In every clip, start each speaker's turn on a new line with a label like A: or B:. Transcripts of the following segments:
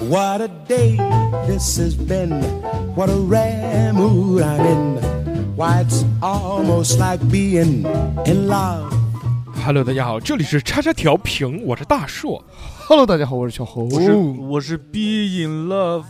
A: What a day this has been. What a rare mood I'm in. Why, it's almost like being in love.
B: Hello，大家好，这里是叉叉调频，我是大硕。哦
C: Hello，大家好，我是小猴。
D: 我是我是 be in love，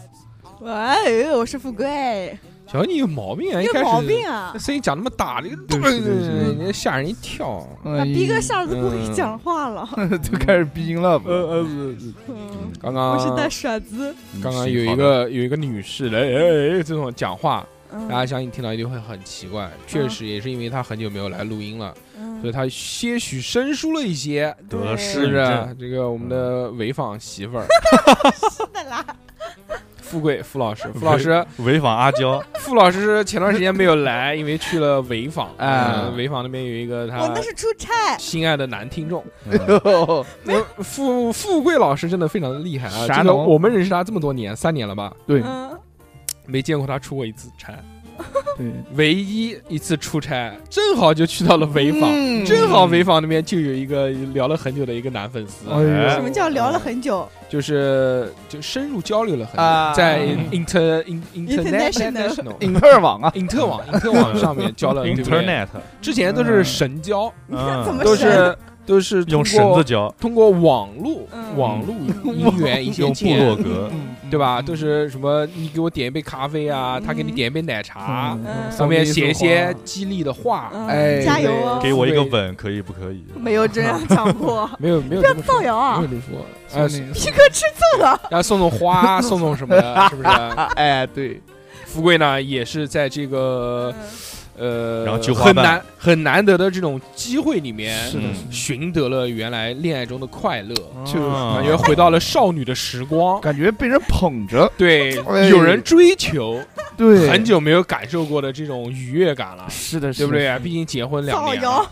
E: 喂，哎我是富贵，
B: 小何，你有毛病啊！一
E: 有
B: 开始
E: 毛病啊
B: 那！声音讲那么大，你个
C: 对不起对不起对不起
B: 你吓人一跳。
C: 哎
E: 把逼哥吓得不会
B: 嗯
E: 讲话了。
C: 就开始 being love 了。
D: 呃呃，
E: 嗯，
B: 刚
E: 我
B: 刚
E: 是大傻子。
B: 刚刚有一个有一个女士来哎哎这种讲话，大家
E: 嗯
B: 相信听到一定会很奇怪。确实也是因为她很久没有来录音了，所
E: 嗯，
B: 以她些许生疏了一些，
D: 得了
B: 是不
D: 失
B: 是啊
D: 语
E: 啊
D: 症，？
B: 这个我们的
D: 嗯
B: 潍坊媳妇儿
E: 真的啦。
B: 富贵付老 师，付老师
D: 潍坊阿娇，
B: 傅老师前段时间没有来，因为去了潍坊。
C: 哎
B: 哎，潍坊那边有一个
E: 我
B: 他
E: 那是出差，
B: 心爱的男听众，
C: 嗯
B: 呃富富贵老师真的非常的厉害啊！
C: 啥
B: 这个
C: 农
B: 我们认识他这么多年，三年了吧，
C: 对
E: 嗯，
B: 没见过他出过一次差，
C: 对，
B: 唯一一次出差正好就去到了潍坊，
C: 嗯
B: 正好潍坊那边就有一个聊了很久的一个男粉丝，
C: 哎呦
D: 哎
E: 什么叫聊了很久
B: 就是就深入交流了很
C: 啊
B: 久，在 inter in
E: International
B: international
C: 英特尔网啊，
B: in 特网 in 特网上面交 了对 不对
D: internet，
B: 之前都是神交。
D: 嗯，
E: 怎么
B: 都
E: 绳
B: 是都是通
D: 用
B: 过
D: 绳子教，
B: 通过网络、
E: 嗯嗯
B: 网络姻缘一些
D: 用部落
B: 钱，
D: 格，
C: 嗯
B: 对吧？都是什么？你给我点一杯咖啡啊，他给你点一杯奶
C: 啊
B: 茶，
E: 嗯
B: 上面写一些
C: 嗯
B: 激励的话。
E: 嗯
B: 哎，
E: 加油哦
D: 给 我一个吻，可以不可以？
E: 没有这样讲过。
B: 嗯没有没有
E: 不要
B: 这么说
E: 造谣啊
B: 没有！这么说。
C: 送
B: 哎，
C: 你
E: 逼哥吃醋了，
B: 要送送花，送送什么 的，是不是？
C: 哎，对，
B: 富贵呢，也是在这个呃，
D: 然后揪花
B: 很
D: 瓣
B: 难很难得的这种机会里面，
C: 是的，
D: 嗯
C: 是的
B: 寻得了原来恋爱中的快乐，
C: 就是
D: 啊
B: 感觉回到了少女的时
D: 嗯
B: 光。
C: 感觉被人捧着，
B: 对
C: 哎，
B: 有人追求，
C: 对，
B: 很久没有感受过的这种愉悦感了，
C: 是的，
B: 对不
C: 是
B: 对？毕竟结婚
E: 嗯
B: 两
E: 造
B: 年
E: 谣
B: 了，，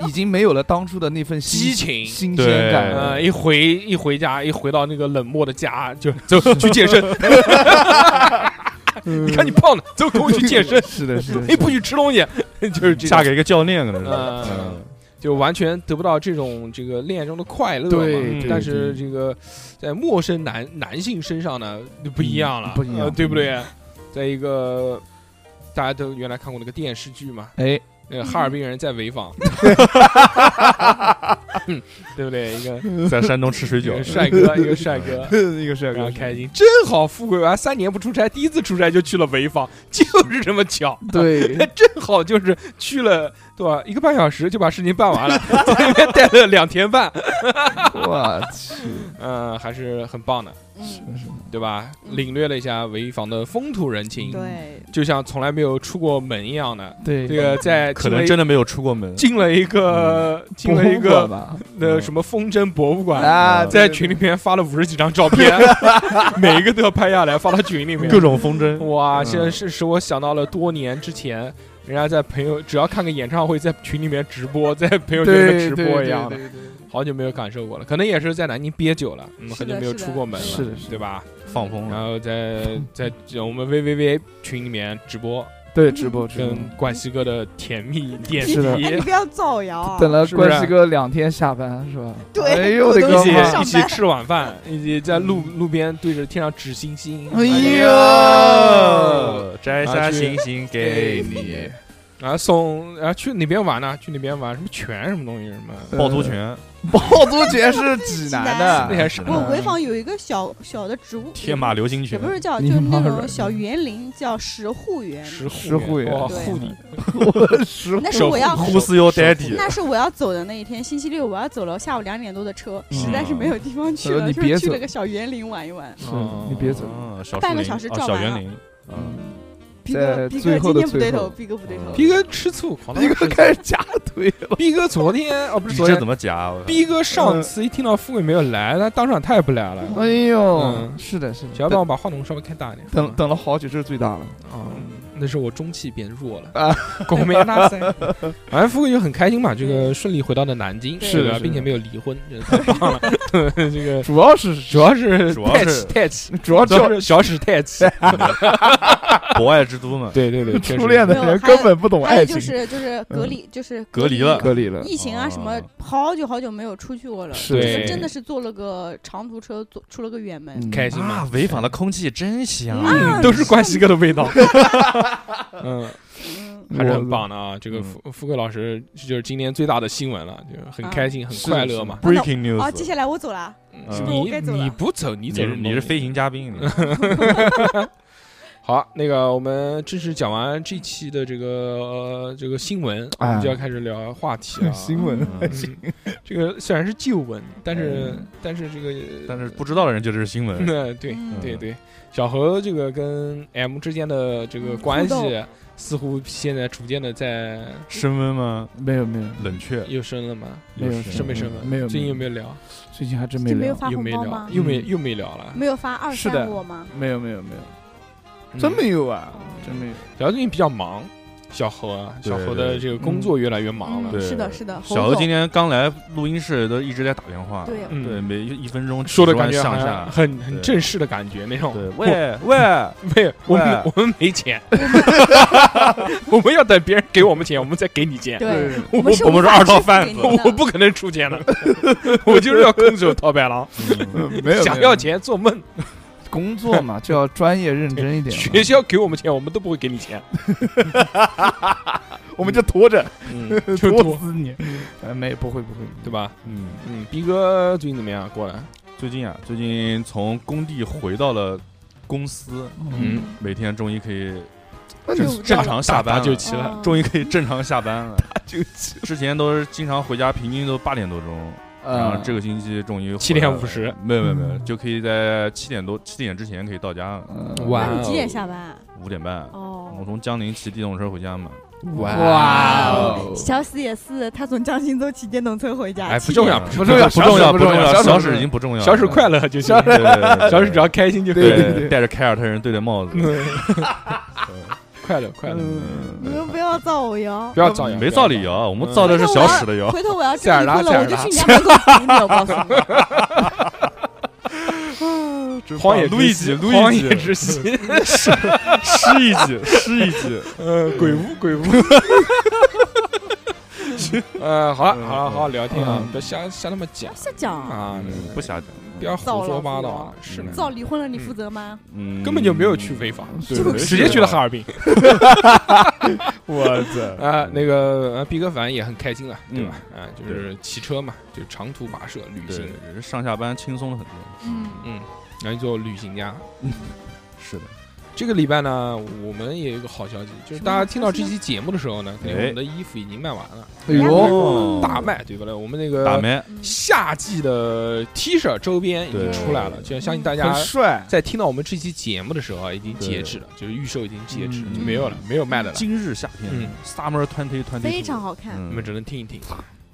C: 的？已经没有了当初的那份新
B: 激情
C: 新
D: 对
C: 鲜感了。哎
B: 呃，一回一回家，一回到那个冷漠的家， 就走去健身。哎
C: 你。
B: 你看你胖的，走跟我去健身
C: 嗯 是的，是的，
B: 哎，不许吃东西， 就是这
D: 嫁
B: 种，
D: 给一个教练可能是，
B: 嗯
D: 嗯，
B: 就完全得不到这种这个恋爱中的快乐嘛。嗯
C: 对
D: 对
B: 但是这个在陌生男男性身上呢，就不一样了，
C: 嗯不一样
B: 呃对不对？在一个大家都原来看过那个电视剧嘛，
C: 哎，，
B: 那个哈尔滨人在潍坊，嗯 对不对？一个
D: 在山东吃水
B: 一
D: 饺
B: 个，嗯 帅哥，一个帅哥
C: 那个帅啊
B: 非
C: 哥
B: 常开心。正好富贵完三年不出差，第一次出差就去了潍坊，就是这么巧。
D: 嗯
C: 对，
B: 正好就是去了多少一个半小时就把事情办完了，在那边待了两天半，
C: 我去，
B: 嗯，还是很棒的，
E: 嗯，
B: 对吧？领略了一下潍坊的风土人情，
E: 对，
B: 就像从来没有出过门一样的。
C: 对，
B: 这个在
D: 嗯可
B: 进了
D: 能
B: 一
D: 真的没嗯有出过门，
B: 进了一个进了一
C: 博物馆
B: 个
C: 吧，
B: 那什么风筝博物
D: 嗯
B: 馆，
C: 啊，
B: 在
C: 对
B: 群里面发了五十几张照片， 每一个都要拍下来发到群里面。
D: 各种 风筝，
B: 哇，
D: 嗯
B: 现在是使我想到了多年之前，人家在朋友只要看个演唱会，在群里面直播，在朋友圈里面
C: 对
B: 直播一样的，
C: 对对对对
B: 好久没有感受过了。可能也是在南京憋久了，嗯，
E: 是的
B: 很久没有出过门了，
C: 是的是的是的
B: 对吧？
D: 放风
B: 然
D: 了，
B: 后在在我们 VVV 群里面直播，
C: 对直播直播
B: 跟。冠希哥的甜蜜 点
C: 是的
B: 滴
E: 哎，你，不要造谣啊！
C: 等了
B: 是不是
C: 关西哥两天下班 是吧？
E: 对
C: 哎呦我的
E: 我都
C: 哥
B: 一
E: 是
C: 妈！
B: 起 一
E: 上
B: 起
E: 班
B: 吃晚饭，一起在路路边对着天上指星星，
C: 哎
B: 呀，
C: 呦，
D: 呃摘下星星给你，
B: 然后啊送，然后去哪边玩呢？去哪边玩？什么泉什么东西什么？
D: 趵突泉，
C: 趵突泉是济南
B: 那
E: 啊
C: 的，
B: 还是
E: 我潍坊有一个小小的植物，
D: 天马流星
E: 也
D: 拳
E: 不，是叫，
C: 你
E: 就是那
C: 妈
E: 种
C: 的
E: 小园林，叫石护园。
B: 石
C: 石
B: 户
C: 户
B: 园
C: 园
B: 哇，
E: 对
B: 护理
C: 我十
E: 那是我要
D: 呼 死哟
B: 手
D: ，daddy，
E: 那是我要走的那一天，星期六我要走了，下午两点多的车，
C: 嗯
E: 实在是没有地方去
C: 呃
E: 了，
C: 你
E: 就
C: 别
E: 是去
C: 走
E: 了个小园林玩一玩。
C: 是你别走，
D: 嗯，小树
E: 半个
D: 林
E: 小时
D: 哦
E: 照
D: 小
E: 完
D: 园
E: 了
D: 林，嗯
E: 逼
C: 在
E: 哥，逼
C: 最
E: 哥
C: 后
E: 今
C: 的
E: 天不对
C: 最
E: 头，
C: 后
E: 逼哥不对头。
B: 逼哥吃醋，狂
C: 一
B: 逼
C: 个开始夹腿了，
B: 逼哥昨天哦，不是
D: 你
B: 昨
D: 这
B: 天
D: 怎，么夹？我靠
B: 逼哥上次一听到富贵没有来，他当场他也不来了。
C: 哎呦
B: 嗯，
C: 是的，是的，
B: 小伙伴，我把话筒稍微开大一点。
C: 等等了好久，这是最大了，
B: 啊，那是我中气变弱了
C: 啊，
B: 狗没拉塞。反正富贵就很开心嘛，这个顺利回到了南京，
E: 对
B: 对吧
C: 是的
B: 并且没有离婚， 这太棒了。这个
C: 主要是
B: 主要是
D: 主要
B: 太
D: 是
B: 气太气，
C: 主要
B: 主
C: 叫
B: 要是小史太气。
D: 博爱之都嘛，
B: 对对对，确实
C: 初恋的
E: 没有
C: 人
E: 还
C: 根本不懂
E: 还
C: 爱
E: 有
C: 情
E: 就，是就是隔离，就是
D: 隔离了
C: 隔离了。
E: 疫情啊什么
D: 哦，
E: 好久好久没有出去过了，
C: 是
E: 就是
B: 对
E: 真的是坐了个长途车，坐出了个远门。
C: 嗯
B: 开心
D: 啊
B: 嘛，，
D: 潍坊的空气真香
E: 嗯 啊
B: 都是关西哥的味道。嗯，
E: 嗯
B: 还是很
C: 我
B: 棒的啊！这个
D: 嗯
B: 富富贵老师就是今年最大的新闻了，就是很开心、很
C: 是
B: 快乐嘛。
D: ，Breaking
E: 哦，接
D: News，
E: 下来我走了，
B: 嗯
D: 是不
E: 是我该
B: 你
E: 走了
B: 你不走，你
D: 你
B: 走
D: 是你是飞行 嘉宾，你
B: 好。那个我们正式讲完这期的这个、呃这个新闻，我
C: 哎
B: 们就要开始聊话题了。
C: 新闻
D: 嗯
C: 还行，
B: 嗯这个虽然是旧闻，但是但是这个
D: 但是不知道的人觉得是新闻，
B: 那 对
E: 嗯
B: 对对，小何这个跟 M 之间的这个
E: 嗯
B: 关
E: 互
B: 系
E: 动
B: 似乎现在逐渐的在
D: 升温吗？
C: 没有没有，
D: 冷却
B: 又升了吗？
C: 没有
D: 又
B: 升没升
C: 嗯
B: 温？
C: 没有
B: 最近
C: 没
B: 有
C: 有
B: 没有聊？
C: 最近还真没
E: 就没有
C: 聊，
E: 发
B: 又
E: 红
B: 没
E: 包
B: 聊
E: 吗？？
B: 又没
C: 嗯
B: 又没聊了。
E: 没有发二
C: 是的
E: 三我吗？
C: 没有没有没有，
B: 嗯
C: 真没有啊，真没有。
B: 小何最近比较忙，小何啊，
D: 对
B: 小何的
D: 对
B: 这个工作越来越忙了
E: 嗯。
D: 对
E: 是的，是的。
D: 小
E: 侯
D: 欧
E: 总
D: 今天刚来录音室，都一直在打电话。
E: 对
B: 嗯
D: 对，每一分钟
B: 说的
D: 10万
B: 感觉好
D: 向
B: 像
D: 下。
B: 很很
D: 对
B: 正式的感觉那种。
D: 对，啊喂 喂，
B: 没有，我们
D: 喂
B: 我们没钱， 我们要等别人给我们钱，我们再给你钱。
E: 对，
B: 我
E: 们是
D: 我们
E: 无
D: 是
E: 法
D: 二道
E: 支付
D: 贩
E: 给
D: 子
E: 您的
B: 我不可能出钱的， 我就是要空手套白 狼，
C: 嗯 没有没有
B: 想要钱做梦。
C: 工作嘛，就要专业认真一
D: 啊
C: 点嘛。
B: 学校给我们钱，我们都不会给你钱，
C: 我们就拖着，
B: 就
C: 拖
B: 多
C: 死你！呃，没不会不会，
B: 对吧？
D: 嗯，
B: 嗯，逼哥最近怎么样？过来，
D: 最近啊，最近从工地回到了公司，
B: 嗯，
D: 每天终于可以
C: 那
E: 就知
C: 你
E: 道
D: 正
E: 了
D: 常下班
B: 打就
D: 了，
B: 齐了。
E: 嗯
D: 终于可以正常下班 了。
B: 就齐
D: 之前都是经常回家，平均都八点多钟，
B: 嗯
D: 然后
C: 啊，
D: 这个星期终于回来了
B: 7:50，
D: 没有没有没有，
B: 嗯
D: 就可以在七点多七点之前可以到家了，
C: 嗯
B: 哇
E: 那你
B: 哦
E: 几点下班？啊
D: 五点半。我
E: 哦，
D: 从江宁骑电动车回家嘛，
C: 哇哦
E: 小史也是，他从江心洲骑电动车回家。
B: 哎，不
E: 骑
B: 重要，
D: 嗯
B: 不重
C: 重
B: 要
C: 要，
D: 不重要
C: 不
D: 重
C: 重要小
D: 小
C: 史
D: 史已经不重要了，
B: 小史快乐就行。
D: 对，对对对
B: 小史只要开心就可以。
C: 对对对
D: 对戴着凯尔特人队的帽子，
B: 嗯快乐快乐，
E: 你们不要造我谣
B: 不。要造谣，
D: 没造理由，我们
B: 嗯
D: 造的是小史的谣，
E: 回头我 要
B: 塞
E: 真
B: 尔
E: 离婚了，
B: 达塞尔
E: 我就
B: 达
E: 去你家门口堵你，我告诉你。
B: 不要造谣。荒野
D: 路易吉，路
B: 荒
D: 易
B: 野
D: 吉，
B: 之息，
D: 失一级，失一级，
B: 呃，鬼屋鬼屋。 呃，好了好了，好好聊天啊
C: 嗯，
B: 别瞎瞎那么讲
E: 瞎讲，
B: 啊，
D: 不瞎讲，
B: 不要胡说八道啊，是
D: 造
B: 的
D: 了。
E: 造离婚了你负责吗？
D: 嗯，
B: 根本就没有去潍坊，
C: 对
E: 就
B: 直接去了哈尔滨
D: 我操，
B: 啊、那个呃毕哥反正也很开心了，对
D: 嗯
B: 吧？啊，就是骑车嘛，就长途跋涉旅行
D: 对，，上下班轻松了很多，
E: 嗯，
B: 嗯，然后做旅行家。
D: 是的，
B: 这个礼拜呢，我们也有一个好消息，就是大家听到这期节目的时候呢，肯定我们的衣服已经卖完了，
C: 哎呦，
D: 哦
B: 大卖，对不对？我们那
D: 打
B: 个
D: 麦，
B: 夏季的 T 恤周边已经
D: 对
B: 出来了，就相信大家
C: 很帅，
B: 在听到我们这期节目的时候啊，已经截
D: 对
B: 止了，就是预售已经截止，
C: 嗯
B: 就没有了，没有卖的了，
D: 今日夏
B: 嗯
D: 天，summer twenty twenty，
E: 非常好看。
B: 你们只能听一听。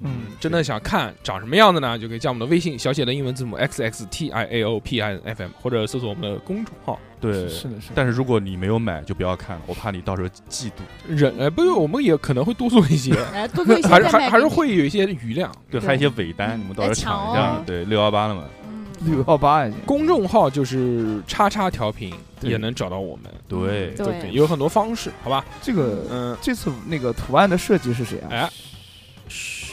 C: 嗯，
B: 真的想看长什么样子呢？就可以加我们的微信小写的英文字母 x x t i a o p i n f m，或者搜索我们的公众号。
D: 对。
C: 是的，是的，
D: 但是如果你没有买，就不要看了，我怕你到时候嫉妒。
B: 人呃，不是，我们也可能会多做一些，
E: 来，多做一些
B: 嗯还是
E: 外
B: 还
E: 卖
B: 还是
E: 给你。
B: 会有一些余量。
D: 对，
E: 对
D: 还有一些尾
B: 嗯
D: 单，你们到时候抢
E: 来抢
B: 哎
D: 一下
E: 哦。
D: 对，六幺八了嘛。
E: 嗯，
C: 六幺八已经
B: 公众号就是叉叉调频
C: 对
B: 也能找到我们，
D: 对，
B: 嗯
E: 对，
B: 有很多方式，好吧？
C: 这个
B: 嗯，
C: 这次那个图案的设计是谁啊？
B: 哎，虚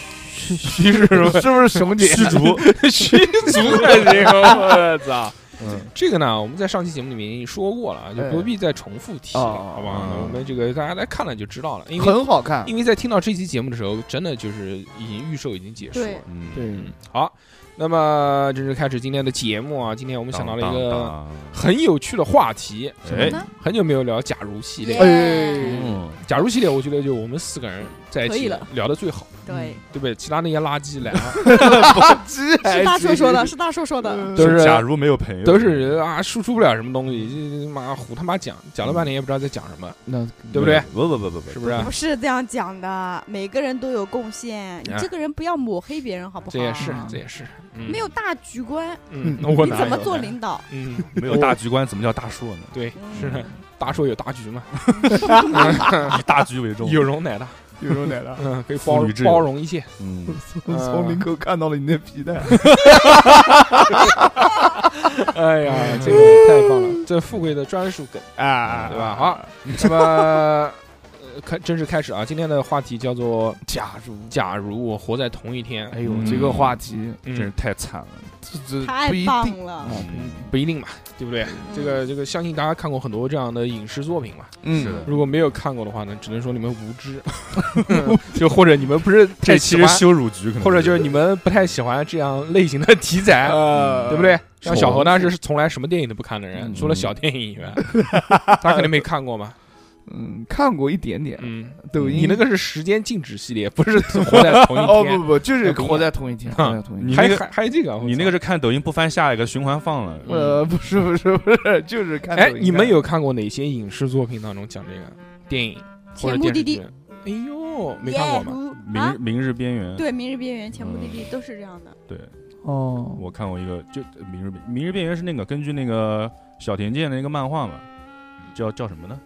B: 虚是吧？
C: 是不是熊姐？
D: 驱逐，
B: 虚足还行，我操！
D: 嗯
B: 嗯这个呢，我们在上期节目里面已经说过了，啊就不必再重复提了，
C: 哦
B: 好吧？
D: 嗯
B: 我们这个大家来看了就知道了，因为
C: 很好看，
B: 因为在听到这期节目的时候，真的就是已经预售已经结束了
E: 对。
D: 嗯，
C: 对
B: 嗯，好，那么正式开始今天的节目啊。今天我们想
D: 当
B: 到了一
D: 当
B: 个
D: 当
B: 很有趣的话题，
C: 什么
D: 哎，
E: 呢
B: 很久没有聊假如系列。
E: 耶
C: 哎
D: 嗯，
B: 假如系列，我觉得就我们四个人在一
E: 可以
B: 起
E: 了
B: 聊的最好，
E: 对，
B: 对不对？其他那些垃圾来啊，
C: 是
B: 嗯
E: 是大硕
B: 哎
E: 说的，是大硕说的。
B: 都是
D: 假如没有朋友，
B: 都是啊，输出不了什么东西，这这妈胡他妈讲，讲了半天也不知道在讲什么，
C: 那
B: 对不对？
D: 不不不不不，
B: 是不啊是？
E: 不是这样讲的，每个人都有贡献。你
B: 啊
E: 这个人不要抹黑别人，好不好？啊
B: 这也是，这也是，嗯
E: 没有，大局观，
B: 嗯，
C: 嗯
B: 我
E: 你
B: 哪
E: 怎么
B: 有
E: 做领导？
B: 嗯，
D: 没有大局观，怎么叫大硕呢？
B: 对，
E: 嗯
B: 是的，大寿有大局嘛，
D: 以大局为重。
B: 有容乃大，
C: 有种奶酪。
B: 嗯，可以
D: 妇
B: 包
D: 女之友
B: 包容一切。
D: 嗯，
C: 从门口看到了你的皮带，
B: 哎呀，这个 太棒了，这富贵的专属梗，
C: 啊，
B: 对吧？好，那么呃开正式开始啊，今天的话题叫做
C: 假如，
B: 假如我活在同一天，
C: 哎呦，
D: 嗯
C: 这个话题
B: 嗯
D: 真是太嗯惨了。
C: 这这
E: 太
C: 不一
E: 棒
C: 定，
E: 了
C: 啊，
B: 不一定嘛，对不对？这个这个，相信大家看过很多这样的影视作品嘛。
C: 嗯
D: 是的
B: 如果没有看过的话呢，只能说你们无知， 就或者你们不是太
D: 这
B: 喜
D: 其实
B: 欢，
D: 羞辱局，可能
B: 或者就是你们不太喜欢这样类型的题材，
C: 呃
B: 对不？对？像
D: 是
B: 小
D: 我
B: 何呢，是从来什么电影都不看的人，
D: 嗯
B: 除了小电影 以外，他肯定没看过嘛。
C: 嗯，看过一点点，
B: 嗯，
C: 抖音
B: 你那个是时间静止系列，不是活在同一
C: 哦不
B: 天。
C: 不，就是
B: 要不一样
C: 活在同一天，活在同一天。
D: 你
B: 还
D: 那个
B: 还还有这个，我
D: 你那
B: 操
D: 个是看抖音不翻下一个循环放了。
C: 呃，不是不是不是，就是看抖
B: 哎
C: 音，看。
B: 你们有看过哪些影视作品当中讲这个电影或者
E: 前目
B: 电视
E: 的
B: 剧
E: 地？
B: 哎呦，没看
E: 耶
B: 过吗？
E: 如
D: 明
E: 啊
D: 日，嗯明日边缘，
E: 对，明日边缘、前目的地都是这样的。
D: 对，
C: 哦？
D: 我看过一个，就呃明日边明日边缘是那个根据那个小田健的一个漫画嘛，叫叫什么呢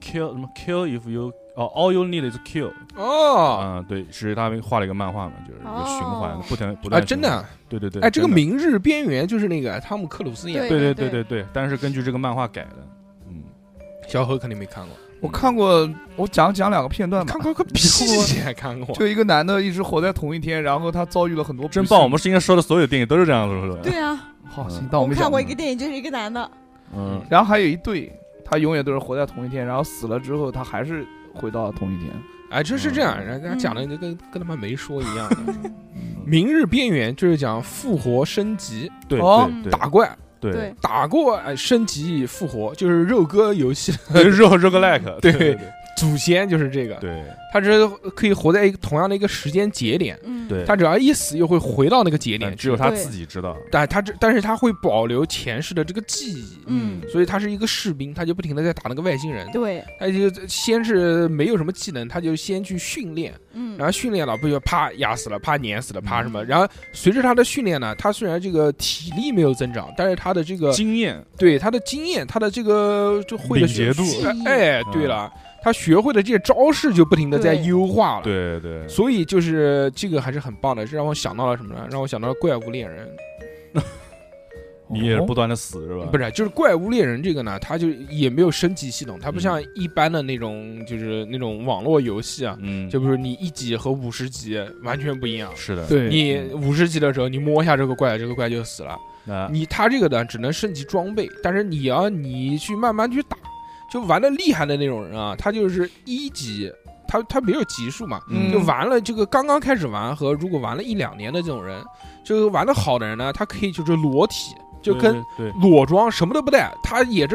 D: ？Kill 什么 Kill if you 哦 All you need is kill
B: 哦
D: 啊、对，是他们画了一个漫画嘛，就是一个循环，
E: 哦
D: 不停不
B: 啊，
D: 断、
B: 真的啊，。
D: 对对对，
B: 哎，这个
D: 真的，
B: 明日边缘就是那个汤姆克鲁斯演的，
D: 对
E: 对
D: 对
E: 对
D: 对对对，但是根据这个漫画改的，嗯，
B: 小何肯定没看过，
C: 我看过，我讲讲两个片段吧
B: 看。过个屁！看过，
C: 就一个男的一直活在同一天，然后他遭遇了很多不
D: 真
C: 幸
D: 棒！我们是应该说的所有电影都是这样子说的，
E: 对 啊，
C: 好，
D: 嗯
C: 行，当我
E: 我
C: 没
E: 看
C: 讲
E: 过一个电影，就是一个男的，
D: 嗯，
C: 然后还有一对，他永远都是活在同一天，然后死了之后，他还是回到同一天。
B: 哎，这是这样，
D: 嗯
B: 人家讲的就跟跟他妈没说一 样的。
E: 嗯
B: 明日边缘就是讲复活升级，
D: 对
C: 哦
D: 对对
B: 打怪
D: 对
E: 对，
B: 打过哎升级复活，就是肉鸽游戏
D: 对，肉肉个 like，
B: 对
D: 对
B: 祖先就是这个，
D: 对
B: 他只是可以活在一个同样的一个时间节点，
E: 嗯，
D: 对，
B: 他只要一死又会回到那个节点
D: 但
B: 去，
D: 只有他
E: 对
D: 自己知道，
B: 但他这但是他会保留前世的这个记忆，
E: 嗯，
B: 所以他是一个士兵，他就不停的在打那个外星人，
E: 对，
B: 他哎就先是没有什么技能，他就先去训练，
E: 嗯
B: 然，后训练了，不就啪压死了，啪碾死了，啪什么？然后随着他的训练呢，他虽然这个体力没有增长，但是他的这个
D: 经验
B: 对他的经验，他的这个就会的
D: 敏捷度
E: 啊
B: 学哎，
D: 嗯
B: 对了，他学会的这些招式就不停的在
E: 对
B: 优化了。，
D: 对对，
B: 所以就是这个还是很棒的，这让我想到了什么呢？让我想到了怪物猎人，
D: 你也是
C: 哦
D: 不断的死是吧？
B: 不是，就是怪物猎人这个呢，它就也没有升级系统，它不
D: 嗯
B: 像一般的那种就是那种网络游戏啊，
D: 嗯，
B: 就比如你一级和五十级完全不一样。
D: 是的，
C: 对
B: 你
D: 嗯
B: 五十级的时候，你摸一下这个怪，这个怪就死了。
D: 那
B: 你他这个呢，只能升级装备，但是你要你去慢慢去打，就玩的厉害的那种人啊，他就是一级，他他没有级数嘛，
C: 嗯
B: 就玩了这个刚刚开始玩和如果玩了一两年的这种人，就是玩的好的人呢，他可以就是裸体，就跟
D: 对对对
B: 裸装什么都不带，他也是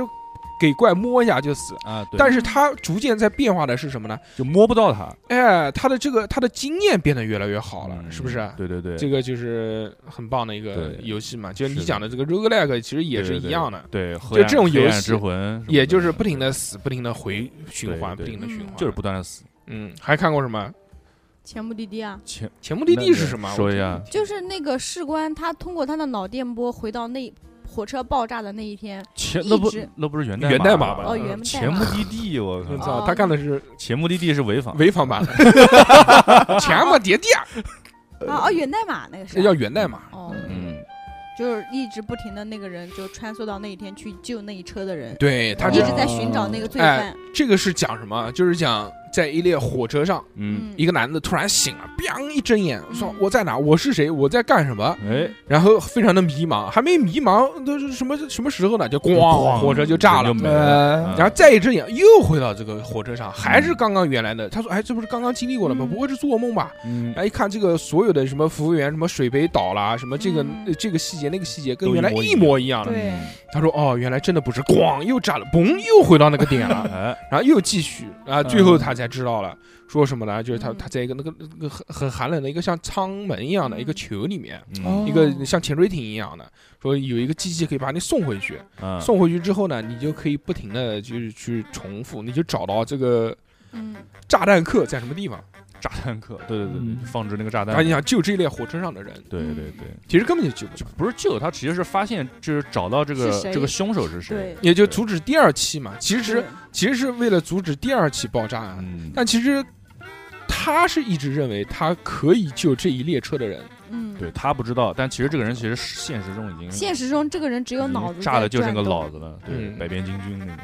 B: 给怪摸一下就死。
D: 啊，对
B: 但是他逐渐在变化的是什么呢？
D: 就摸不到他，
B: 哎，他的这个他的经验变得越来越好了，
D: 嗯
B: 是不是？啊
D: 对对对，
B: 这个就是很棒的一个
D: 对
B: 游戏嘛，就是你
D: 是的
B: 讲的这个 roguelike 其实也是
D: 对
B: 一样的，，
D: 对对，
B: 就
D: 就
B: 这种游戏
D: 之魂，
B: 也就是不停的死，不停的回循环，不
D: 对对
B: 停的循
E: 嗯
B: 环，
D: 就是不断的死。
B: 嗯，还看过什么？
E: 前目的地啊，
D: 前
B: 前目的地是什么？
D: 说一下，
E: 就是那个士官，他通过他的脑电波回到那火车爆炸的那一天，
D: 前
E: 一
D: 那不
E: 直
D: 那不是源
B: 源代
D: 代
B: 码嗯
D: 码
B: 吧
E: 哦，
B: 呃
E: 原代
D: 前
E: 码
D: 目的 地，我
B: 我
D: 靠，
B: 操，
E: 哦
B: 他干的是
D: 前目的地是违法，
B: 潍坊版的， 前目的地啊，
E: 啊，哦，源代码那个是
B: 这叫源代码。
E: 哦，
D: 嗯，
E: 就是一直不停的那个人就穿梭到那一天去救那一车的人，
B: 对他
D: 啊
E: 一
B: 这
E: 直在寻找那个罪犯，
B: 这个是讲什么？就是讲在一列火车上，
D: 嗯，
B: 一个男的突然醒了，biang 一睁眼，说
E: 嗯
B: 我在哪？我是谁？我在干什么？
D: 哎，
B: 然后非常的迷茫，还没迷茫，都是什么什么时候呢？就咣，
D: 咣
B: 火车就炸了哎
D: 人。就没
C: 呃
D: 了，嗯
B: 然后再一睁眼，又回到这个火车上，还是刚刚原来的。他说：“哎，这不是刚刚经历过了吗？
E: 嗯
B: 不会是做梦吧？”
D: 嗯
B: 然后一看这个所有的什么服务员，什么水杯倒啦，什么这个
E: 嗯
B: 呃这个细节那个细节跟
D: 都一
B: 原来
D: 模
B: 一
D: 一样
B: 模一样的。
E: 对，
D: 嗯
B: 他说：“哦，原来真的不是，咣又炸了，嘣又回到那个点了。”
D: 哎，
B: 然后又继续，啊，最后他
C: 嗯
B: 才知道了，说什么呢？就是他
E: 嗯
B: 他在一个那个那个很很寒冷的一个像舱门一样的一个
E: 嗯
B: 球里面，
D: 嗯
B: 一个像潜水艇一样的，说有一个机器可以把你送回去，
D: 嗯
B: 送回去之后呢，你就可以不停的就是去重复，你就找到这个
E: 嗯，
B: 炸弹客在什么地方，
D: 炸弹客，对对对对，
C: 嗯
D: 放置那个炸弹
B: 然后，你想救这一类火车上的人，
D: 对对对，
B: 其实根本就救不
D: 就
B: 了，
D: 不是救他，其实是发现就是找到这个
E: 是谁
D: 这个凶手是谁，
E: 对，
B: 也就阻止第二期嘛。其
E: 对
B: 实其实是为了阻止第二起爆炸案，
D: 嗯，
B: 但其实他是一直认为他可以救这一列车的人，
E: 嗯，
D: 对他不知道，但其实这个人其实是现实中已经
E: 现实中这个人只有
D: 已经
E: 脑子
D: 嗯炸
E: 在
D: 的就剩
E: 转
D: 个
E: 动
D: 脑子了，对，
B: 嗯
D: 百变金军那种，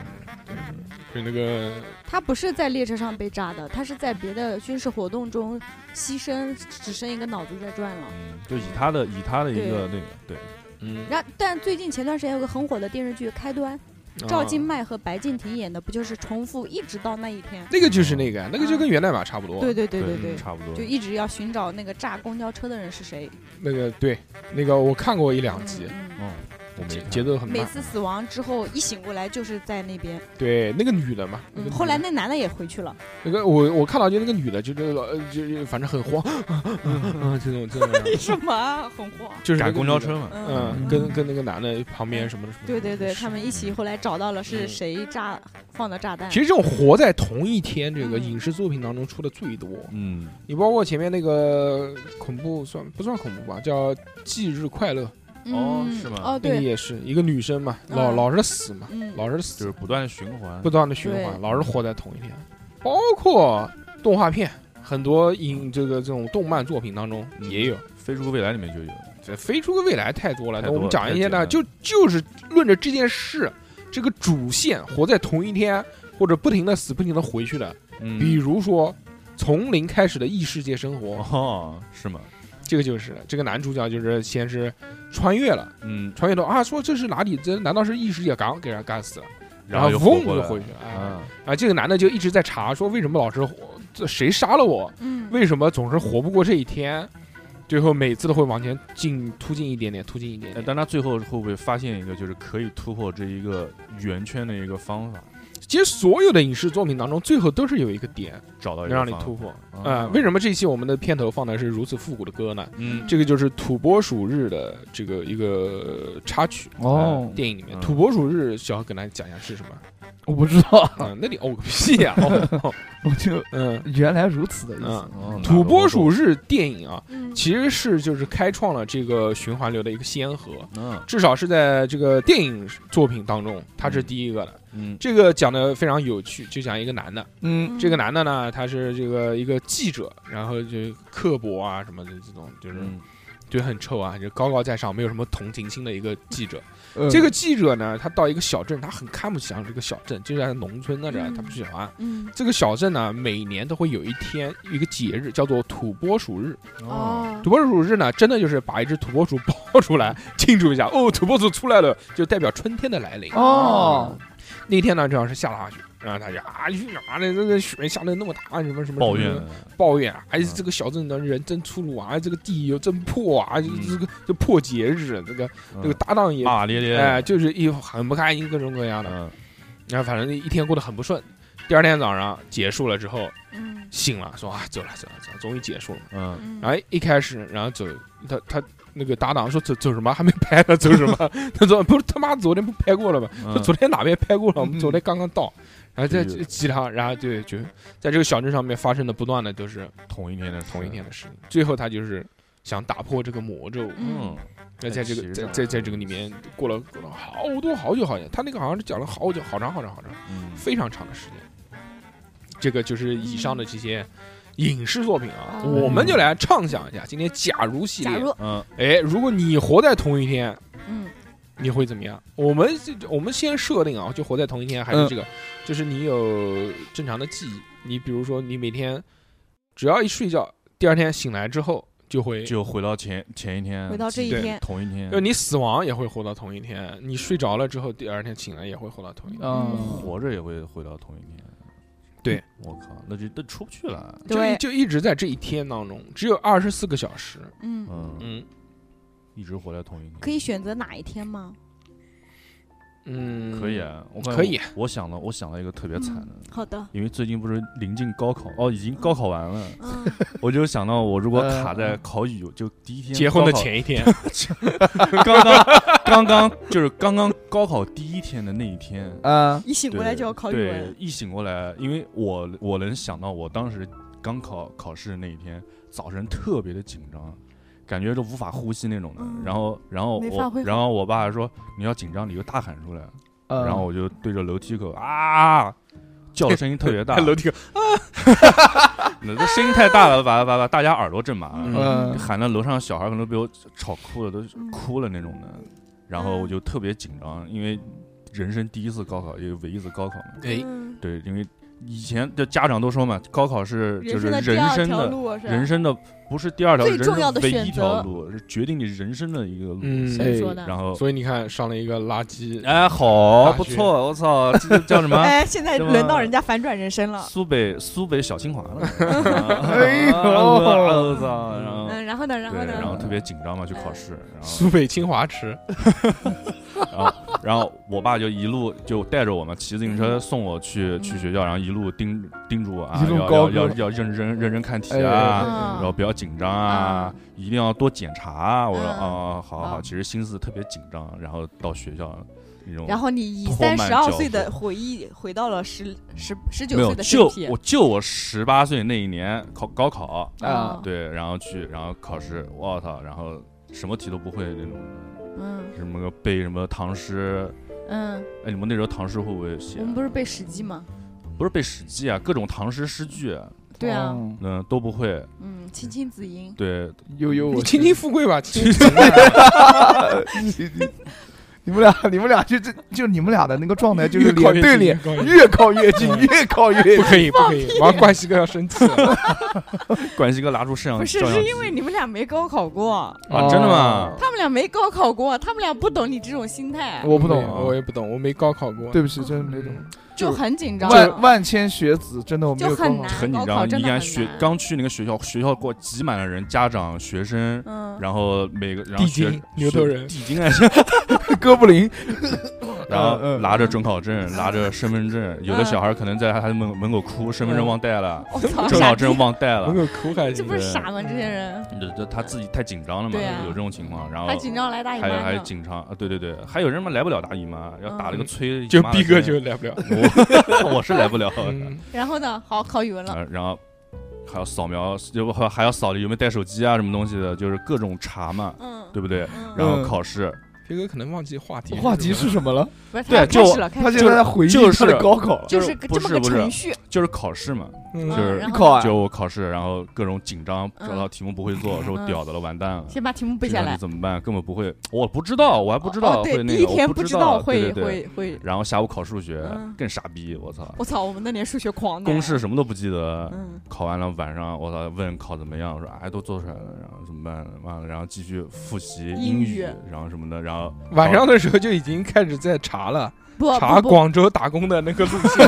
B: 就那个
E: 他不是在列车上被炸的，他是在别的军事活动中牺牲，只剩一个脑子在转了。
D: 嗯，就以他的以他的一个那个对，
B: 嗯，
E: 然后，但最近前段时间有个很火的电视剧《开端》，赵
B: 啊
E: 今麦和白敬亭演的，不就是重复一直到那一天？
B: 那个就是那个，那个就跟源代码差不多。
E: 嗯对对对
D: 对
E: 对，
D: 嗯差不多
E: 就，一直要寻找那个炸公交车的人是谁。
B: 那个对，那个我看过一两集，
E: 嗯嗯
D: 嗯，我没
B: 节
D: 看
B: 节奏很
E: 每
B: 慢。
E: 次死亡之后一醒过来就是在那边。
B: 对，那个女的嘛，那个
E: 嗯，
B: 女的
E: 后来那男的也回去 了，
B: 那个我我看到就那个女的，就是呃就就反正很慌， 啊这种这种，
E: 什么啊很慌？
B: 就是那个
D: 赶公
B: 女
D: 交
B: 的
D: 车。嘛，
B: 嗯，跟跟那个男的旁边什么的什么的。
E: 对对对，他们一起后来找到了是
B: 嗯
E: 谁炸放的炸弹。
B: 其实这种活在同一天，这个
E: 嗯
B: 影视作品当中出的最多。
D: 嗯，
B: 你包括前面那个恐怖算不算恐怖吧？叫《忌日快乐》，
D: 哦
E: 嗯
D: 是吗
E: 哦，
B: 那个
E: 对，
B: 也是一个女生嘛，老
E: 嗯
B: 老是死嘛，
E: 嗯，
B: 老是
D: 就
B: 死
D: 是，不断的循环
B: 不，断的循
E: 对
B: 环，老是活在同一天。包括动画片，很多影这个这种动漫作品当中
D: 嗯
B: 也有。
D: 飞出个未来里面就有，
B: 这飞出个未来太多了，那
D: 太多了
B: 我们讲一些呢，
D: 太简
B: 就就是论着这件事，这个主线活在同一天，或者不停的死，不停的回去的。比
D: 嗯，
B: 如说，从零开始的异世界生活，
D: 哦，是吗？
B: 这个就是这个男主角就是先是穿越了，
D: 嗯，
B: 穿越到啊，说这是哪里？这难道是异世界？刚给人干死了，然
D: 后
B: 后
D: 又
B: 嗡
D: 活
B: 就
D: 来
B: 回去
D: 了
B: 了啊
D: 啊，
B: 啊！这个男的就一直在查，说为什么老是活，这谁杀了我？
E: 嗯，
B: 为什么总是活不过这一天？最后每次都会往前进，突进一点点，突进一点
D: 哎
B: 点。
D: 但他最后会不会发现一个就是可以突破这一个圆圈的一个方法，
B: 其实所有的影视作品当中，最后都是有一个点
D: 找到
B: 能
D: 一个
B: 让你
D: 方法
B: 突破。
D: 啊
B: 啊，为什么这期我们的片头放的是如此复古的歌呢？
D: 嗯，
B: 这个就是土拨鼠日的这个一个插曲，
C: 哦，
B: 电影里面
D: 嗯
B: 土拨鼠日，小何给大家讲一下是什么？
C: 我不知道，
B: 啊，那你哦个屁 呀！哦
C: 我就
B: 嗯，
C: 原来如此的意思。
D: 哦
B: 土拨鼠，日电影啊，
E: 嗯
B: 其实是就是开创了这个循环流的一个先河。
D: 哪个
B: 至少是在这个电影作品当中，它是
D: 嗯
B: 第一个的。
D: 嗯
B: 这个讲的非常有趣，就讲一个男的，
C: 嗯
B: 这个男的呢，他是这个一个记者，然后就刻薄啊什么的这种，就是
D: 嗯
B: 就很臭啊，就高高在上，没有什么同情心的一个记者。
C: 呃
B: 这个记者呢，他到一个小镇，他很看不起这个小镇，就在农村那边，
E: 嗯
B: 他不喜欢。
E: 嗯
B: 这个小镇呢，每年都会有一天一个节日，叫做土拨鼠日。
D: 嗯哦，
E: 哦
B: 土，拨鼠日呢，真的就是把一只土拨鼠抱出来庆祝一下。哦，土拨鼠出来了，就代表春天的来临。
C: 哦，
B: 那天呢，正好是下大雪，然后他就啊，去哪呢？那个雪下的那么大，什么什么
D: 抱怨嗯
B: 什么抱怨，哎，这个小镇的人真粗鲁啊，哎这个地又真破啊，
D: 嗯
B: 这个这破节日，这个这个搭档也
D: 骂骂咧咧，
B: 哎，就是一很不开心，各种各样的。
D: 啊嗯，
B: 然后反正一天过得很不顺。第二天早上结束了之后
E: 嗯
B: 醒了，说啊走了走了走了，终于结束了。
D: 嗯
E: 嗯，
B: 然后哎一开始，然后走他他那个搭档说走走什么还没拍呢，走什么？ 他说不是他妈昨天不拍过了吗？
D: 嗯，
B: 说昨天哪边拍过了？我们
C: 嗯
B: 昨天刚刚到。然后在
D: 对
B: 鸡汤，然后对，就在这个小镇上面发生的不断的都是
D: 同一天的事
B: 同一天，的事情。最后他就是想打破这个魔咒，
D: 嗯，
B: 那在这
D: 其
B: 个
D: 实
B: 在
D: 上
B: 在在这个里面过了过了好多好久好久，他那个好像是讲了好久好长好长好长。
D: 嗯
B: 非常长的时间。这个就是以上的这些影视作品啊，
E: 嗯
B: 我们就来畅想一下今天假如系
E: 假
B: 列。
E: 如
D: 嗯
B: 哎，如果你活在同一天，
E: 嗯
B: 你会怎么样？我们这我们先设定啊，就活在同一天，还是这个，就是你有正常的记忆。你比如说，你每天只要一睡觉，第二天醒来之后就会，
D: 嗯就回到前前一天，
E: 回到这一
B: 对
E: 天，
D: 同一天
B: 就，你死亡也会活到同一天，你睡着了之后，第二天醒来也会活到同一天。
C: 嗯，
D: 活着也会回到同一天，
B: 对，
D: 我靠，那就那出不去了，
B: 就一
E: 对，
B: 就一直在这一天当中，只有二十四个小时。
E: 嗯，
D: 嗯，
B: 嗯，
D: 一直活在同一天，
E: 可以选择哪一天吗？
B: 嗯，
D: 可以，啊，我感觉
B: 可以
D: 我，我想了，我想了一个特别惨的。
E: 嗯好 的，
D: 因为最近不是临近高考哦，已经高考完了，
E: 嗯，
D: 我就想到我如果卡在
C: 嗯
D: 考语，就第一天
B: 结婚的
D: 高考
B: 前一天，
D: 刚刚刚刚就是刚刚高考第一天的那一天，
C: 啊，
E: 一醒
D: 对
E: 过来就要考语文
D: 对，，一醒过来，因为我我能想到我当时刚考考试那一天早晨特别的紧张，感觉都无法呼吸那种的。
E: 嗯
D: 然后，然后
E: 没法
D: 我
E: 恢，复
D: 然后我爸还说你要紧张你就大喊出来，
C: 嗯
D: 然后我就对着楼梯口啊。叫的声音特别大，
B: 楼梯口
D: 那这声音太大了，把把把大家耳朵震麻了，
C: 嗯
D: 喊到楼上小孩可能被我吵哭了，都
E: 嗯
D: 哭了那种的。然后我就特别紧张，因为人生第一次高考，也唯一一次高考嘛。
B: 哎，
E: 嗯
D: 对，因为以前的家长都说嘛，高考是就是
E: 人生的第
D: 人
E: 二
D: 生
E: 条
D: 的
E: 路啊是吧
D: 人生的不是第二条，
E: 最
D: 人
E: 重
D: 生
E: 要的
D: 唯
E: 选
D: 一条
E: 择
D: 路，是决定你人生的一个路。
B: 嗯，
E: 谁说的？
D: 然后，
B: 所以你看上了一个垃圾，
D: 哎，好
B: 大
D: 不
B: 学
D: 错，我操，这叫什么？
F: 哎，现在
D: 是吧
F: 轮到人家反转人生了。
D: 苏北苏北小清华 了。啊
C: 哎呦
D: 我操！然后。
E: 嗯，然后呢，然后
D: 对，
E: 呢？
D: 然后特别紧张嘛，去考试，然后
B: 苏北清华池，
D: 然后我爸就一路就带着我嘛，骑自行
E: 嗯
D: 车送我去去学校，然后一路叮叮嘱我啊，
C: 一路
D: 要
C: 高
D: 要
C: 歌
D: 要要认真认真看题
C: 哎
D: 啊，
E: 嗯
D: 然后不要紧张啊，一定要多检查啊。我说
E: 嗯
D: 哦，好好
E: 好
D: 好，其实心思特别紧张，然后到学校那种，
E: 然后你以
D: 拖
F: 三
D: 慢
F: 十二
D: 脚
F: 岁的
D: 步
F: 回忆，回到了十十十九
D: 没有
F: 岁的身
D: 就
F: 体。
D: 我就我十八岁那一年考高考，
E: 哦
C: 啊，
D: 对，然后去然后考试，我操，然后什么题都不会那种，
E: 嗯
D: 什么个背什么唐诗，
E: 嗯，
D: 哎，你们那时候唐诗会不会写啊
E: 我？们不是背《史记》吗？
D: 不是背《史记》啊，各种唐诗诗句，
E: 对啊，
C: 嗯，
D: 嗯，都不会。
E: 嗯，青青子茔，
D: 对，
C: 悠悠，
B: 你
C: 我
B: 轻轻富贵吧，轻轻
C: 你们俩，你们俩就这就你们俩的那个状态就是
B: 越靠
C: 脸
B: 越
C: 对
B: 近
C: 脸，，
B: 越靠越近
C: 越靠越近，越靠越
B: 不可以不可以，玩关系哥要生气了，
D: 关西哥拿出摄像
F: 不是，
D: 嗯照相
F: 是
D: 机
F: 因为你们俩没高考过，
D: 啊，真的吗？
F: 他们俩没高考过，他们俩不懂你这种心态，
C: 我不懂
B: 对
C: 啊，
B: 我也不懂，我没高考过，
C: 对不起，真的没懂。
B: 嗯，
F: 就很紧张。
C: 万万千学子，真的我没有
F: 就很
C: 高考
F: 难
D: 很紧
F: 高考
D: 张，
F: 真
D: 你
F: 的
D: 看
F: 很
D: 学
F: 难
D: 刚去那个学校，学校给我挤满了人，家长、学生，
F: 嗯，
D: 然后每个然后
B: 地
D: 学
B: 精牛头
D: 学
B: 人
D: 地精啊，
C: 哥 布林，
D: 然后
C: 嗯嗯
D: 拿着准考证，拿着身份证，有的
F: 嗯
D: 小孩可能在他门门口哭，身份证忘带了，
F: 我操，
D: 准考
F: 傻逼
D: 证忘带了
B: 门，口哭还
F: 这
B: 行
F: 不，是傻吗？这些人
D: 这这他自己太紧张了嘛，
F: 对啊
D: 有这种情况，然后
F: 还紧张来大
D: 哦
F: 姨
D: 还有
F: 妈
D: 还有
F: 呢，
D: 警察，啊对对对，还有人嘛来不了大姨妈，要打了个
B: 嗯
D: 催，
B: 就
D: 姨妈的
B: 逼哥
D: 针
B: 就来不 了，
D: 我 我是来不了，
B: 嗯，
F: 然后呢，好考语文了，
D: 呃然后还要扫描，就还还要扫有没有带手机啊，什么东西的，就是各种查嘛，
F: 嗯，
D: 对不对？
F: 嗯，
D: 然后考试，
B: 逼哥可能忘记话题，
C: 话题是什么了？
F: 不是，
D: 对
F: 他
D: 就
F: 开始了，
C: 他
F: 开始
C: 现
F: 了
C: 在在回忆
D: 就是
C: 他的高考了。
F: 就是
D: 就是
F: 这么
D: 不是
F: 个
D: 不是
F: 程序，
D: 就是考试嘛，
B: 嗯
D: 就，是
F: 嗯然
C: 你
F: 后
C: 考啊
D: 就？我考试，然后各种紧张，
F: 嗯
D: 找到题目不会做，说我
F: 嗯
D: 屌的了，完蛋了。
F: 先把题目背
D: 这
F: 下
D: 道题
F: 来。
D: 怎么办？根本不会，我不知道，我还不知
F: 哦
D: 道
F: 哦对
D: 会，那
F: 第一
D: 个，我
F: 天
D: 不
F: 知
D: 道
F: 道会
D: 对对对。
F: 会会，
D: 然后下午考数学
F: 嗯
D: 更傻逼，我操，
F: 我操，我们那年数学狂的，
D: 公式什么都不记得，
F: 嗯，
D: 考完了晚上我操问考怎么样，我说哎都做出来了，然后怎么办？完了然后继续复习
F: 英
D: 英
F: 语
D: 语，然后什么的，然后
B: 晚上的时候就已经开始在查了，
F: 不
B: 查
F: 不不，
B: 广州打工的那个路线，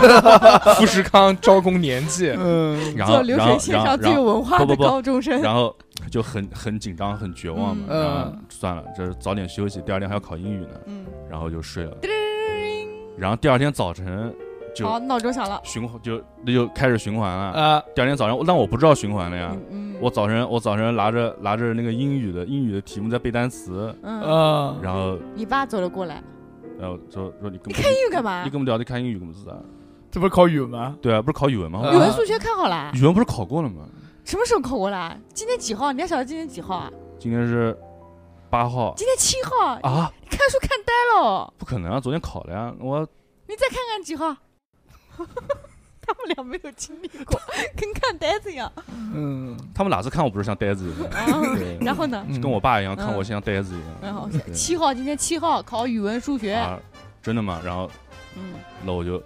B: 富士康招工年纪，
C: 嗯，
D: 然
F: 做
D: 后
F: 留
D: 然
F: 学
D: 后
F: 线
D: 然后
F: 上最
D: 然
F: 有
D: 后
F: 文化
D: 不
F: 的
D: 不不
F: 高中生，
D: 然后就很很紧张很绝望嘛，
F: 嗯
D: 然后
C: 嗯
D: 算了，这早点休息，第二天还要考英语呢，
F: 嗯，
D: 然后就睡了，
F: 叮
B: 嗯
D: 然后第二天早晨就
F: 好，闹钟响了，
D: 循环就那就开始循环
B: 嗯
D: 了，
C: 啊，
D: 第二天早上但我不知道循环了呀。
F: 嗯，嗯
D: 我早晨我早晨拿着拿着那个英语的英语的题目在背单词，
F: 嗯，
C: 啊，
D: 然后
F: 你爸走了过来，
D: 然后说说你根本
F: 看英语啊干嘛
D: 你？根本聊的看英语，根本是啥？
C: 这不是考语文吗？
D: 对啊，不是考语文吗？
C: 嗯
F: 语文、数学看好了，
D: 语文不是考过了吗？
F: 什么时候考过来？今天几号？你家小孩今天几号啊？
D: 今天是八号
F: 今天七号，
D: 啊，
F: 你看书看呆了。
D: 不可能啊，昨天考了呀，我
F: 你再看看几号？ 他们俩没有经历过，跟看呆子一样。
C: 嗯，
D: 他们哪次看我不是像呆子一 样，对
F: 然后呢？
C: 嗯
D: 跟我爸一样看
F: 嗯
D: 我像呆子一样。
F: 然后
D: 对
F: 七号，今天七号考语文、数学。
D: 啊，真的吗？然后
F: 嗯，
D: 那我就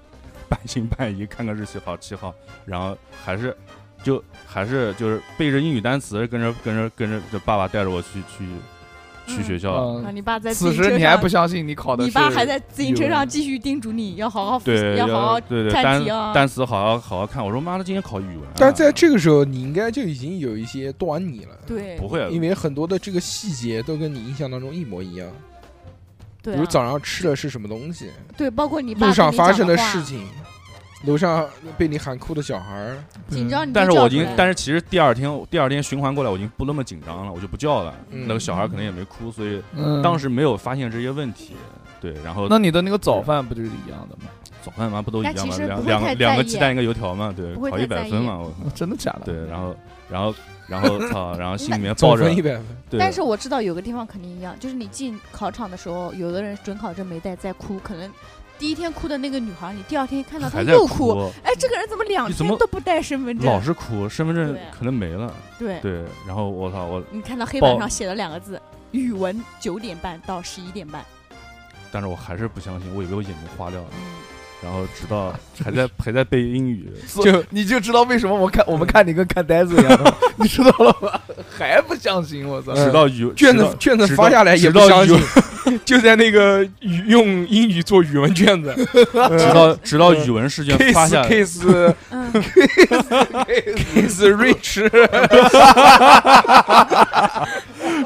D: 半信半疑，看看日期好七号，然后还是就还是就是背着英语单词，跟着跟着跟着，就爸爸带着我去去去
F: 嗯
D: 学校。
F: 啊，
C: 嗯，
F: 你爸在自
C: 此
F: 行车
C: 时
F: 上，
C: 你还不相信你考的
F: 你
C: 是，
F: 爸还在自行车
C: 语
F: 上
C: 文
F: 继续叮嘱你要好好复习，
D: 对，
F: 要好好
D: 对对，
F: 看
D: 单
F: 题啊。
D: 单词好好好好看。我说妈的，今天考语文啊、
B: 但在这个时候，你应该就已经有一些端倪了，
F: 对
D: 不会，啊
B: 因为很多的这个细节都跟你印象当中一模一样，比
F: 对啊，
B: 如早上吃的是什么东西，
F: 对，包括你爸
B: 路上
F: 跟你讲
B: 发生
F: 的
B: 的
F: 话
B: 事，情，楼上被你喊哭的小孩儿，
F: 紧张你就
D: 嗯但是
F: 叫
D: 我已
F: 出
D: 经
F: 来，
D: 但是其实第二天第二天循环过来，我已经不那么紧张了，我就不叫了。
B: 嗯
D: 那个小孩可能也没哭，所以
C: 嗯
D: 当时没有发现这些问题。对，然后
C: 那你的那个早饭不就是一样的吗？
D: 早饭嘛不都一
F: 但
D: 样
F: 其
D: 嘛，
F: 实
D: 两
F: 不会
D: 两
F: 太
D: 个两个
F: 在意
D: 鸡蛋一个油条嘛，对
F: 不，会
D: 考
F: 太
D: 一百
F: 在
D: 分
F: 意
D: 嘛， 我靠，
C: 哦真的假的？
D: 对，然后然后然后操，然后心里面
B: 总
D: 抱着
B: 分一百分，
D: 对，
F: 但是我知道有个地方肯定一样，就是你进考场的时候，有的人准考证没带，在哭，可能第一天哭的那个女孩，你第二天看到她
D: 还在
F: 又哭，，哎，这个人怎么两
D: 你怎
F: 天
D: 么
F: 都不带身份
D: 老
F: 证？
D: 是哭，身份证
F: 对
D: 可能没了，
F: 对，
D: 对，然后我操我，
F: 你看到黑板
D: 报
F: 上写了两个字：语文九点半到十一点 半。
D: 但是我还是不相信，我以为我眼睛花掉了，
F: 嗯，
D: 然后直 到还在还在背英语，
C: 就你就知道为什么我看我们看你跟看呆子一样 了，你知道了吧？还不相信我
F: 呃
C: 操！
D: 直到语
B: 卷
D: 直
B: 子
D: 到
B: 卷子
D: 直
B: 发
D: 到
B: 下来也
D: 直
B: 不
D: 到
B: 相
D: 语
B: 信， 就在那个语用英语做语文卷子
D: 直
B: 呃
D: 到直到语文试卷发下
B: ，case
D: 来，
B: case
F: 嗯
B: case rich，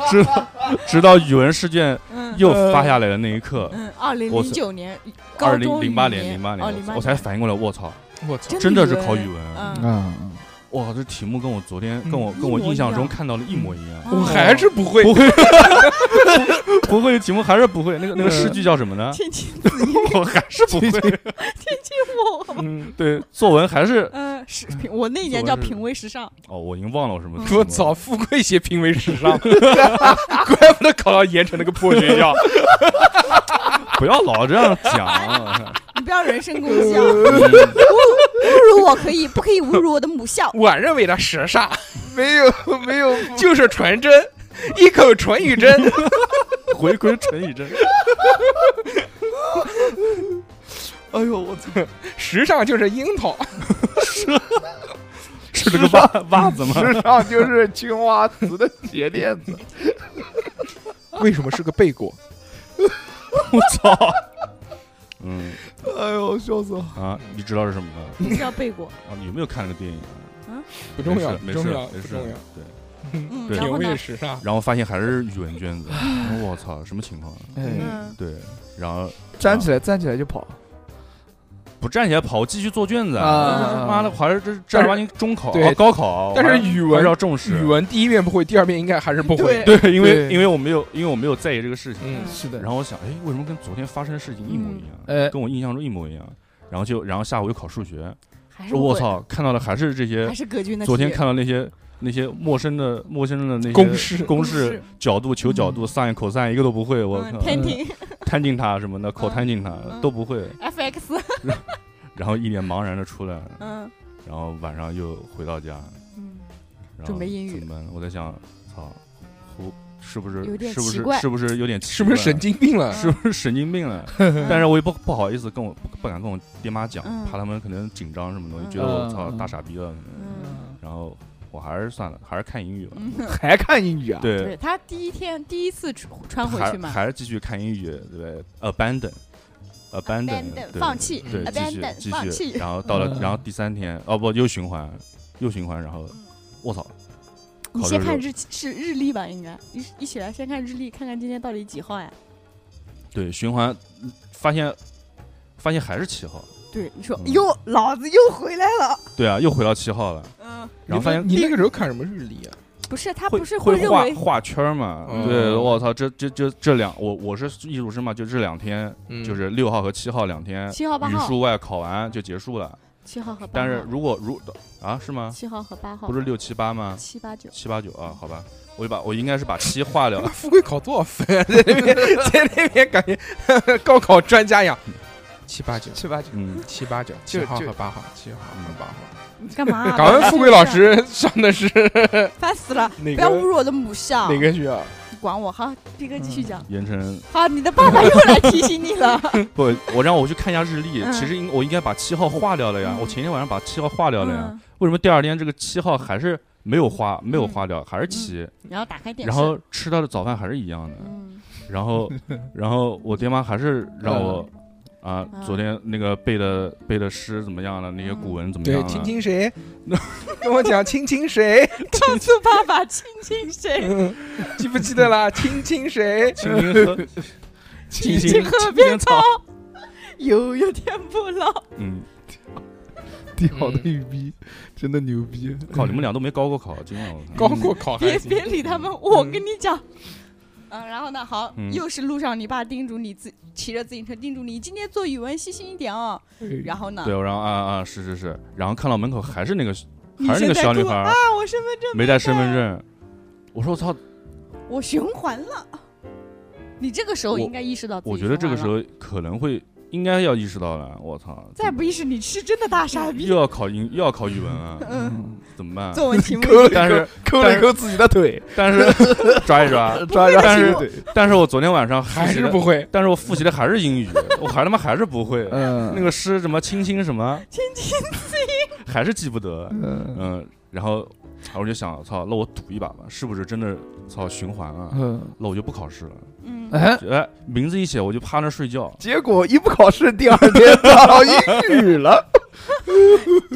D: 直 直到语文试卷
B: 呃
F: 嗯
D: 又发下来的那一刻，
F: 嗯，二零
D: 我
F: 零
D: 是
F: 九年高
D: 二
F: 中
D: 零零八年
F: 零
D: 零八年，
F: 哦零
D: 我
F: 八
D: 操我才反应过来， 我操，
B: 我操！
D: 真的是
F: 文
D: 考语文，
F: 嗯，
C: 啊，
D: 哇，这题目跟我昨天
B: 嗯
D: 跟我
F: 一
D: 跟我
F: 模
D: 印
F: 一
D: 象
F: 样
D: 中看到的一模一样，
B: 我
F: 哦
B: 还 是不会，嗯
D: 不会不会题目还是不会，那个那个诗句叫什 么呢？
F: 听清
D: 我还是 不会，
F: 我，
B: 嗯，
D: 对，作文还是
F: 嗯，是品我那一年
D: 作文
F: 叫
D: 是
F: 品味时尚，
D: 哦，我已经忘了我什么题目
B: 我
D: 了。
B: 操，富贵写评为史上， 怪不得考到盐城那个破学校。。
D: 不要老这样讲。嗯
F: 你不要人身攻击啊！侮辱我可以，不可以侮辱我的母 校
B: 我认为的时尚
C: 没有没 有，
B: 就是纯真，一口纯与真。
D: 回归陈以真，
C: 哎呦我操！
B: 时尚就是樱桃，
D: 是这个袜袜子吗？
C: 时尚就是青花瓷的鞋垫子，
B: 为什么是个贝果？
D: 我操！嗯
C: 哎呦笑死了！
D: 啊，你知道是什么吗？
F: 你叫背过，
D: 啊，你有没有看那个电影啊？
B: 不重要，不
D: 没事，
B: 重要，
D: 没
B: 不
D: 事，
B: 重
D: 没
B: 要
D: 事。对，
F: 嗯，
D: 对
F: 然
B: 品
F: 后
B: 味
F: 呢？
B: 时尚，
D: 然后发现还是语文卷子，我操，什么情况啊？
C: 哎，
F: 嗯，
D: 对，然后
C: 站起来站起来就跑
D: 不站起来跑，我继续做卷子。
C: 啊
D: 妈的，还是这是正儿八经中考、
B: 对
D: 啊高考，
B: 但
D: 我
B: 是
D: 还
B: 语
D: 还
B: 文
D: 是要重视啊
B: 语。文第一遍不会，第二遍应该还是不会。
D: 对，因为
C: 对
D: 因为我没有因为我没有在意这个事情，
B: 嗯，
C: 是的，
D: 然后我想，哎，为什么跟昨天发生的事情一模一样？啊
C: 嗯哎
D: 跟我印象中一模一样。然后就，然后下午又考数学，
F: 还是
D: 说我
F: 会，
D: 操，看到的还是这些
F: 哎还，是葛军的
D: 昨天
F: 题
D: 看到那些那些陌生的陌生的那些
B: 公式
D: 公
F: 公
D: 式
F: 式
D: 角度、求角度、sin、cos 一个都不会，我
F: 嗯
D: 靠，
F: 天庭
D: 摊进它什么的，cos
F: 嗯
D: 摊进它
F: 嗯
D: 都不会，
F: FX，
D: 然后一脸茫然的出来，
F: 嗯
D: 然后晚上又回到家，
F: 嗯，
D: 然后
F: 准备英语
D: 怎么办？我在想，操，胡是不是
F: 有点
D: 是不
F: 奇
D: 是
F: 怪
D: 是不是有点奇
B: 是不是
D: 怪
B: 神？经病了？
D: 是不是神经病了？ 但是我也不不好意思跟我不不敢跟我爹妈讲，
F: 嗯
D: 怕他们可能紧张什么东西，
F: 嗯
D: 觉得我
C: 嗯
D: 操
C: 嗯
D: 大傻逼了。可能
F: 嗯
D: 然后我还是算了，还是看英语吧。
F: 嗯，
C: 还看英语啊？
D: 对
F: 对，他第一天第一次穿穿回去
D: 还
F: 嘛，
D: 还是继续看英语，对不对？abandon。abandon，
F: Abandon，
D: 对
F: 放弃
D: 对，继续
F: Abandon，
D: 继
F: 放
D: 续，
F: 弃
D: 然后到了，
C: 嗯
D: 然后第三天，哦不，又循环，又循环，然后，
F: 嗯
D: 我操，
F: 你
D: 考
F: 先
D: 的
F: 看
D: 时
F: 日期是日历吧，应该一一起来先看日历，看看今天到底几号呀？
D: 对，循环，发现，发现还是七号，
F: 对，你说
D: 嗯
F: 哟，老子又回来了。
D: 对啊，又回到七号了，
F: 嗯，
D: 然后发现
B: 你那个时候看什么日历啊？
F: 不是，他
D: 会
F: 不是
D: 会
F: 认
D: 画
F: 为
D: 画圈儿嘛？
B: 嗯
D: 对，我操，这这这这两，我我是艺术生嘛，就这两天，
B: 嗯
D: 就是六号和七号两天，
F: 七号、八
D: 语
F: 号、
D: 数外考完就结束了。
F: 七号和八
D: 但是
F: 号、
D: 如果如啊是吗？
F: 七号和八号
D: 不是六七八吗？
F: 七八九，
D: 七八九啊，好吧，我就把我应该是把七划掉
B: 他。妈富贵考多少分啊？ 在那边在那边感觉高考专家一样，七八九。
C: 七八九，
D: 嗯，
B: 七八九，
C: 就
B: 七号
C: 就
B: 和八号，七号和八号。
F: 你干嘛啊？
B: 感恩富贵老师上的是
F: 烦死了！
B: 哪
F: 不要侮
B: 个
F: 辱我的母校，
B: 哪个学校？
F: 你管我哈？逼哥继续讲。
D: 盐城
F: 好，你的爸爸又来提醒你 了。
D: 不，我让我去看一下日历。
F: 嗯
D: 其实应我应该把七号划掉了呀，
F: 嗯
D: 我前天晚上把七号划掉了呀。
F: 嗯，
D: 为什么第二天这个七号还是没有划，没有划掉，还是七？
F: 然后打开嗯电视，
D: 然后吃到的早饭还是一样的。
F: 嗯，
D: 然后，然后我爹妈还是让我啊，
F: 嗯
D: 昨天那个背的背的诗怎么样了？那些古文怎么样
B: 对，
D: 了？
B: 亲 亲谁？ 跟我讲亲亲谁？
F: 告诉爸爸亲亲谁，
B: 嗯记不记得啦？亲亲谁？
D: 亲亲 和亲
F: 亲河边草，悠悠天不老。
D: 嗯，
C: 屌的牛逼，真的牛逼！
D: 靠，你们俩都没高过考，今晚我看嗯
B: 高过考还
F: 别
B: 行
F: 别理他们，我
B: 嗯
F: 跟你讲，嗯，然后呢，好，
D: 嗯
F: 又是路上你爸叮嘱你自骑着自行车叮嘱你，今天做语文细心一点哦。
C: 哎
F: 然后呢，
D: 对，然后啊啊是是是，然后看到门口还是那个
F: 女
D: 还是那个
F: 生在
D: 小女
F: 哭
D: 孩儿
F: 啊，我身份证
D: 没带身份证，我说我操，
F: 我循环了。你这个时候
D: 我
F: 应该意识到自己
D: 我觉得这个
F: 循
D: 时
F: 环了
D: 候可能会应该要意识到了，我操，
F: 再不意识你是真的大傻逼
D: 又。要考英又要考语文啊，
F: 嗯，
D: 怎么办？
F: 作文题目
C: 抠了一
D: 但
C: 抠
D: 是，
C: 抠了一抠自己的腿，
D: 但 是抓一抓，
C: 抓抓
D: 但是
C: 自己的腿
D: 但是我昨天晚上
B: 还
D: 还
B: 是不会。
D: 但是我复习的还是英语，我还他妈还是不会。那
C: 嗯
D: 个诗什么青青什么，
F: 亲亲，
D: 还是记不得。
C: 嗯
D: 嗯，然后我就想，操，那我赌一把吧，是不是真的操循环了？
C: 嗯，
D: 那我就不考试了。
F: 嗯，
C: 哎，
D: 哎，名字一写我就趴那睡觉，
C: 结果一不考试，第二天考英语了，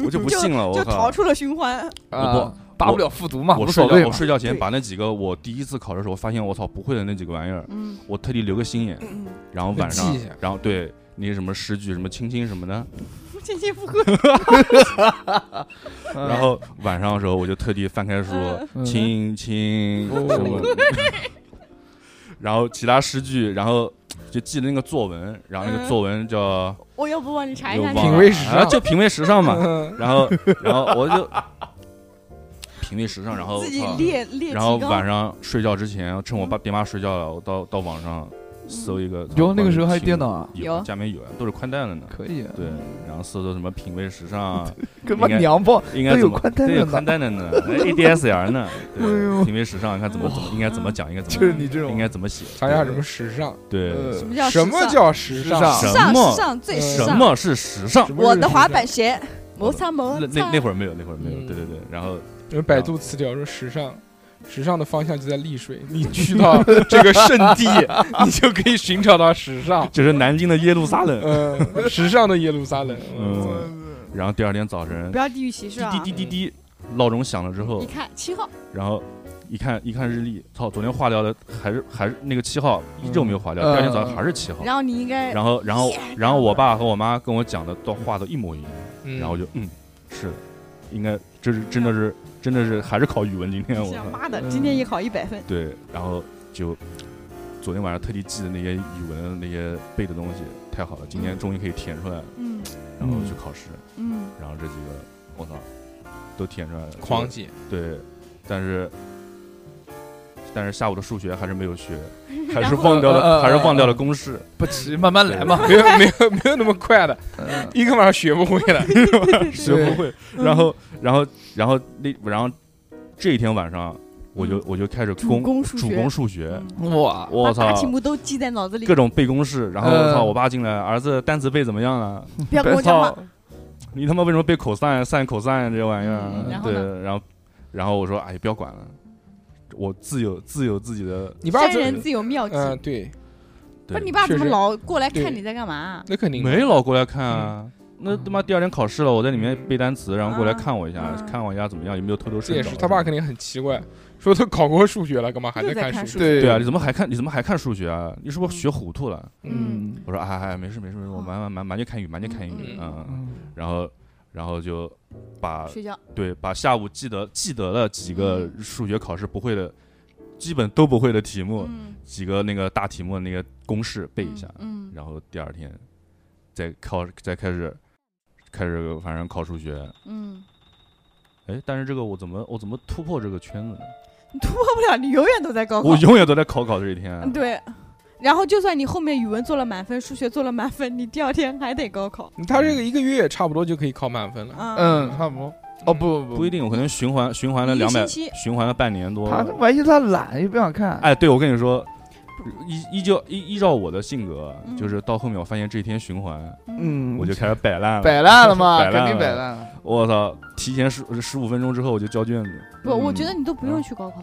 D: 我就不信了。我
F: 就逃
D: 靠！
F: 出了循环。
D: 我
C: 不大不了复读嘛，
D: 我
C: 无
D: 睡
C: 所
D: 觉
C: 谓
D: 我
C: 嘛
D: 睡觉前
F: 对
D: 把那几个我第一次考的时候发现我操不会的那几个玩意儿，
F: 嗯
D: 我特地留个心眼，
F: 嗯，
D: 然后晚上
B: 记一下，
D: 然后对那些什么诗句什么青青什么的，
F: 亲亲不会。
C: 嗯
D: 然后晚上的时候我就特地翻开书，
C: 嗯
D: 亲亲
C: 哦
D: 什么， 然后其他诗句，然后就记得那个作文，然后那个
F: 嗯
D: 作文叫
F: 我要不帮你查一
D: 又
F: 下
D: 忘
F: 这个？
D: 了
B: 品味时尚
D: 啊就品味时尚嘛，
B: 嗯
D: 然后然后我就品味时尚，然后
F: 自己
D: 操
F: 列列
D: 然后
F: 提纲嗯
D: 晚上睡觉之前，趁我爸爹妈睡觉了，我到到网上搜一个，
C: 哟，那个时候还有电脑，啊，
D: 有
F: 有嗯
D: 家里面有啊，都是宽带的呢。
C: 可以啊，
D: 对，然后搜搜什么品味时 尚啊，
C: 跟妈
D: 应该
C: 娘炮，
D: 应该
C: 都有
D: 怎么
C: 宽带的
D: 对有
C: 呢
D: 宽带的呢，ADSR 呢，
C: 哎呦
D: 对，品味时尚，看怎么怎么应该怎么讲，应该怎
C: 就
D: 么
C: 是你这种
D: 应该怎么写，
B: 查一下呃什么时尚，
D: 对，
C: 呃
F: 什么叫
B: 什么叫时
C: 尚
B: 尚？
D: 什
F: 上
D: 么
F: 上最时
B: 时
F: 尚？
D: 什么是时尚？
B: 什么是
F: 我的
B: 时
F: 滑
B: 尚
F: 板鞋摩擦摩
D: 那
F: 擦
D: 那。那会儿没有，那会儿没有，
B: 嗯
D: 对对对，然后
B: 就是百度词条说时尚，时尚的方向就在丽水，你去到这个圣地，你就可以寻找到时尚。
D: 这是南京的耶路撒冷，
B: 嗯，时尚的耶路撒冷。嗯，
D: 嗯，然后第二天早晨
F: 不，要地域歧视
D: 滴
F: 啊！
D: 滴滴滴滴，闹钟响了之后
F: 你，看七号，
D: 然后一看一看日历，操，昨天划掉的还是 还是那个七号，依旧没有划掉，
C: 嗯
D: 第二天早上还是七号。
F: 然后你应该
D: 然后然后然后我爸和我妈跟我讲的都画的一模一样，
B: 嗯
D: 然后我就嗯，是的，应该这是真的是真的是还是考语文，今天我嗯
F: 想
D: 操，
F: 妈的，今天也考一百分，
D: 对，然后就昨天晚上特地记的那些语文那些背的东西，太好了，今天终于可以填出来了，
F: 嗯
D: 然后去考试，
F: 嗯，
D: 然后这几个我操都填出来了，
B: 狂喜，
D: 对，但是但是下午的数学还是没有 学，还
F: 然
D: 是
F: 后
D: 忘掉
C: 呃呃
D: 了，还是
C: 呃
D: 忘掉了
C: 呃
D: 公式。
C: 不急，慢慢来嘛。
B: 没有 没有没有那么快的，
C: 嗯
B: 一个晚上学不会的。
D: 学不会。然后，然后，然后那，然后这一天晚上，我就我就开始
F: 嗯主
D: 攻
F: 攻数
D: 主
F: 学嗯
D: 攻，数学，
C: 哇，
D: 我
F: 把
D: 操
F: 大，题目都记在脑子里
D: 各，种背公式。然后
C: 呃
D: 我操，我爸进来，儿子单词背怎么样啊了？
F: 不要跟我讲话
D: 操，，你他妈为什么背 cos、sin、cos 这玩意
F: 嗯
D: 儿
F: 然？后呢
D: 对，然后，然后我说，哎，不要管了，我自有自有自己的。
B: 你爸
F: 山
B: 这，
F: 人自有妙计。
B: 嗯，对，
F: 不是
D: 对
F: 你爸怎
B: 确
F: 么
B: 实
F: 老过来看
B: 对
F: 你在干嘛？啊
B: 那肯定
D: 没老过来看啊。那他妈第二天考试了，我在里面背单词，然后过来
F: 啊
D: 看我一下，
F: 啊
D: 看我一下怎么样，有没有偷偷
B: 这
D: 睡着
B: 也
D: 什
B: 是
D: 么的。
B: 他爸肯定很奇怪，说都考过数学了，干嘛还
F: 又在
B: 看
F: 看
B: 学？
F: 数学
C: 对
D: 对啊，你，怎么还看？你怎么还看数学啊？你是不是学糊涂了？
B: 嗯，
C: 嗯
D: 我说哎哎哎，没事没事，没事我蛮蛮蛮蛮就看英语，蛮就看英语，
B: 嗯
D: 嗯，嗯
C: 嗯
D: 然后然后就把
F: 睡觉，
D: 对把下午记得记得了几个
F: 嗯
D: 数学考试不会的，基本都不会的题目，
F: 嗯，
D: 几个那个大题目的那个公式背一下，
F: 嗯，
D: 然后第二天再考再开始开始反正考数学，
F: 嗯，
D: 哎，但是这个我怎么我怎么突破这个圈子呢？
F: 你 突破不了，你永远都在高考
D: 我。永远都在考考这一天啊，
F: 嗯对，然后就算你后面语文做了满分，数学做了满分，你第二天还得高考。
B: 他这个一个月差不多就可以考满分了。
F: 嗯，
C: 嗯，差不多。哦不不
D: 不一定，我可能循环循环了
F: 一个
D: 两百，
F: 星期
D: 循环了半年多。
C: 他万一他懒又不想看，
D: 哎，对，我跟你说，依依旧依依照我的性格，啊
F: 嗯
D: 就是到后面我发现这一天循环，
C: 嗯，
D: 我就开始摆烂了。
C: 摆烂了嘛，
D: 摆烂
C: 肯
D: 了
C: 定摆烂了。
D: 我操，提前十十五分钟之后我就交卷子。
F: 不，我
C: 嗯
F: 觉得你都不用去高考，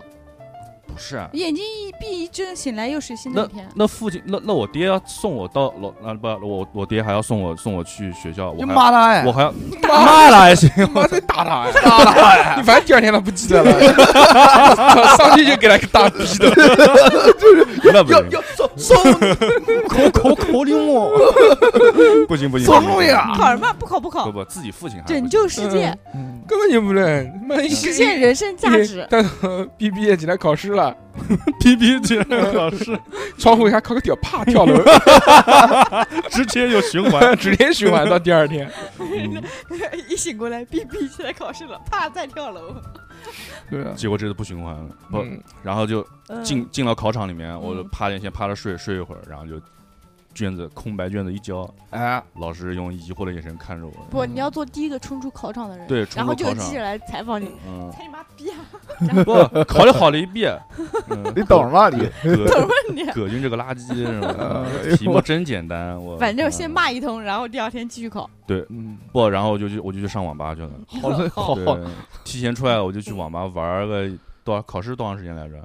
D: 不是啊，
F: 眼睛一闭一睁，醒来又是新的一天。
D: 那父亲，那那我爹要送我到老啊，不，我我爹还要送我送我去学校，我
C: 就
D: 还
C: 骂他哎
D: 我，还要骂他还行，
B: 妈得 打他呀！你反正第二天他不记得了， 上去就给他个大逼的。
D: 那不
C: 要
D: 行，
C: 要送送，
D: 口口口令我，不行不行，
C: 做梦呀
F: 考什么？不考
D: 不
F: 不考，
D: 不，自己父亲还
F: 拯 救世界，
C: 嗯
B: 根本就不对，他妈一
F: 实现人生
D: 嗯
F: 价值。
B: 但毕毕业起来考试了，
D: P P 竟然考试，
B: 窗户一下靠个屌，啪跳楼，，
D: 直接有循环 嗯
B: 直接循环到第二天。
F: 一醒过来，哔哔，现在考试了，啪，再跳楼。
C: 对啊，
D: 结果这次不循环了，不，
B: 嗯
D: 然后就
F: 嗯
D: 进进到考场里面，我就
F: 嗯
D: 趴点先趴着睡睡一会儿，然后就卷子空白卷子一交，
C: 哎，
D: 老师用疑惑的眼神看着我，
F: 不，你要做第一个冲出考场的人，
D: 对
F: 然后就有
D: 冲出考场
F: 记者来 采访你，
D: 嗯，
F: 才你妈逼啊！
D: 不，考虑好了一遍，嗯
G: 你懂吧你？
D: 葛
F: 你啊
D: 葛军这个垃圾是吧嗯
C: 哎呦？
D: 题目真简单，我
F: 反正先
D: 嗯
F: 骂一通，然后第二天继续考。
C: 嗯，
D: 不，然后我就去我就去上网吧去了，
C: 好嘞，
F: 哦
C: 好，
D: 对，提前出来我就去网吧玩个多少考试多长时间来着？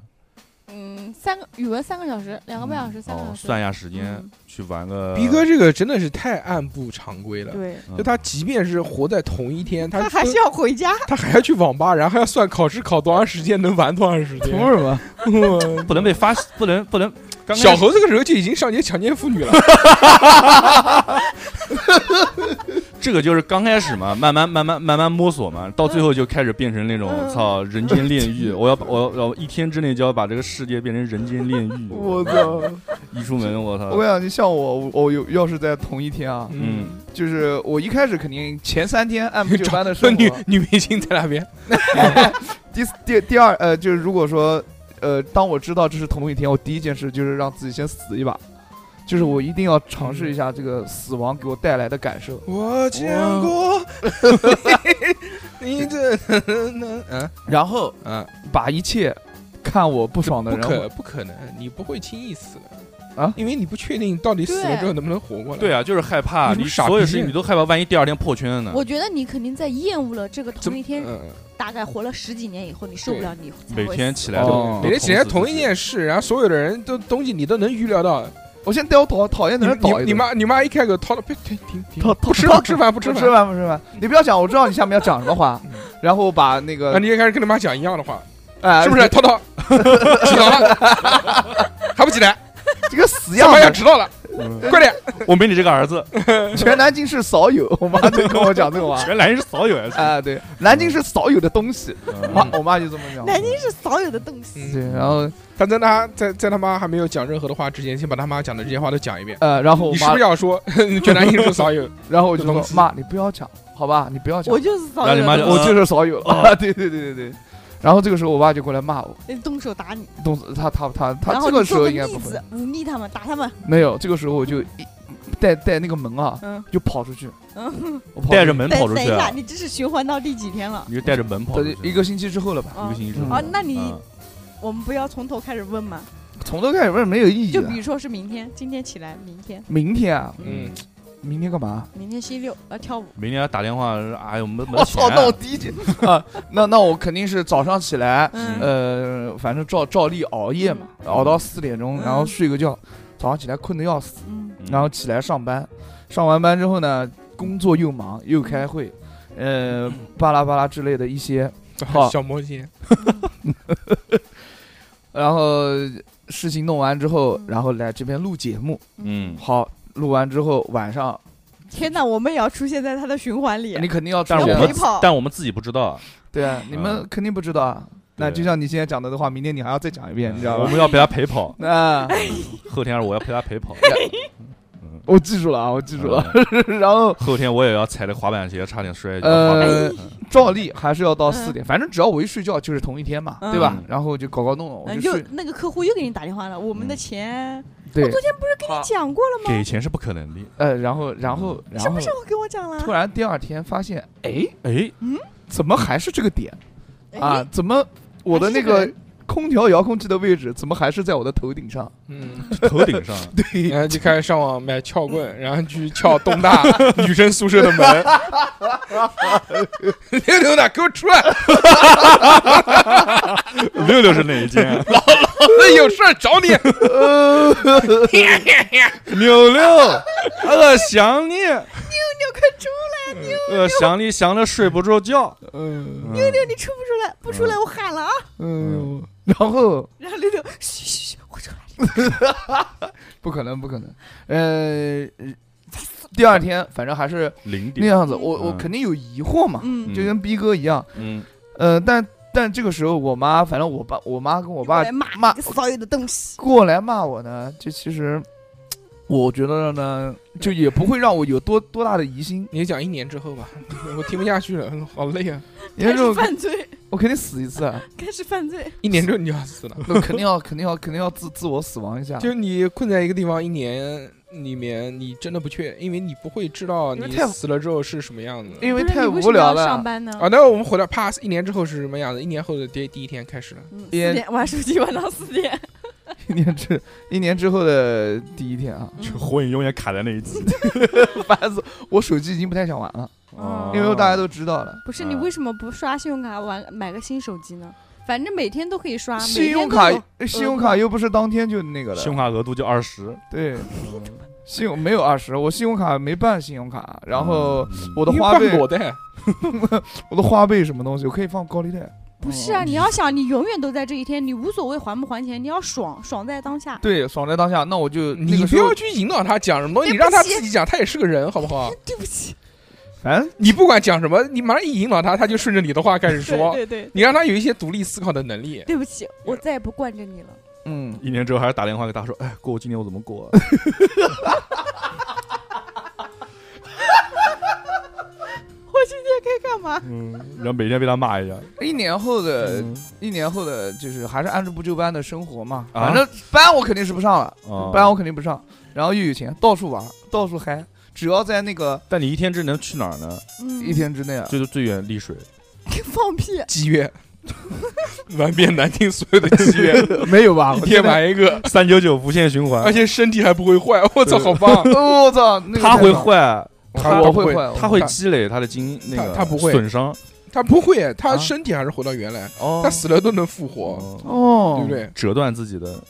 F: 嗯，三个语文三个小时，两个半小时，三个
D: 哦
F: 小，时。
D: 算一下时间
F: 嗯
D: 去玩个。
B: 逼哥这个真的是太按部常规了。
F: 对，
D: 嗯
B: 就他即便是活在同一天，他
F: 他还是要回家。
B: 他还要去网吧，然后还要算考试考多长时间，能玩多长时
C: 图
B: 间。
C: 什么？
B: 我
D: 不能被发，不能不能。刚开 始
B: 小猴这个时候就已经上街强奸妇女了。
D: 这个就是刚开始嘛，慢慢慢慢慢慢摸索嘛，到最后就开始变成那种
F: 嗯
D: 操人间炼狱，我要把我要我要一天之内就要把这个世界变成人间炼狱。
C: 我操！
D: 一出门我操
C: 我，跟你讲，你像我，我我有要是在同一天啊，
B: 嗯，
D: 嗯，
C: 就是我一开始肯定前三天按部就班的
B: 那
C: 生
B: 女
C: 活，
B: 女明星在那边，
C: 第四第第二呃，就是如果说呃，当我知道这是同一天，我第一件事就是让自己先死一把，就是我一定要尝试一下这个死亡给我带来的感受。
B: 我见过你这嗯
C: 然后
B: 嗯，
C: 把一切看我不爽的
B: 不
C: 人，
B: 可不可能，你不会轻易死的
C: 啊
B: 因为你不确定到底死了之后能不能活过来。
D: 对
B: 啊，
D: 啊，就是害怕，
B: 你
D: 你
B: 是傻逼
D: 所有事情你都害怕，万一第二天破圈了呢？
F: 我觉得你肯定在厌恶了这个
B: 怎
F: 同
B: 么
F: 一天，
B: 嗯，
F: 大概活了十几年以后，你受不了，你才
D: 呃每
F: 会
D: 天
F: 死
D: 起来
C: 哦
D: 都
C: 嗯
B: 每天起来同一
D: 事。
B: 件事，然后所有的人都东西你都能预料到。
C: 我现在我讨讨厌
B: 你
C: 的人
B: 你
C: 倒一
B: 你
C: 顿。
B: 妈你妈一开口掏了，别停停停，
C: 讨
B: 不吃
C: 讨
B: 不吃饭不吃
C: 不
B: 饭
C: 吃饭不吃饭，你不要讲，我知道你下面要讲什么话
B: 嗯，
C: 然后把那个
B: 啊！你也开始跟他妈讲一样的话，
C: 哎，
B: 是不是？涛 涛起床了，还不起来？
C: 这个死
B: 上
C: 样嗯
B: 班要
C: 子？
B: 迟到了，快点！
D: 我没你这个儿子，
C: 全南京市少有，我妈就跟我讲这 个话。
D: 原来是少有啊！
C: 啊，对，南京是少有的东西，妈
D: 嗯，
C: 我妈就这么讲。
F: 南京是少有的东西。
B: 嗯
C: 对，然后
B: 他在他在在他妈还没有讲任何的话之前，先把他妈讲的这些话都讲一遍。
C: 呃，然后我
B: 你是
C: 妈
B: 不是，要说 全南艺术少 有？
C: 然后我就
B: 这
C: 说
B: 东西
C: 妈，你不要讲，好吧，你不要讲
F: 我，就是少
D: 那
F: 有
D: 你
F: 的
D: 妈
F: 东
D: 就哦
F: 西，
C: 我就是少有。
B: 哦
C: 啊， 对对对对对。然后这个时候我爸就过来骂我，
F: 那动手打你，
C: 动作他他他
F: 然
C: 他这
F: 后你
C: 个时
F: 做
C: 候
F: 个
C: 应该
F: 逆
C: 不会
F: 子，忤逆他们，打他们。
C: 没有，这个时候我就一带带那个门啊，
F: 嗯
C: 就跑出去，
F: 嗯，
C: 我跑出去
D: 带着门
F: 等
D: 跑出
F: 等一
D: 去
F: 下，
D: 啊，
F: 你这是循环到第几天了？
D: 你就带着门跑
C: 等
D: 出去，
C: 一个星期之后了吧，
D: 一
F: 啊
D: 个星期之
C: 嗯
D: 后
F: 啊，那你
D: 嗯
F: 我们不要从头开始问吗？
C: 从头开始问没有意义
F: 就
C: 的
F: 比。如说是明天，今天起来，明天，
C: 明天啊，
B: 嗯，
C: 明天干嘛？
F: 明天星期六要跳舞，
D: 明天打电话，哎呦，没没
C: 我
D: 钱
C: 操，
D: 啊，
C: 那我第一件啊，那那我肯定是早上起来，
F: 嗯，
C: 呃，反正照照例熬夜嘛，熬到四点钟，
F: 嗯
C: 然后睡个觉，早上起来困得要死，
F: 嗯，
D: 嗯
C: 然后起来上班，上完班之后呢，工作又忙又开会，呃，
D: 嗯
C: 巴拉巴拉之类的一些，好
B: 小魔仙，
C: 然后事情弄完之后，然后来这边录节目，
D: 嗯，
C: 好，录完之后晚上
F: 天哪，我们也要出现在他的循环里，啊
C: 你肯定要
D: 但
C: 出
D: 是
C: 现
D: 我
F: 要
D: 们
F: 陪跑，
D: 但我们自己不知道，
C: 对
F: 嗯
C: 啊，你们肯定不知道啊。那
D: 嗯对嗯
C: 就像你现在讲的的话，明天你还要再讲一遍，你知道
D: 我
C: 吧？
D: 们要陪他陪跑，
C: 那
D: 后天我要陪他陪 跑，
C: 我记住了啊，我记住了。
D: 嗯，
C: 然后
D: 后天我也要踩着滑板鞋差点摔，滑板
C: 呃，照例还是要到四
F: 嗯
C: 点，反正只要我一睡觉就是同一天嘛，
F: 嗯
C: 对吧
D: 嗯？
C: 然后就搞搞弄弄，我就
F: 嗯，
C: 嗯
F: 又
C: 睡。
F: 那个客户又给你打电话了，我们的钱
C: 对，啊
F: 讲过了吗？
D: 给钱是不可 能的，
C: 呃，然后然后
D: 嗯
C: 然
F: 什
C: 后
F: 么时候给我讲了？
C: 突然第二天发现，哎，
D: 哎，
C: 怎么还是这个点啊
F: 哎，？
C: 怎么我的
F: 还是
C: 那
F: 这个
C: 个空调遥控器的位置怎么还是在我的头顶 上？
B: 嗯，
D: 头顶上，
B: 然后就开始上网买撬棍，然后去撬东大 女生宿舍的门。 刘刘娜，给我出来！
D: 六六是哪一 间？
B: 那哎有事儿找你。
C: 呃
D: 六六，我想你，六六快出来，我呃想你想的睡不着觉，
C: 嗯
D: 六六，
F: 你出不出来？不出来，我喊了啊！
C: 嗯，然后
F: 然后六六，嘘嘘嘘，我出来了，
C: 不可能，不可能，呃，第二天反正还是
D: 零
C: 那
D: 点，
C: 样子，我我
D: 嗯
C: 肯定有疑惑嘛，
F: 嗯，
C: 就跟逼哥一样，
D: 嗯，
C: 呃，但但这个时候我妈，反正我爸我妈跟我
F: 我
C: 爸
F: 骂
C: 骂
F: 你个所有的东西，
C: 过来骂我呢，这其实我觉得呢，就也不会让我有多多大的疑心，
B: 你讲一年之后吧，我听不下去了，好累啊！
C: 因为这种
F: 犯罪，
C: 我肯定死一次，啊，
F: 开始犯罪，
B: 一年之后你就要死 了，
C: 那肯定要肯定要肯定要自自我死亡一下，
B: 就是你困在一个地方一年里面，你真的不确，因为你不会知道
C: 因为
B: 你
C: 太
B: 死了之后是什么样子。
C: 因为
E: 不是
C: 太
E: 你为
C: 无
E: 什么
C: 聊
E: 要
C: 了
E: 上。班
F: 嗯
E: 呢？
B: 啊，那我们回到 pass 一年之后是什么样子？一年后的第第一天开始了，
F: 嗯，四
C: 也
F: 点玩手机玩到四点，
C: 一年之一年之后的第一天啊，
D: 就火影永远卡在那一集，
E: 嗯
C: 烦死我！我手机已经不太想玩了，
D: 哦
C: 因为大家都知道了。
E: 不是你为什么不刷信用卡玩买个新手机呢？反正每天都可以刷，啊每
C: 信
E: 天
C: 用
E: 都
C: 卡
E: 有，呃
C: 信用卡又不是当天就那个
D: 信用
C: 了。
D: 卡额度就二十，
C: 对， 信用没有二十，我信用卡没办信用卡，然后我
B: 我
C: 的花呗，
B: 我 的，
C: 我的花呗什么东西，我可以放高利贷。
E: 不是
C: 嗯
E: 啊！你要想，你永远都在这一天，你无所谓还不还钱，你要爽，爽在当下。
C: 对，爽在当下。那我就那
B: 你
C: 个
B: 不
C: 时候
B: 要，去引导他讲什么东西，
E: 对
B: 你让
E: 不
B: 他
E: 起
B: 自己讲，他也是个人，好不好？
E: 对不起，
D: 哎
C: 反正
B: 你不管讲什么，你马上一引导他，他就顺着你的话开始说。
F: 对对对，
B: 你让他有一些独立思考的能力。
E: 对不起，我再也不惯着你了。
C: 嗯，
D: 一年之后还是打电话给他说，哎，过今年我怎么过啊？
F: 我今天该干嘛？
D: 嗯，然后每天被他骂一下，
C: 一年后的
D: 嗯
C: 一年后的就是还是按部就班的生活嘛。
D: 啊
C: 反正班我肯定是不上了，
D: 啊
C: 班我肯定不上。然后又有钱，到处玩，到处嗨。只要在那个
D: 但你一天之能去哪儿呢？
E: 嗯，
C: 一天之 内啊，
D: 最多最远丽 水，
F: 放屁！
B: 积怨， 玩遍南京所有的积怨，
C: 没有吧？
B: 一
C: 我
B: 天
C: 天哪！
B: 玩一个，
D: 三九九无限循环，
B: 而且身体还不会坏，我操，好 棒！
C: 哦我操，那个
D: 他
C: 太
D: 会
C: 爽
D: 坏，啊
B: 他
C: 我
B: 不
C: 会
B: 会，
C: 坏，
D: 哦他会积累他的经那个
B: 他他不会
D: 损伤，
B: 他不会，他
C: 啊
B: 身体还是回到原来，
C: 哦
B: 他死了都能复活，
D: 嗯
C: 哦，
B: 对不？对？
D: 折断自己的，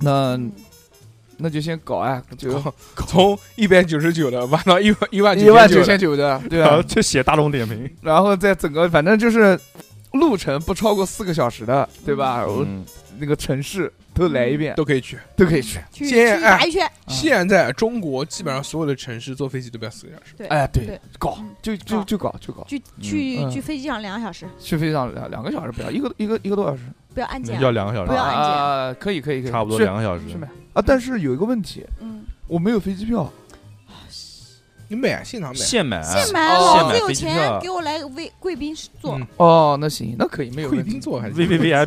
C: 那
E: 嗯
C: 那就先搞啊，就
B: 从一百九十九的玩到一万一万
C: 一万九
B: 九
C: 千九的，对
D: 然后
C: 吧？
D: 就写大众点评，
C: 然后再整个反正就是路程不超过四个小时的，对吧？我
D: 嗯
C: 那个城市都来一遍，
B: 都可以去。
C: 都可以去。
E: 去
B: 先
E: 去
B: 哎
E: 打一圈，
C: 啊
B: 现在中国基本上所有的城市坐飞机都不要四个小时，
E: 对
C: 哎，对
E: 对，
C: 搞
E: 嗯
C: 就就
E: 搞
C: 就搞就搞，
E: 去
D: 嗯
E: 去
C: 嗯
E: 去飞机上两个小时，
C: 去飞机上两两个小时不要，一个一个一个多小时，
E: 不要啊按键，
D: 嗯要两个小
E: 不要
D: 时，
E: 按键
C: 啊，可以可以可以，
D: 差不多
C: 去
D: 两个小时
C: 去，买啊。但是有一个问题，
E: 嗯，
C: 我没有飞机票，
B: 你买现场买。啊
D: 现买，啊
E: 现买
C: 哦
E: 老
D: 现买
E: 子有
D: 飞机票
E: 钱，给我来个贵贵宾座
B: 嗯，
C: 哦，那行，那可以没有
B: 贵
C: 问
B: 宾
C: 题。
B: 座还是
D: VVVIP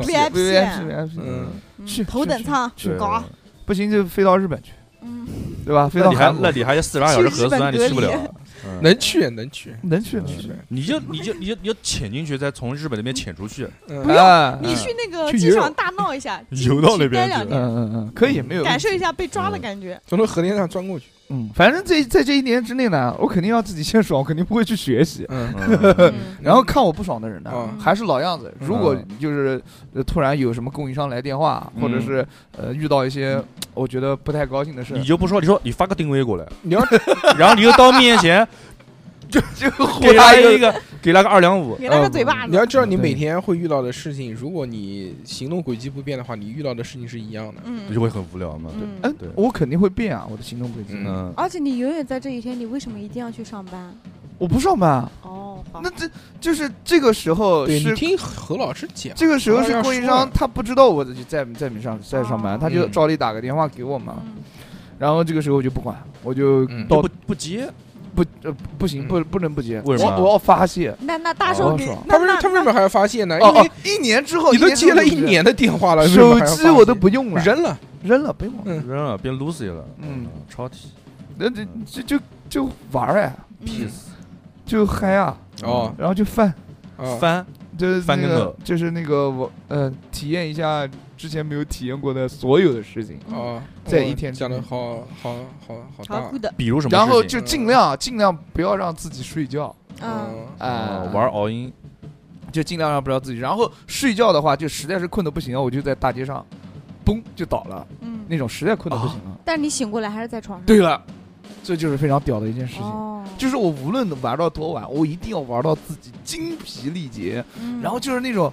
B: VIP
C: V V I P
E: 嗯
C: V I P，
B: 嗯，
C: 去
E: 头等，舱，
C: 去去
D: 对
C: 去
F: 啊
C: 搞，不行就飞到日本去，
E: 嗯，
C: 对吧？飞
D: 那
C: 到
D: 你还
C: 韩国
D: 那你还四十八小时核酸，
F: 去
D: 你
F: 日本
D: 去不
F: 隔离
D: 了，嗯
B: 能去能去，
C: 能去
D: 嗯
C: 能去，
D: 你就你就你就你就潜进去，再从日本那边潜出 去，
B: 嗯
E: 不用
C: 哎
F: 你去那个
B: 去
F: 机
B: 游
F: 场大闹一下，
D: 游到那边
F: 去待两
D: 去
C: 嗯
F: 天，
C: 嗯嗯，可以没有问
F: 感
C: 题，
F: 受一下被抓的感觉。
B: 从那核电站钻过去。
C: 嗯，反正这在这一年之内呢，我肯定要自己先爽，我肯定不会去学习，
B: 嗯，
D: 嗯
F: 嗯
C: 然后看我不爽的人呢
B: 嗯，
C: 还是老样子。
D: 嗯
C: 如果就是呃突然有什么供应商来电话，
D: 嗯
C: 或者是呃遇到一些我觉得不太高兴的事，
D: 你就不说，你说你发个定位过来，
B: 你要
D: 然后你就到面 前
C: 就
D: 给
C: 回
D: 他
C: 答
D: 一个，给他个二两五，
F: 给他个嘴巴
B: 嗯你
F: 子，
B: 要知道，你
C: 对
B: 每天会遇到的事情，如果你行动轨迹不变的话，你遇到的事情是一样的。
D: 不
F: 嗯
D: 就会很无聊嘛。
F: 嗯
C: 嗯
D: 对，
C: 我肯定会变啊，我的行动轨迹。
B: 嗯
D: 嗯，
E: 而且你永远在这一天，你为什么一定要去上班？
C: 我不上班啊，
E: 哦，好
C: 那，这就是这个时候
B: 对你
C: 是
B: 听何老师讲，
C: 这个时候
B: 哦
C: 是
B: 要
C: 供应
B: 说
C: 商
B: 了
C: 他不知道我在在在没上在上班，
E: 哦
C: 他就
B: 嗯
C: 照例打个电话给我嘛。
E: 嗯
C: 然后这个时候我就不管，我就
B: 嗯
C: 到
D: 不不接，
C: 不呃不行
B: 嗯
C: 不不能不接，
D: 为什么
C: 我我要发泄。
E: 那那大
C: 哦
E: 寿给
C: 爽
E: 那
B: 他为
E: 那
B: 他为什么还要发泄呢？
C: 哦
B: 因为
C: 哦，一年之后
B: 你都
C: 年之
B: 接
C: 后
B: 了
C: 就
B: 一
C: 不接
B: 年的电话了，为什么
C: 手
B: 还要
C: 机
B: 发
C: 我都
B: 泄
C: 不用了，
B: 扔了。
C: 扔了，不用了。
B: 嗯
D: 扔了变 Lucy 了，
C: 嗯，
D: 超体
C: 那这就就就玩儿哎，
E: 嗯
D: peace
C: 就嗨啊，
B: 哦
C: 然后就翻，
B: 啊，
D: 翻
C: 就是
D: 翻
C: 那
D: 跟
C: 个
D: 头
C: 就是那个我呃体验一下之前没有体验过的所有的事情，
B: 哦，
C: 在
B: 我
C: 一天之
B: 讲的
C: 内
B: 好好好好
E: 好
B: 大
E: 酷，的，
D: 比如什么事情？
C: 然后就尽量尽量不要让自己睡觉
E: 嗯，
B: 嗯，
C: 啊
D: 啊，，玩熬鹰，
C: 就尽量让不要自己。然后睡觉的话，就实在是困得不行了，啊我就在大街上，嘣就倒了，
E: 嗯，
C: 那种实在困得不行
D: 哦
C: 了。
E: 但你醒过来还是在床上。
C: 对了，这就是非常屌的一件事情。
E: 哦，
C: 就是我无论玩到多晚，我一定要玩到自己精疲力竭，
E: 嗯
C: 然后就是那种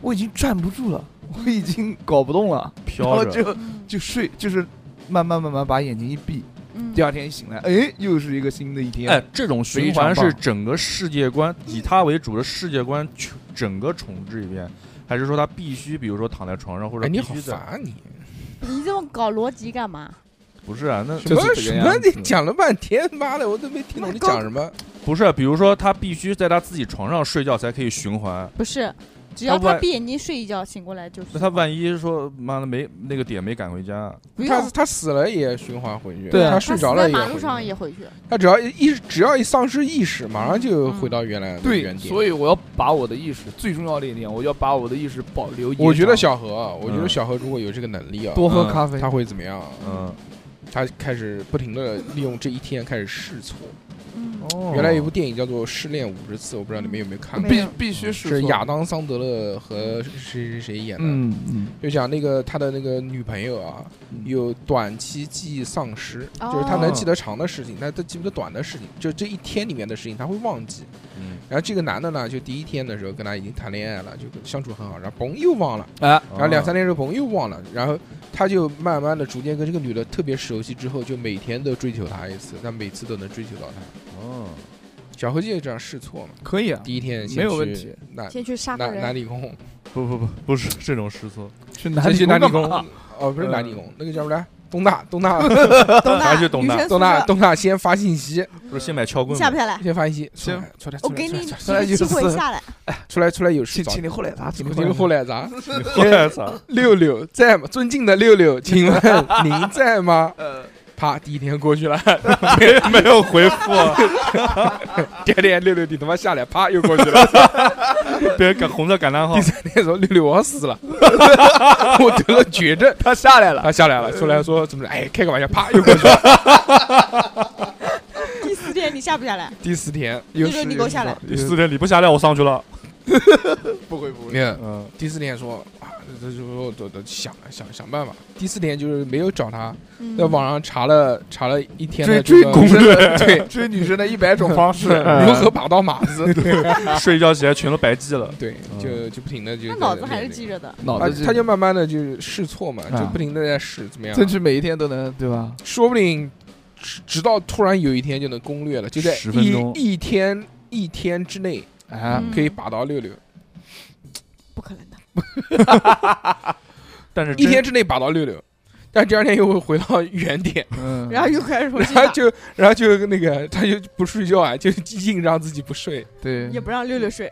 C: 我已经站不住了，我已经搞不动了，然
D: 飘
C: 后
D: 着，
C: 就
E: 嗯
C: 就睡，就是慢慢慢慢把眼睛一闭，
E: 嗯
C: 第第二天一醒来，哎，又是一个新的一天。
D: 哎，这种循环
C: 非
D: 是
C: 常棒
D: 整个世界观以他为主的世界观全整个重置一遍，还是说他必须，比如说躺在床上或者
B: 哎，你
D: 必
B: 好
D: 须在？
B: 烦啊你！
F: 你这么搞逻辑干嘛？
D: 不是啊，那
B: 什么
C: 就是这
B: 什
C: 个
B: 么？
C: 样子
B: 你讲了半天，妈的，我都没听懂你讲什么。
D: 不是啊、比如说他必须在他自己床上睡觉才可以循环。
F: 不是，只要
D: 他
F: 他
D: 万
F: 闭眼睛睡一觉，醒过来就是。
D: 那他万一说妈的没那个点没赶回家，
F: 不用
B: 他他死了也循环回去，
C: 对啊
B: 他
F: 他
B: 睡
F: 死
B: 着了
F: 在
B: 也
F: 马
B: 回
F: 路
B: 去
F: 上也回去。
B: 他只要一一只要一丧失意识，马上
F: 嗯
B: 就回到原来的
C: 对
B: 原，点。
C: 所以我要把我的意识最重要的一点，我要把我的意识保留。
B: 我觉得小何啊，我觉得
D: 嗯
B: 小何如果有这个能力啊，
C: 多喝
D: 嗯
C: 咖啡，
B: 他会怎么样啊？
D: 嗯，
B: 他开始不停的利用这一天开始试错。
F: 嗯，
D: 哦
B: 原来有一部电影叫做《失恋五十次》，我不知道你们有没有看过
F: 没，
C: 必
F: 有
C: 必须是
B: 是
C: 说
B: 亚。当·桑德勒和谁谁谁演的。
C: 嗯嗯，
B: 就讲那个他的那个女朋友啊，有短期记忆丧失，
F: 哦
B: 就是他能记得长的事情，但他记不得短的事情，就这一天里面的事情他会忘记。
D: 嗯
B: 然后这个男的呢，就第一天的时候跟他已经谈恋爱了，就相处很好，然后嘣又忘了，
C: 哎，
B: 然后两三天之后嘣又忘了，然后他就慢慢的逐渐跟这个女的特别熟悉之后，就每天都追求她一次，他每次都能追求到她。
D: 哦，
B: 小何就这样试错嘛，
C: 可以啊，
B: 第一天先
C: 没有
B: 去
C: 问题
B: 那
E: 先去杀
B: 哪
E: 个
B: 哪
E: 人，
B: 里工，
D: 不不不，不是这种失措，
C: 去南
B: 先去哪里
C: 干
B: 工
C: 嘛？？
B: 哦，不是
C: 嗯
B: 哪里工，那个叫什么来？东大，东大，
F: 懂
D: 还是懂的
B: 东大，东大先发信息，
D: 不是先买撬
F: 你
D: 棍
F: 下
D: 吗
F: 不？下来？
B: 先发信息，
C: 行
B: 出来，出来，
F: 我
B: 出来
F: 给你
B: 出来
C: 出来
F: 一个机会
C: 就是
F: 下来。
B: 出来，出来有事
C: 请
B: 找
C: 请你后来拿，请
B: 你们后
C: 来
B: 来咋？
D: 我操！
B: 六六在吗？尊敬的六六， 请问您在吗？啪，第一天过去了，
D: 没有回复，啊
B: 第二天六六你他妈下来，啪又过去了。
D: 别感红色感叹 号
B: 第，三天说六六我 死了，我得了绝症，
C: 拿，他下来了。
B: 他下来了，呃出来说怎么着？哎，开个玩笑，啪又过 去了。
F: 第四天你下不下来？
B: 第四天又
F: 六
B: 是
F: 六你给我下来，
D: 第四天你不下来，我上去 了。
C: 不会不
B: 你，看
D: 嗯，
B: 第四天说啊，这这这都都想想想办法。第四天就是没有找他，
F: 嗯
B: 在网上查了查了一天的
C: 追
B: 这个
C: 追女生 的
B: 对
C: 追女生的一百种方式，
B: 如何把到马子，
D: 睡觉起来全都白记了。
B: 对，就就不停的就
F: 那
B: 在
F: 脑子还
B: 练
F: 是
B: 这个
F: 记着的。
C: 脑
B: 啊
C: 子，
B: 他就慢慢的就是试错嘛，
C: 啊
B: 就不停的在试怎么样，
C: 争取每一天都能，对吧？
B: 说不定直直到突然有一天就能攻略了，就在
D: 10分钟
B: 一一天一天之内
C: 哎，
F: 嗯
B: 可以把到六六，
F: 不可能
B: 嗯
F: 的，
D: 但是
B: 一
D: 真
B: 天之内把到六六，但第二天又会回到原点，
C: 嗯，
F: 然后又开始重新
B: 然后
F: 打，
B: 就然后就那个他就不睡觉啊，就硬让自己不睡，
C: 对
F: 也不让六六睡。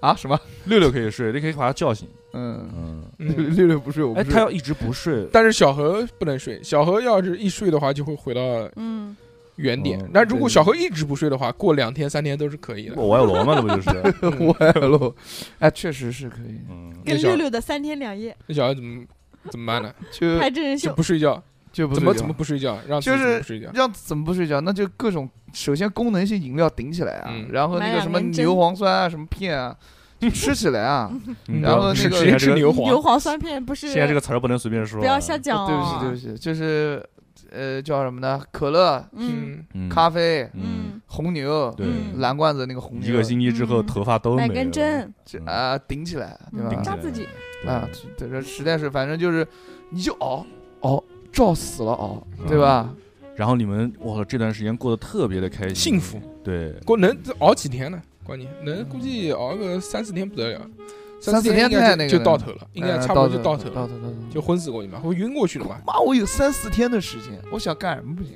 C: 啊什么？
D: 六六可以睡，你可以把他叫醒。
C: 嗯，
D: 嗯，
C: 六
B: 嗯。
C: 六六不睡，我
D: 哎，
C: 不
D: 他
C: 睡。
D: 要一直不睡，
B: 但是小何不能睡，小何要是一睡的话，就会回到
F: 嗯，
B: 原点
D: 哦。
B: 那如果
C: 对
B: 小何一直不睡的话，过两天三天都是可以的。
D: 我爱罗嘛，那不 就是？
C: 我爱喽，哎，确实是可以，
D: 嗯，
B: 那
F: 跟
B: 小
F: 六六的三天两夜
B: 那小孩怎么怎么办呢？
C: 就
F: 拍真 人
B: 就
F: 秀，
B: 不睡觉，
C: 就不
B: 怎么
C: 睡觉
B: 怎么不睡觉？让自
C: 就
B: 己怎么
C: 是
B: 不睡觉？
C: 让怎么不睡觉？那就各种，首先功能性饮料顶起来啊，
B: 嗯
C: 然后那个什么
F: 买两根针
C: 牛磺酸啊，什么片啊，就吃起来 啊。
D: 嗯
C: 然后那
D: 是
C: 个
D: 现在
B: 谁
D: 这
B: 吃
D: 个
B: 牛黄？
F: 磺嗯酸片不是
D: 现在这个词儿不能随便说啊，
F: 不要瞎讲
C: 哦对不起，
F: 哦
C: 对不起，就是呃叫什么呢？可乐、
F: 嗯
D: 嗯
C: 咖，啡、
D: 嗯，
F: 嗯，
C: 红牛、
D: 对，
F: 嗯
C: 蓝罐子那个红牛，
D: 一个星期之后
F: 嗯
D: 头发都没
F: 买
D: 了
F: 根，针，
C: 这
D: 嗯
C: 啊、顶起来，对
D: 顶
F: 嗯
C: 吧？
D: 起来
F: 扎自己
D: 对
C: 啊，这这实在是，反正就是你就熬熬，照死了熬，对吧？
D: 然后你们哇，这段时间过得特别的开心，
B: 嗯幸福，
D: 对，
B: 过能熬几天呢？关键能估计熬个三四天不得了，
C: 三
B: 四
C: 四天
B: 应该
C: 太
B: 就
C: 那个
B: 就
C: 了
B: 到头了，应该
C: 呃
B: 差不多就
C: 到
B: 到头
C: 到
B: 了，
C: 头到嗯头。
B: 就昏死过去嘛，会晕过去的嘛。
C: 妈，我有三四天的时间，我想干什么不行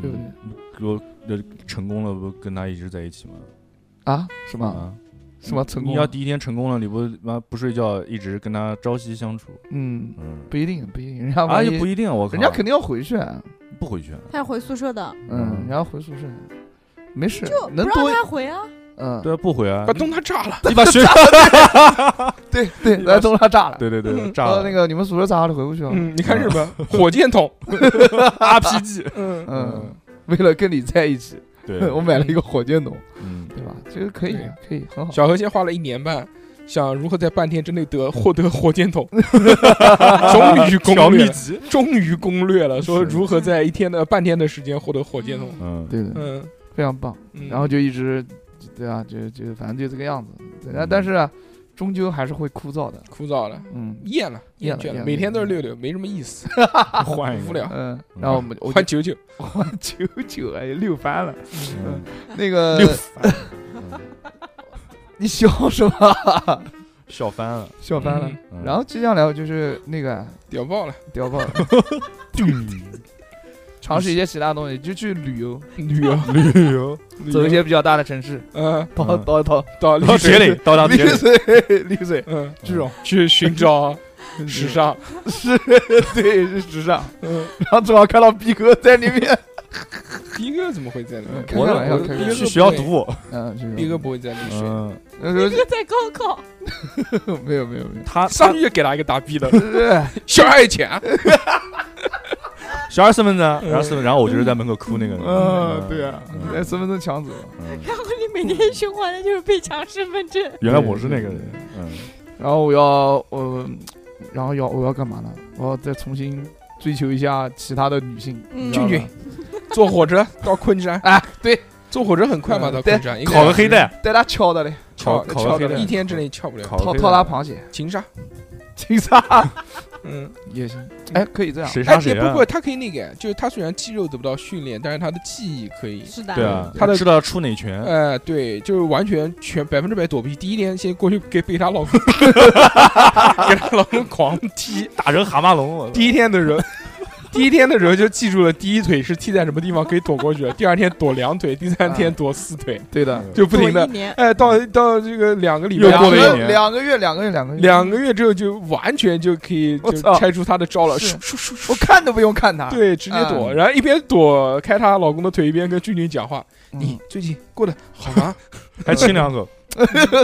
C: 对
D: 嗯
C: 不对
D: 对？我呃成功了，不跟他一直在一起吗？
C: 啊？什么
D: 啊，
C: 什么成功？
D: 你要第一天成功了，你不妈不睡觉，一直跟他朝夕相处，
C: 嗯，
D: 嗯，
C: 不一定，不一定，人家
D: 啊
C: 万一
D: 也不一定啊，我靠
C: 人家肯定要回去啊，
D: 不回去啊，
F: 他要回宿舍的，
C: 嗯，
D: 嗯
C: 然后回宿舍，没事，
F: 不
C: 能
F: 让
C: 多
F: 他回啊。
C: 嗯，
D: 对啊，不回啊
B: 把，东他炸了，
D: 你把学，
C: 对对，来东拉炸了，
D: 对对对，炸
C: 到
D: 了
C: 那个你们宿舍炸了，回不去了，
B: 嗯，你看日本火箭筒，
D: RPG，
B: 嗯，
C: 嗯，为了跟你在一起，
D: 对，
C: 我买了一个火箭筒，
D: 嗯，
C: 对吧？这个可以
B: 对，
C: 可以，很好。
B: 小何先花了一年半。想如何在半天之内得获得火箭筒，终于
D: 小
B: 攻略
D: 秘
B: 了，
D: 籍，
B: 终于攻略了，说
C: 是
B: 如何在一天的半天的时间获得火箭筒。
D: 嗯，
C: 对的，
B: 嗯，
C: 非常棒。
B: 嗯
C: 然后就一直，对啊，就就反正就这个样子。对啊，但是啊，终究还是会枯燥的。
B: 枯燥了，
C: 嗯
B: 厌了，厌
C: 厌了
B: 倦
C: 厌了
B: 每天都是六六，没什么意思，
D: 换一个
B: 无聊。
C: 嗯，然后我 们我就
B: 换九九，
C: 换九九哎，六翻 了。
D: 嗯
C: 那个
D: 六
C: 你笑什么？
D: 笑翻了。
C: 笑翻了。
D: 嗯
C: 然后接下来就是那个
B: 屌爆了，
C: 屌 爆了，尝试一些其他东西，就去旅游，
B: 旅游，
D: 旅游
C: 走一些比较大的城市，
B: 嗯，
C: 到
D: 嗯
C: 到到
B: 到
D: 到 铁岭，到达铁
C: 丽
D: 岭，
C: 水，丽水
B: 嗯，
D: 这种
B: 去寻找时尚，
C: 是，对，是时尚。
B: 嗯，
C: 然后正好看到逼哥在里面，
B: 逼哥怎么会在那边？
C: 开玩笑，
B: 我的
C: 开
B: 我
C: 玩
B: 的
C: 笑
D: 去学校读我。
C: 嗯， 是
B: 逼哥不会在丽水，
D: 嗯，
C: 那时
F: 就在高考，
C: 候没有没有没有，
D: 他
B: 上
D: 他
B: 去就给他一个打逼的，
C: 对
B: 小啊孩有钱，
D: 小孩身份证，然后身份，然后我就是在门口哭那个人。
C: 嗯，对啊，
D: 嗯
C: 哎，身份证抢走了，
D: 嗯
F: 然后你每天循环的就是被抢身份证。
D: 原来我是那个人。嗯，
C: 然后我要我，然后要我要干嘛呢？我要再重新追求一下其他的女性，
F: 嗯
C: 你知道吗
B: 俊俊坐火车 到昆山，
C: 啊，对，
B: 坐火车很快嘛，
C: 嗯
B: 到
C: 对
B: 昆山，
D: 烤个黑，蛋，
C: 带她敲的嘞，
B: 翘
D: 烤
B: 翘
D: 烤个黑
B: 一
D: 蛋，
B: 天之内翘不了，
D: 烤
C: 掏
D: 个黑
C: 掏她
D: 蛋。
C: 螃蟹，
B: 情杀，
C: 亲杀
B: 嗯，
C: 也行，哎，可以这样，
D: 谁
B: 哎
D: 杀，谁
B: 也不
D: 啊
B: 不，？他可以那个，就是他虽然肌肉得不到训练，但是他的记忆可以。
F: 是的
D: 对啊，
B: 他的
D: 知道出哪拳，
B: 哎，对，就是完全全百分之百躲避。第一天先过去给被她老公， 给她老公狂踢。
D: 打成蛤蟆龙。我
B: 第一天的时候， 第一天的时候就记住了，第一腿是踢在什么地方可以躲过去了，第二天躲两腿，第三天躲四腿，
C: 对的，
B: 就不停的
F: 一。年，
B: 哎，到到这个两个礼拜
D: 又过了一
B: 两个
D: 年
C: 两个月，两个月，两个月，
B: 两个月之后，就完全就可以
C: 我
B: 就
C: 操
B: 拆除她的招了，
C: 是啊嗯
B: 唰唰唰唰
C: 我看都不用看她，
B: 对，直接躲，然后一边躲开她老公的腿，一边跟俊俊讲话。
C: 嗯，
B: 你最近过得好吗？
D: 还亲两口，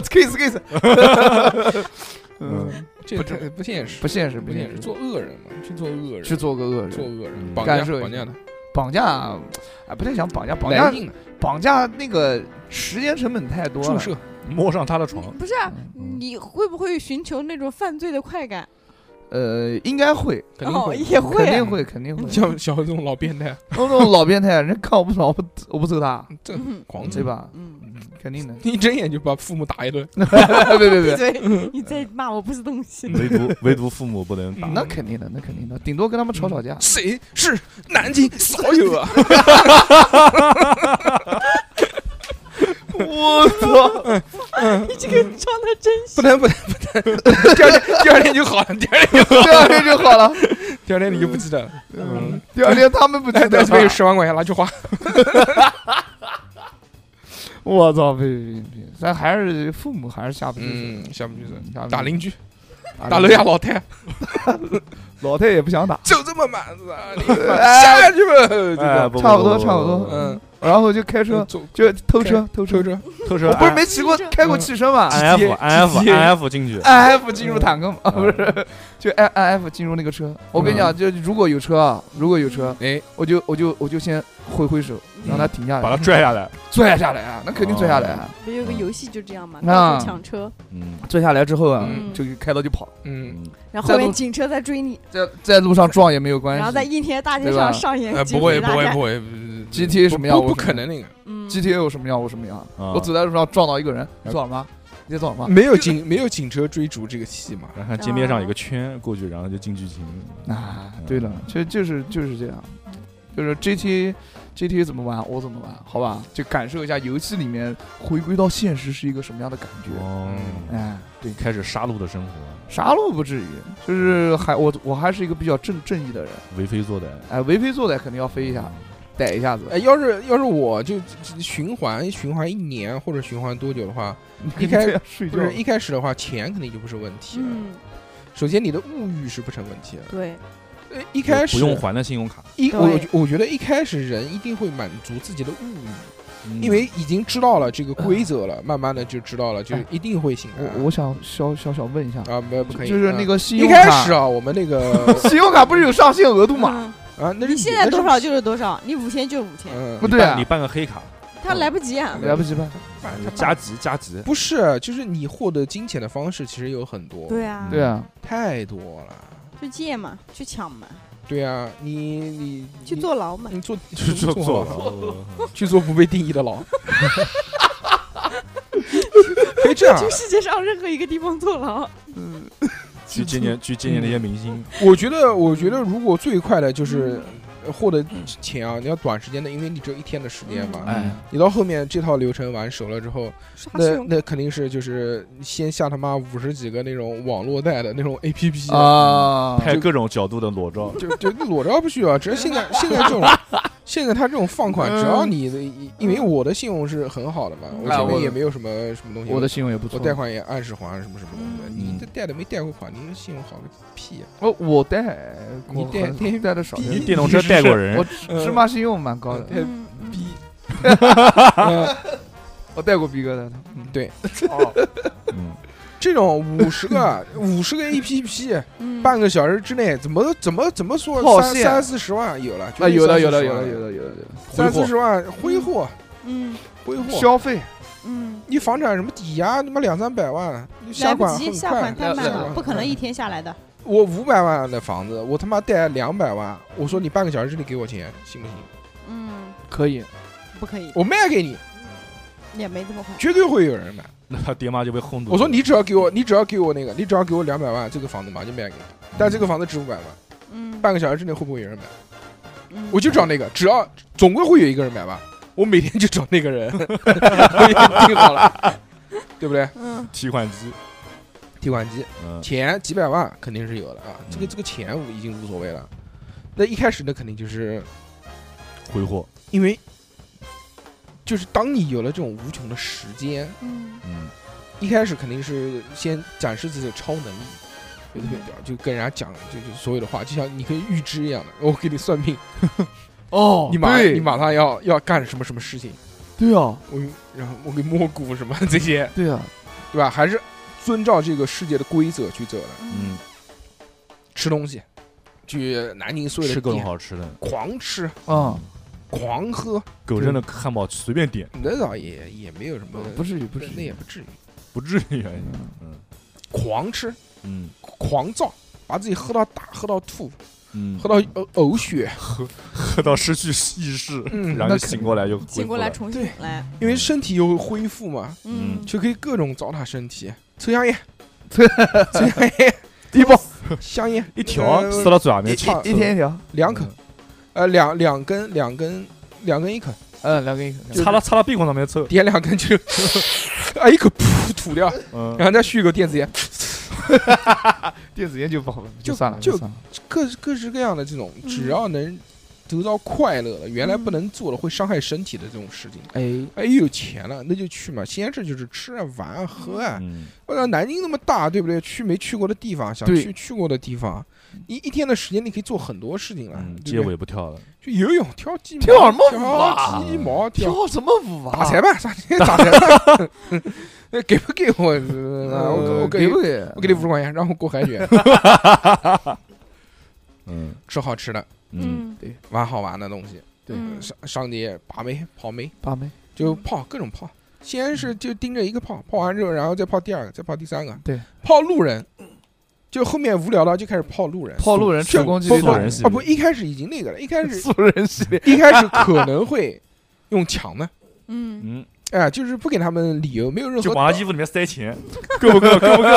C: kiss kiss，
D: 嗯
C: 嗯，
B: 这
C: 不
B: 这不现实，
C: 不现实，
B: 不
C: 现
B: 现
C: 实
B: 实，，做恶人嘛，去做恶人，
C: 去做个恶
B: 做
C: 人，
B: 恶人，
D: 嗯
B: 绑架
C: 感受一
B: 绑架
C: 下
B: 的，
C: 绑架，哎，不太想绑架，绑
B: 来
C: 架，
B: 劲的，
C: 绑架那个时间成本太多
B: 注
C: 了，
B: 射，
D: 摸上他的 床，
F: 不是啊
D: 嗯
F: 你会不会寻求那种犯罪的快感？
C: 呃，应该会，
B: 肯定
F: 哦
B: 会。
F: 也会
C: 肯
F: 啊，
C: 定会，肯定会，
B: 像小这种老变态，
C: 那种老变态，人看我不爽，我不我不揍他，
B: 这
F: 嗯
B: 狂
C: 对
B: 揍，，
C: 吧？
F: 嗯，
C: 肯定的
B: 一睁眼就把父母打一顿，
C: 别别
F: 闭
C: 别，
F: 嘴！嗯你在骂我不是东西。
D: 唯独唯独父母不能打。
C: 那肯定的，那肯定的，顶多跟他们吵吵架。
B: 嗯谁是南 京少有啊？
C: 我操，
F: 你这个装的真
B: 不
F: 是，
B: 能不能不 能，第二天第二天就好了，第二天
C: 第二天就好了，
B: 第二天你就不记得了，嗯，
C: 第二天他们不记
B: 来
C: 得啊
B: 来这边有
C: 了。
B: 十万块钱拿去花，
C: 我操，别别别，别咱还是父母还是下不去
B: 嗯，下不去手，
C: 手，
B: 打邻居，打
C: 打
B: 楼下老太，
C: 老太也不想打，
B: 就这么满子 啊，你下去吧，这
D: 哎，
B: 个，
D: 不
C: 差不多差不多
B: 嗯，
C: 然后就开车
B: 走
C: 就偷车偷
B: 嗯车
C: 车，
B: 车，
D: 偷车哎
C: 我不是
D: 按
C: 没骑过
F: 嗯
C: 开过汽车嘛
D: N F
B: GTA
D: N F N F 进去，
C: ，I F 进入坦克嘛，啊 不
D: 嗯
C: 是，就 I I F 进入那个车。我跟你讲，就如果有车啊，如果有车，
B: 哎，
C: 我就我就我就先挥挥手，让嗯他停下来，
D: 把他拽下来。
C: 拽下来啊，那肯定拽下来啊，
F: 不是有个游戏就这样嘛，
C: 啊
F: 到处抢车，
D: 嗯
C: 拽下来之后啊
F: 嗯
C: 就开刀就跑，
B: 嗯，
D: 嗯，
F: 然后后
C: 在路
F: 面警车在追你，
C: 在在路上撞也没有关
F: 然后在
C: 系。
F: 应天大街
C: 对吧
F: 上上演
B: 呃，
F: 警
B: 不
F: 匪
B: 会
F: 大
B: 不会
F: 战。
B: 不会
C: ，GTA 什么样
B: 不不
C: 我什么
B: 可能那个，
F: 嗯，
C: GTA 我什么样我什么样，
D: 啊
C: 我走在路上撞到一个人，
D: 嗯
C: 撞了吗？你撞了吗？
B: 啊没有 警没有警车追逐这个戏嘛，
D: 然后看街面上有个圈过去，然后就进剧情。
C: 啊，对了，其实就是就是这样，就是 GTA GTA 怎么玩，我怎么玩，好吧，就感受一下游戏里面回归到现实是一个什么样的感觉。
D: 哦，
C: 哎，对，
D: 开始杀戮的生活，
C: 杀戮不至于，就是还我我还是一个比较正正义的人，
D: 为非作歹。嗯
C: 哎，为非作歹肯定要飞一下，逮一下子
B: 哎，，要是要是我就就循环循环一年或者循环多久的话，
C: 你
B: 开
C: 这样睡
B: 不
C: 觉，
B: 是一开始的话，钱肯定就不是问题了。
F: 嗯，
B: 首先，你的物欲是不成问题的。
F: 对，
B: 呃一开始
D: 不用还的信用卡，
B: 一
F: 对
B: 我我觉得一开始人一定会满足自己的物欲，
D: 嗯
B: 因
C: 嗯
B: 为已经知道了这个规则了，慢慢的就知道了，就
C: 哎
B: 一定会醒来。
C: 嗯我我想小小小问一下，
B: 啊，没啊不可以，
C: 就是那
B: 啊
C: 个信
B: 一
C: 用
B: 开
C: 卡
B: 始，啊，我们那个
C: 信用卡不是有上限额度吗？
F: 嗯
B: 啊，那是
F: 你现在
B: 的
F: 多
B: 事
F: 少就是多少，你五千就是五千，
B: 嗯
C: 不
D: 你
C: 对
D: 办
C: 啊
D: 你办个黑卡，
F: 他来不及啊。
C: 来不及办，
D: 加急 加急，
B: 不是，就是你获得金钱的方式其实有很多，
F: 对啊，
C: 对啊，
B: 太多了。
F: 去借嘛，去抢嘛，
B: 对啊，你你
F: 去，坐牢嘛
B: 你。你做
D: 去做嗯
B: 做
D: 做
B: 去做不被定义的牢，可以这样啊，
F: 去世界上任何一个地方坐牢。
C: 嗯，
D: 去纪念去纪念那些明星，
B: 我觉得，我觉得如果最快的就是呃获得
C: 嗯
B: 钱啊，你要短时间的，因为你只有一天的时间嘛。
D: 哎，
B: 你到后面这套流程玩熟了之后，
F: 刷
B: 那
F: 信用
B: 那肯定是就是先下他妈五十几个那种网络贷的那种 A P P，
C: 啊，
D: 拍各种角度的裸照，
B: 就就裸照不需要，只是现在现在这 种现在他这种放款，
C: 嗯
B: 只要你的，因为我的信用是很好的嘛，我
C: 哎
B: 前
C: 我
B: 面也没有什么什么东西，
C: 我的信用也不错。
B: 我贷款也按时还什么什么东西的，
D: 嗯
B: 你这贷的没贷过款，你信用好个屁啊呀！
C: 哦，我贷过
B: 你贷
C: 很
B: 贷
C: 贷的少，
B: 你嗯
D: 电动车带过人
C: 嗯我，芝麻信用蛮高的，
B: 贷
F: 嗯嗯
B: 逼，
C: 我贷过逼哥的。嗯
B: 对，
D: 嗯，
B: 这种五十 个五十个 A P P，
F: 嗯，
B: 半个小时之内怎么怎么怎么
C: 套
B: 说三
C: 现
B: 三四十万有了，
C: 啊，
B: 绝对
C: 有
B: 三四
C: 的，有的，
B: 十万
C: 有的，有的，有的，有
D: 挥
B: 三
D: 霍
B: 四十万挥霍
F: 嗯
B: 挥
C: 的。
B: 霍，
C: 消费，
F: 嗯，
B: 你房产什么抵押他妈两三百万，你
F: 来
B: 下
F: 不
B: 款
F: 及，
B: 很
F: 下
B: 快嗯
F: 款，太慢
B: 下款
F: 了，
B: 很
F: 不可能
B: 快
F: 一天下来的。
B: 我五百万的房子，我他妈贷两百万，我说你半个小时之内给我钱，行不行？
F: 嗯，
C: 可以，
F: 不可以，
B: 我卖给你，
F: 也没这么快。
B: 绝对会有人买。
D: 那他爹妈就被轰走了。
B: 我说你只要给我，你只要给我那个，你只要给我两百万，这个房子马上就卖给你。但这个房子值五百万，
F: 嗯，
B: 半个小时之内会不会有人买？
F: 嗯
B: 我就找那个，只要总归会有一个人买吧。我每天就找那个人，我已经定好了，对不对？
F: 嗯
D: 提款机，
B: 提款机
D: 嗯，
B: 钱几百万肯定是有的啊，这个
D: 嗯
B: 这个钱我已经无所谓了。那一开始那肯定就是
D: 挥霍，
B: 因为就是当你有了这种无穷的时间，
F: 嗯
D: 嗯，
B: 一开始肯定是先展示自己的超能力，就特别屌，就跟人家讲就就所有的话，就像你跟预知一样的，我给你算命，
C: 哦
B: 你马你马上要要干什么什么事情，
C: 对啊，
B: 我然后我给摸骨什么这些，
C: 对啊，
B: 对吧？还是遵照这个世界的规则去走的，
D: 嗯，
B: 吃东西，去南京所有
D: 吃
B: 的
D: 各种
B: 店
D: 好吃的，
B: 狂吃
C: 啊，
B: 狂喝，
D: 狗
C: 对
D: 剩的汉堡随便点，
B: 那倒也也没有什么，
C: 嗯不至于，不至
B: 那也
C: 于，
B: 不至于
D: 不至于啊，
C: 嗯
B: 狂吃。
D: 嗯
B: 狂躁，把自己喝到大，喝到吐，
D: 嗯，
B: 喝到呕呕血。
D: 喝到失去意识，
B: 嗯
D: 然后
C: 那
D: 就
C: 肯
D: 醒过来就恢
F: 醒
D: 复
F: 过来
D: 了，
F: 重新来，
B: 因为身体又会恢复嘛，
D: 嗯
F: 嗯，
B: 就可以各种糟蹋身体。抽香 烟，
C: 抽
B: 抽香烟，
C: 低保
B: 香 烟
D: 一条撕到嘴上面
B: 呃
D: 嗯
B: 一
D: 去，
B: 一
C: 一天一嗯条，
B: 两口，呃，两两根，两根，两根一口，
C: 嗯，两根一口，
D: 擦到擦到鼻孔上面 抽，
B: 点两根就，啊，一口噗吐掉，
D: 嗯
B: 然后再续一口电子烟，
C: 电子烟就不好了，
B: 就
C: 算了，
B: 就
C: 算了
B: 各各式各样的这种，
C: 嗯
B: 只要能得到快乐的，原来不能做的会伤害身体的这种事情。
C: 哎，
B: 哎，有钱了那就去嘛，西安这就是吃啊、玩啊、喝啊，
D: 嗯，
B: 我想南京那么大，对不对？去没去过的地方，想
C: 对
B: 去去过的地方，你一天的时间你可以做很多事情了。
D: 嗯
B: 对
D: 街
B: 不
D: 舞
B: 对
D: 也不跳了，
B: 去游泳、跳鸡毛、
C: 跳什么舞啊
B: 跳鸡毛、跳
C: 跳什么舞啊？
B: 打裁判，打 裁打裁判，那哎给不给我？呃
C: 呃
B: 我我
C: 给
B: 给
C: 不给？
B: 我给你五十块钱，让我过海 选，
D: 嗯
B: 吃好吃的，
D: 嗯，
B: 玩好玩的东西，
C: 对
F: 嗯
B: 上上街把妹、跑妹，
C: 把妹，
B: 就泡各种泡。先
C: 嗯
B: 是就盯着一个泡，泡完之后，然后再泡第二个，再泡第三个，
C: 对，
B: 泡路人，就后面无聊了就开始泡路人，
C: 泡路人
B: 就
C: 成功几
B: 不
C: 率
D: 素
C: 大
D: 人
C: 于
D: 系
B: 啊，不，一开始已经那个了，一开 始
C: 素人系列，
B: 一开始可能会用抢的，
F: 嗯
D: 嗯，
B: 哎，就是不给他们理由，没有任
D: 就
B: 何
D: 往
B: 道
D: 他衣服里面 塞钱，够不够？够不够？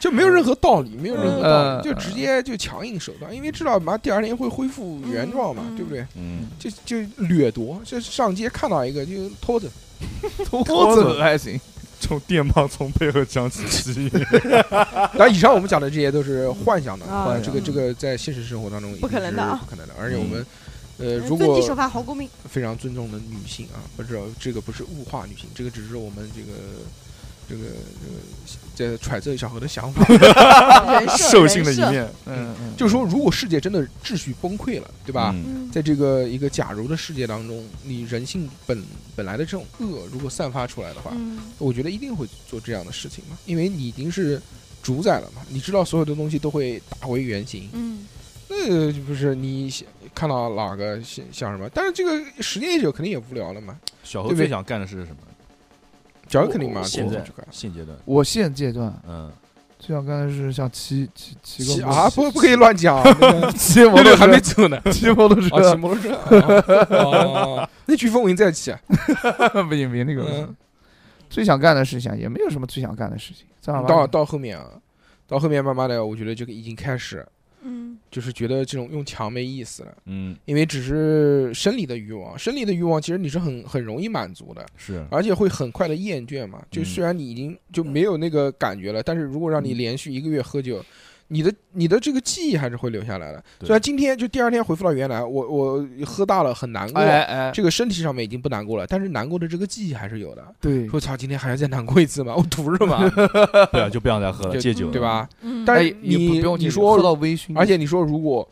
B: 就没有任何道理，没有任何道
C: 嗯
B: 理，就直接就强硬手段，因为知道嘛，第二天会恢复原状嘛
F: 嗯，嗯
B: 对不对？
D: 嗯，
B: 就就掠夺，就上街看到一个就偷着，
C: 拖走还行，
D: 从电棒从背后将其击，
B: 然后以上我们讲的这些都是幻想的，
F: 啊
B: 幻这个
F: 嗯
B: 这个在现实生活当中一定
F: 不可能的啊
B: 是不可能的，而且我们。呃，如
F: 遵
B: 果
F: 纪守法，好公 民。
B: 非常尊重的女性啊，不知道这个不是物化女性，这个只是我们这个这个这个在揣测小何的想法，
F: 人设
D: 兽性的一，
F: 人设
D: 面，
C: 嗯嗯，
B: 就是说，如果世界真的秩序崩溃了，对吧？
D: 嗯
F: 嗯
B: 在这个一个假如的世界当中，你人性本本来的这种恶如果散发出来的话，
F: 嗯
B: 我觉得一定会做这样的事情嘛，因为你已经是主宰了嘛，你知道所有的东西都会打回原形，
F: 嗯
B: 那不是你想看到哪个像像什么？但是这个时间一久肯定也无聊了嘛，
D: 小何
B: 对不对
D: 最想干的事是什么？
B: 脚肯定嘛，
D: 现
B: 做
D: 在
B: 这个
D: 现阶段，
C: 我现阶段
D: 嗯，
C: 就像刚才是想骑骑骑
B: 骑
C: 个
B: 啊，不不可以乱 讲，那个
C: 骑摩
B: 六
C: 托
B: 六还没
C: 车，
B: 走呢。 哦
C: 骑摩托
B: 啊，骑
C: 车，
B: 摩托车，哦哦哦那飓风我已经在骑，
C: 不行不行，那个不行
B: 嗯
C: 最想干的事情也没有什么最想干的事情，正儿八
B: 到
C: 经
B: 到后面啊，到后面慢慢的，我觉得这个已经开始，
E: 嗯，
B: 就是觉得这种用强没意思了，
D: 嗯，
B: 因为只是生理的欲望，生理的欲望其实你是很很容易满足的，
D: 是，
B: 而且会很快的厌倦嘛。就
D: 嗯
B: 虽然你已经就没有那个感觉了，但是如果让你连续一个月喝酒，你的你的这个记忆还是会留下来的。
D: 对
B: 虽然今天就第二天恢复到原来，我我喝大了很难过，
C: 哎哎，
B: 这个身体上面已经不难过了，但是难过的这个记忆还是有的。
C: 对，
B: 说操，今天还要再难过一次吗？我图什么？
D: 不要就不想再 喝了，
B: 就
D: 戒酒，
B: 对？吧？
F: 嗯，
B: 但
C: 哎
B: 是
C: 也不
B: 你
C: 不用
B: 你
C: 戒酒
B: 说
C: 喝到微醺，
B: 而且你说，如果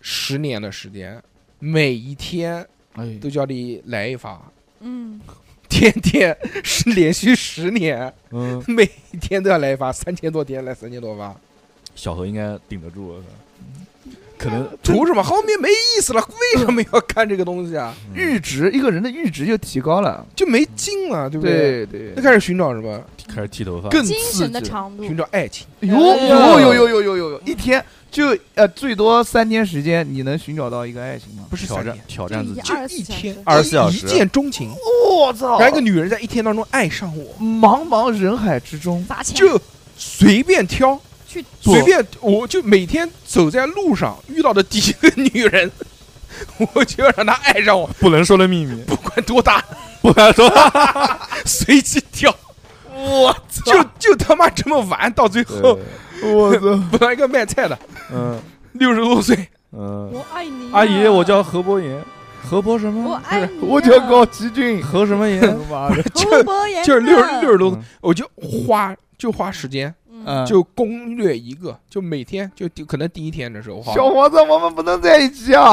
B: 十年的时间，每一天
C: 哎，
B: 都叫你来一发，
E: 嗯，
B: 天天是连续十年，
D: 嗯，
B: 每一天都要来一发，三千多天来三千多发，
D: 小何应该顶得住，可能
B: 图什么？后面没意思了，为什么要看这个东西啊？
C: 阈值一个人的阈值就提高了，
B: 就没劲了，对不对？
C: 对对
B: 那，开始寻找什么？
D: 开始剃头发，
B: 更
F: 精
B: 刺
F: 神的
B: 激，
F: 长度，
B: 寻找爱情。
C: 哟
F: 哎
C: 呦
F: 呦
C: 呦呦呦呦呦，一天就呃最多三天时间，你能寻找到一个爱情吗？
B: 不是
D: 挑
B: 三
D: 战
B: 天
D: 挑
F: 就
D: 战自
F: 一
D: 己，
F: 二十
B: 一
F: 四
B: 天
D: 24小
F: 小时哦
B: 一
D: 时
B: 见钟情，
C: 我操
B: 然后一个女人在一天当中爱上我，
C: 茫茫人海之中，
F: 砸钱
B: 就随便挑，
F: 去
B: 随便，我就每天走在路上遇到的第一个女人， 我就要让她爱上我，
D: 不能说的秘密，
B: 不管多大，
D: 不能说，
B: 随机挑，
C: 我
B: 就就他妈这么玩，到最 后
C: 我 操，
B: 碰到一个卖菜的，
D: 嗯
B: 六十多岁，
D: 嗯，
E: 我爱你，
F: 啊
D: 阿姨，我叫何伯言，何伯什
E: 我
D: 么？
E: 爱你啊，
C: 我叫 高奇骏，
D: 何什么言？
C: 妈的，
E: 侯伯
F: 哎
E: 言
B: 就是六
E: 呢
B: 十六十多
D: 嗯，
B: 我就花就花时间，
E: 嗯，
B: 就攻略一个，就每天就第可能第一天的时候花，
C: 小伙子，我们不能在一起啊！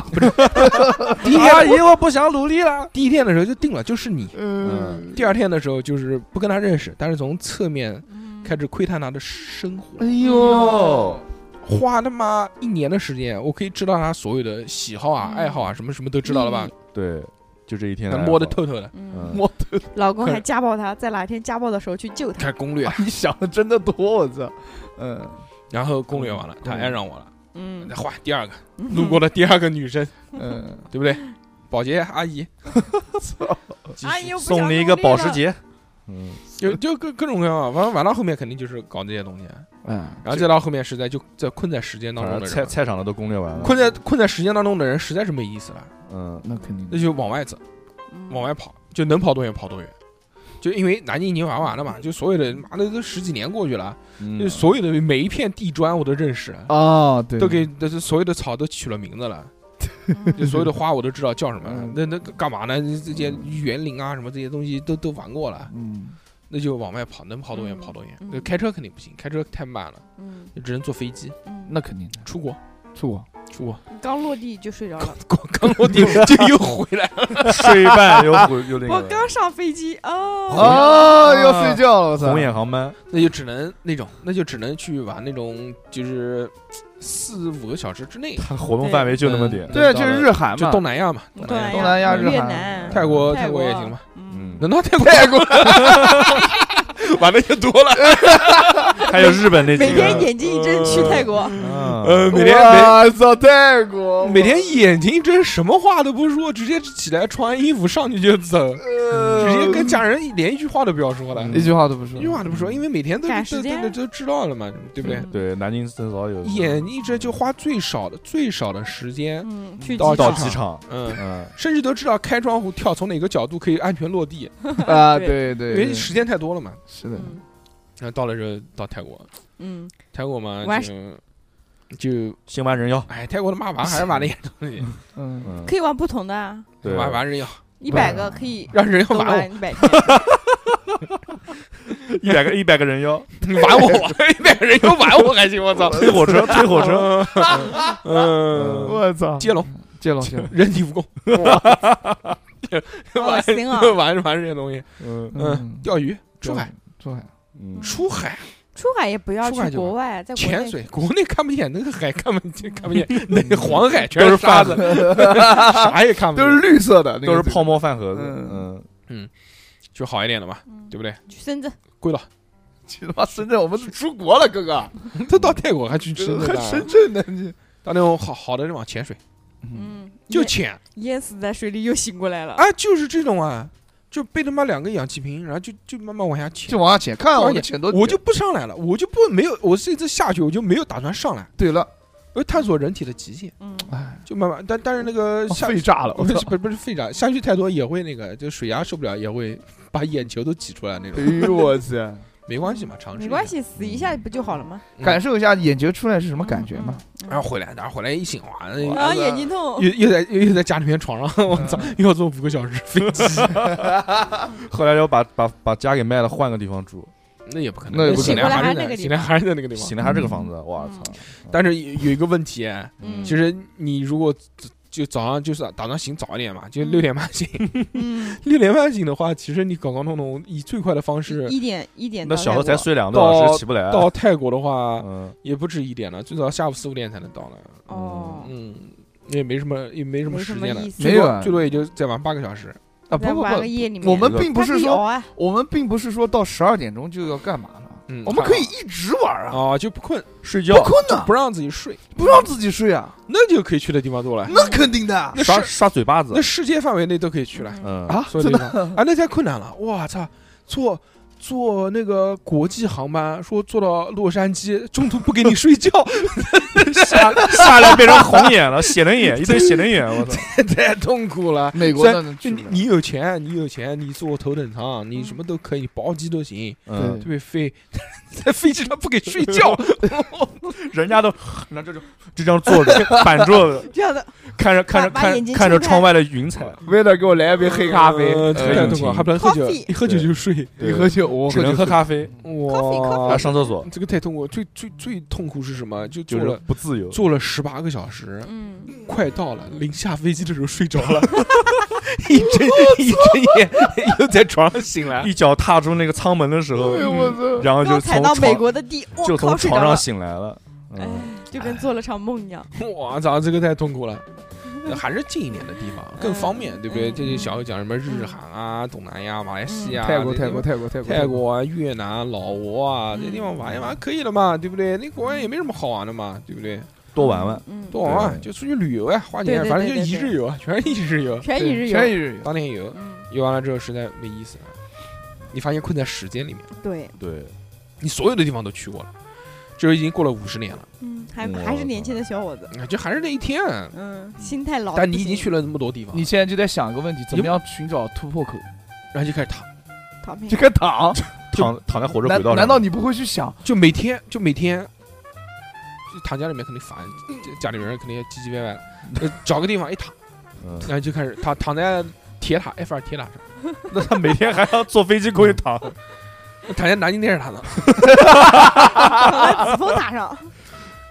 B: 第一
D: 阿
B: 天
D: 姨，啊我不想努力了。
B: 第一天的时候就定了，就是你。
C: 嗯，
B: 第二天的时候就是不跟他认识，但是从侧面
F: 嗯
B: 开始窥探他的生活。
C: 哎呦，
B: 花他妈一年的时间，我可以知道他所有的喜好啊、
F: 嗯
B: 爱好啊，什么什么都知道了吧？
D: 对，就这一天
B: 能
D: 的爱
B: 摸得
D: 好，
B: 透透的，
F: 嗯，
C: 我的，
E: 老公还家暴她，在哪天家暴的时候去救她，
B: 开始攻略，
C: 你想的真的多，我操，嗯，
B: 然后攻略完了，他
C: 嗯
B: 爱上我了，
F: 嗯
B: 再，换第二个，路过的第二个女生，
C: 嗯，
B: 对不对？保洁阿姨，继续
F: 哎
E: 阿姨我不想
D: 送你一
E: 努
D: 个
E: 力
D: 保时
E: 了，
D: 捷。嗯，
B: 就就各各种各样啊，反正玩到后面肯定就是搞这些东西，啊
C: 嗯，
B: 然后再到后面实在就在困在时间当
D: 反
B: 中
D: 正
B: 的
D: 菜
B: 人，啊
D: 菜场的都攻略完了。
B: 困在困在时间当中的人实在是没意思了，
D: 嗯，
C: 那肯定
B: 那就往外走。
F: 嗯
B: 往外跑，就能跑多远跑多远。就因为南京已经玩完了嘛，就所有的妈的都十几年过去了，就
D: 嗯
B: 所有的每一片地砖我都认识了，
C: 啊，对，
B: 都给都是所有的草都取了名字了，
F: 嗯
B: 就所有的花我都知道叫什么
C: 嗯。
B: 那那干嘛呢？这些园林啊什么这些东西都都玩过了，
C: 嗯，
B: 那就往外跑，能跑多远
F: 嗯
B: 跑多远。
F: 嗯
B: 那开车肯定不行，开车太慢了，
F: 嗯
B: 只能坐飞机。
F: 嗯，
C: 那肯定的，
B: 出国，
C: 出国，
B: 出国，
F: 你刚落地就睡着 了，
B: 刚刚落 地就又回来了。
D: 睡一 半又回又那个
E: 我
D: 了。
E: 刚上飞机哦，
C: 啊，要睡觉了，我操
D: 红，眼航班，
B: 那就只能那种，那就只能去玩那种，就是四五个小时之内，
D: 它活动范围就那么点。
C: 对，啊就是日韩
B: 就
C: 嘛，
B: 东南亚嘛，
F: 东
B: 南
C: 东南亚
F: 亚、
C: 日
F: 越
C: 韩
F: 南、
B: 泰国
F: 泰
B: 泰国也行吧，
F: 嗯
D: 嗯，
B: 能到泰国
C: 泰国，
B: 玩的就多了。
D: 还有日本那
F: 每
D: 几
F: 天
D: 个。
F: 眼睛一睁去泰国，
D: 嗯，
B: 呃，每天每
C: 我操，泰 国，
B: 每天眼睛一睁，什么话都不说，直接起来穿衣服上去就走，
C: 呃
B: 直接跟家人连一句话都不要说了，
C: 一句话都不说，
B: 一句话都不说，因为每天都
E: 赶
B: 都
E: 时间
B: 都都知道了嘛，对不对？
F: 嗯
D: 对，南京至少有
B: 眼睛一睁就花最少的最少的时间，
F: 嗯，去
B: 到
F: 机
D: 到
F: 场
D: 机场，
B: 嗯，
D: 嗯，
B: 甚至都知道开窗户跳从哪个角度可以安全落地，
C: 啊，
F: 对
C: 对
B: 因
C: 对，
B: 为
C: 对
B: 时间太多了嘛。
C: 是的，
F: 嗯
B: 然后到了之后到泰国，
F: 嗯，
B: 泰国嘛
F: 玩
B: 就就
D: 新完人妖，
B: 哎，泰国他妈玩还是玩那些东西，
C: 嗯，
D: 嗯，
F: 可以玩不同的啊，
D: 对，
B: 玩玩人妖，
F: 一百个可以
B: 让人
F: 都
B: 妖玩我
F: 玩一百天，
D: 一百个一百个人妖，
B: 你玩我，玩一百个人又玩我还行，我 操！
D: 推火 车，推火车，
B: 嗯，
C: 我操，
B: 接龙、
C: 接龙接龙，
B: 人体蜈蚣，
F: 恶心啊！
B: 玩玩这些东西，
D: 嗯
B: 嗯，钓鱼、出海、，
C: 出 海，
D: 嗯，
B: 出海、
F: 出海也不要
B: 出海
F: 去
B: 就玩
F: 国外，在国
B: 潜
F: 内
B: 水，国内看不见，那个海看不见，看不 见，那个黄海全是沙子，
C: 饭 盒，
B: 啥也看不
C: 都是
B: 见，
C: 绿色的，那
D: 都
C: 个
D: 是
C: 嘴
D: 泡沫饭盒子，
C: 嗯
D: 嗯，
B: 就好一点的嘛，对不对？
F: 去深圳，
B: 贵 了，
C: 去他妈深圳，我们是出国了，哥哥，
B: 都到泰国还去深
C: 还
B: 圳，
C: 深圳啊呢，你
B: 到那种好好的地方潜水，
F: 嗯，
B: 就
F: 淹
B: 潜，啊
F: 淹死在水里又醒过来了，
B: 哎，就是这种啊，就被他妈两个氧气瓶，然后就就慢慢往下潜
C: 就。往下潜，看
B: 往
C: 我
B: 下
C: 的潜都
B: 我就不上来了，我就不没有，我这次下去我就没有打算上来，
C: 对了，
B: 我探索人体的极限，
F: 嗯，
C: 哎，
B: 就慢慢，但但是那个下、
C: 啊废炸了，我
B: 不是
C: 操！
B: 不是不是废长，下去太多也会那个，就水压受不了也会把眼球都挤出来那
C: 哎
B: 种，
C: 呦我操！
B: 没关系嘛，尝试一下
G: 没关，系，死一下不就好了吗？嗯
B: 嗯
C: 感受一下眼球出来是什么感觉嘛？
B: 然后回来，然后回来一醒，哇，嗯那
G: 然后眼睛痛，
B: 又又在又又在家里面床上， 我操，又要坐五个小时飞 机，
D: 后来要把把把家给卖了，换个地方住，
B: 那也不可能，
C: 那也不可
B: 醒
C: 能
B: 来还
G: 醒过来还
B: 是
G: 是那个
B: 在
G: 地方
B: 醒来还是在那个地方
D: 醒，来还是这个房子，我操！
B: 但是有有一个问题，
G: 嗯，
B: 其实你如果就早上就是打算醒早一点嘛，就六点半醒，
G: 嗯，
B: 六点半醒的话，其实你搞搞弄弄，以最快的方式
G: 一点一点
D: 那
G: 到
D: 小
G: 泰国
D: 何才睡两个多小
B: 到
D: 时，起不来。
B: 到泰国的话，
D: 嗯，
B: 也不止一点了，最早下午四五点才能到呢。
G: 哦，
B: 嗯，也没什么，也没什么
G: 没什
B: 时
G: 么
B: 间了
G: 意，思
B: 最多
C: 没有啊
B: 最多也就再玩八个小时。
C: 啊，不
G: 再
C: 不
G: 玩个
C: 不，哦
G: 夜里面，
C: 我们并不
G: 它
C: 是
G: 可以
C: 说
G: 熬啊，
C: 我们并不是说到十二点钟就要干嘛了，
B: 嗯
C: 我们可以一直玩啊，
B: 啊，就不困，
D: 睡
C: 不
D: 觉
C: 困呐，
B: 不让自己睡，
C: 不让自己睡啊，
B: 那就可以去的地方多了。
C: 那肯定的
B: 那
D: 刷
B: 是
D: 刷嘴巴子
B: 那，世界范围内都可以去了。
D: 嗯，
C: 啊，
B: 所以
C: 真
B: 地
C: 的
B: 方 啊，那太困难了！我操，坐坐那个国际航班，说坐到洛杉矶，中途不给你睡觉，
D: 下下来变成红眼了，血轮眼，一堆血轮眼，我操！
B: 太痛苦了。
C: 美国的
B: 就你你有钱，你有钱，你坐头等舱，你什么都可以，包机都行，
D: 嗯，
B: 对飞， 在飞机上不给睡觉，
D: 人家都那这就就这样坐着，板坐着，
G: 这样的
D: 看着看着
G: 把把
D: 看
G: 眼睛
D: 看着
G: 睁开
D: 窗外的云彩，
C: 为了给我来一杯黑咖啡，
B: 呃太
D: 呃
B: 痛苦了，还不能喝酒，
G: Coffee
B: 一喝酒就睡，
C: 一喝酒我
D: 只能喝
C: 啡，
D: 咖啡，
B: 哇
D: 啊，，上厕所
B: 这个太痛苦了，最最最痛苦是什么？就
D: 就
B: 坐
D: 是嗯
B: 了
D: 不自由。
B: 坐了十八个小时，
G: 嗯，
B: 快到了，临下飞机的时候睡着了， 一睁一睁眼又在床上醒来，
D: 一脚踏出那个舱门的时候嗯
C: 哎，呦我操！
D: 然后就
G: 刚
D: 从
G: 踩到
D: 床
G: 美国的地，我
D: 就
G: 靠，
D: 从
G: 睡
D: 床
G: 着
D: 上
G: 了，
D: 醒来了。
G: 哎
D: 嗯，，
G: 就跟做了场梦一样，
B: 我操，这个太痛苦了。还是近一点的地方更方便，对不对？
G: 嗯
B: 这就小友讲什么日韩啊、东南亚、马来西亚、啊
C: 嗯泰国
B: 这些
C: 泰国泰国泰国
B: 泰国啊、越南、老挝啊，
G: 嗯
B: 这地方玩一玩可以了嘛，对不对？那国外也没什么好玩的嘛，对不对？
D: 多玩玩，
G: 嗯，
B: 多玩玩，
D: 对
B: 就出去旅游呀，花钱，
G: 对对对
B: 反正就一日游啊， 全是一日游，
G: 全一日游，
C: 全一日游，
B: 当天游，
G: 嗯，
B: 游完了之后实在没意思了，你发现困在时间里面，
G: 对，
D: 嗯对，
B: 你所有的地方都去过了，这已经过了五十年了，
G: 嗯，还
D: 我
G: 还是年轻的小伙子，
B: 哎就还是那一天，
G: 嗯，心太老，
B: 但你已经去了那么多地方，
C: 你现在就在想一个问题，怎么样寻找突破口？
B: 然后就开始躺，
G: 躺平
C: 这，个躺，
D: 躺躺在火车
C: 难
D: 轨道上。
C: 难道你不会去想？
B: 就每天就每天。就躺家里面肯定烦，家里面人肯定唧唧歪歪的，就找个地方一躺，
D: 嗯
B: 然后就开始躺躺在铁塔 F 二铁塔上。
D: 那他每天还要坐飞机过去躺？
B: 躺在南京电视塔呢，
G: 躺在紫峰塔上，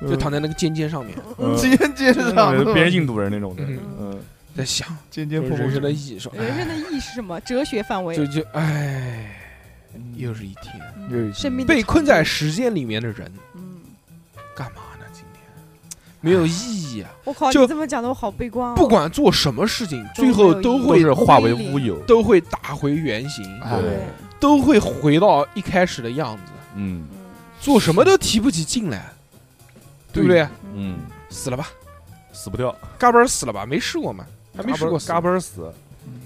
B: 就躺在那个尖尖上面，
D: 嗯
C: 尖尖上
D: 别人印度人那种的。
B: 嗯
D: 嗯，
B: 在想
C: 尖
B: 就
C: 尖
B: 是
C: 碰
B: 人生的
C: 碰，
B: 意义，说
G: 人生的
B: 哎
G: 意义是什么？哲学范围
B: 就，就哎，又是一天
G: 嗯生命的
B: 被
G: 长
B: 困在
G: 度，
B: 时间里面的人，
G: 嗯，
B: 干嘛呢？今天没有意义啊！
G: 我靠，
B: 就
G: 你这么讲的我好悲观啊，
B: 不管做什么事情，
G: 都
B: 最后哦都
D: 都
B: 会
D: 是化为乌有。
B: 都会打回原形，
C: 哎
G: 对
D: 对，，
B: 都会回到一开始的样子，
D: 嗯
G: 嗯
B: 做什么都提不起劲来，对不对？
D: 嗯，
B: 死了吧，
D: 死不掉，
B: 嘎嘣儿死了吧，没试过吗？还没试过死
D: 嘎嘣儿死。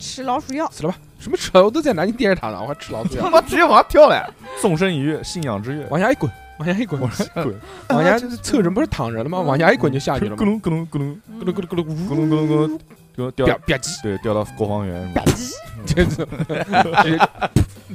G: 吃老鼠药，
B: 死了吧？什么吃了？我都在南京电视塔呢，我还吃老鼠药
C: 他，妈直接往上跳来，
D: 纵身一跃，信仰之跃，
B: 往下一滚，往下一滚，
D: 往下滚，
B: 往
D: 啊
B: 下
C: 就是
B: 侧着不是躺着了吗？往下一滚就下去了
D: 咕
B: 嘛，
D: 噜咕噜咕噜
B: 咕噜咕噜咕噜咕
D: 咕噜咕噜咕噜，就
B: 噜，吧
D: 掉，
B: 吧唧，
D: 对，掉到国防园什么的。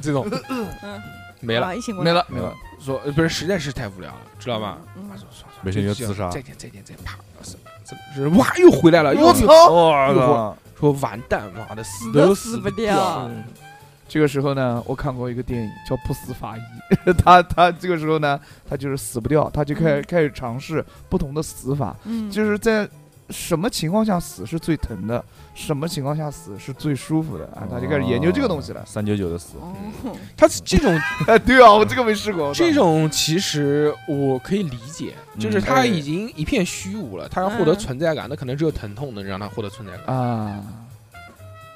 B: 这种，
D: 嗯
B: 这种
G: 嗯，
B: 没了
G: 啊，一醒过
C: 没
G: 来，
C: 了
D: 没了，
B: 说呃不是，实在是太无聊了，知道吧？
G: 嗯
B: 啊，算算算
D: 没事
B: 就
D: 你就
B: 这
D: 自
B: 样
D: 杀
B: 再见再见再见啪，死死是哇又回来了，又
C: 我
B: 自
C: 操！
B: 哎
D: 哇
B: 说完蛋，妈的死
G: 都
B: 都
G: 死
B: 死
G: 不
B: 掉
G: 掉，
C: 这个时候呢，我看过一个电影叫《不死法医》， 他他这个时候呢，他就是死不掉，他就开始开始尝试不同的死法，
G: 嗯，
C: 就是在什么情况下死是最疼的，什么情况下死是最舒服的啊，他就开始研究这个东西了。
D: 啊三九九的死，
G: 哦，
B: 他这种
C: 哎，对啊，我这个没试过，我操
B: 这种其实我可以理解，就是
D: 嗯
B: 他
C: 哎
B: 已经一片虚无了，他要获得
G: 嗯
B: 存在感，那可能只有疼痛能让他获得存在感，
C: 啊，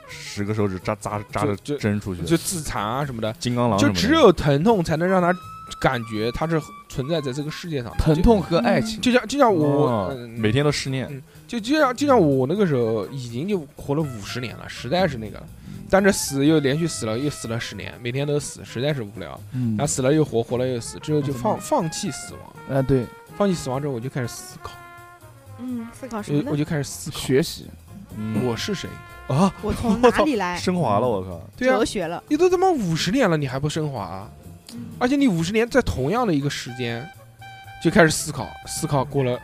D: 十个手指扎扎扎着
B: 就就
D: 针出去，
B: 就自残啊什么的，
D: 金刚狼什
B: 就
D: 么的
B: 只有疼痛才能让他感觉他是存在在这个世界上的。
C: 疼痛和爱
G: 嗯
C: 情，
B: 就，就像就像我
D: 哦，
B: 嗯
D: 每天都失恋
B: 嗯，就就像就像我那个时候已经就活了五十年了，实在是那个了。但这死又连续死了，又死了十年，每天都死，实在是无聊。
C: 嗯
B: 然后死了又活，活了又死，之后就放放弃死亡。
C: 哎，对，
B: 放弃死亡之后，我就开始思考，
G: 嗯，思考什么
B: 我我
G: 呢？
B: 就开始思考
C: 学习，
B: 嗯
D: 嗯
B: 我哎是谁。
D: 啊，
G: 我从哪里来？
D: 升华了，我靠！
B: 对啊
G: 哲，学了，
B: 你都他妈五十年了，你还不升华、啊？而且你五十年在同样的一个时间，就开始思考，思考过了，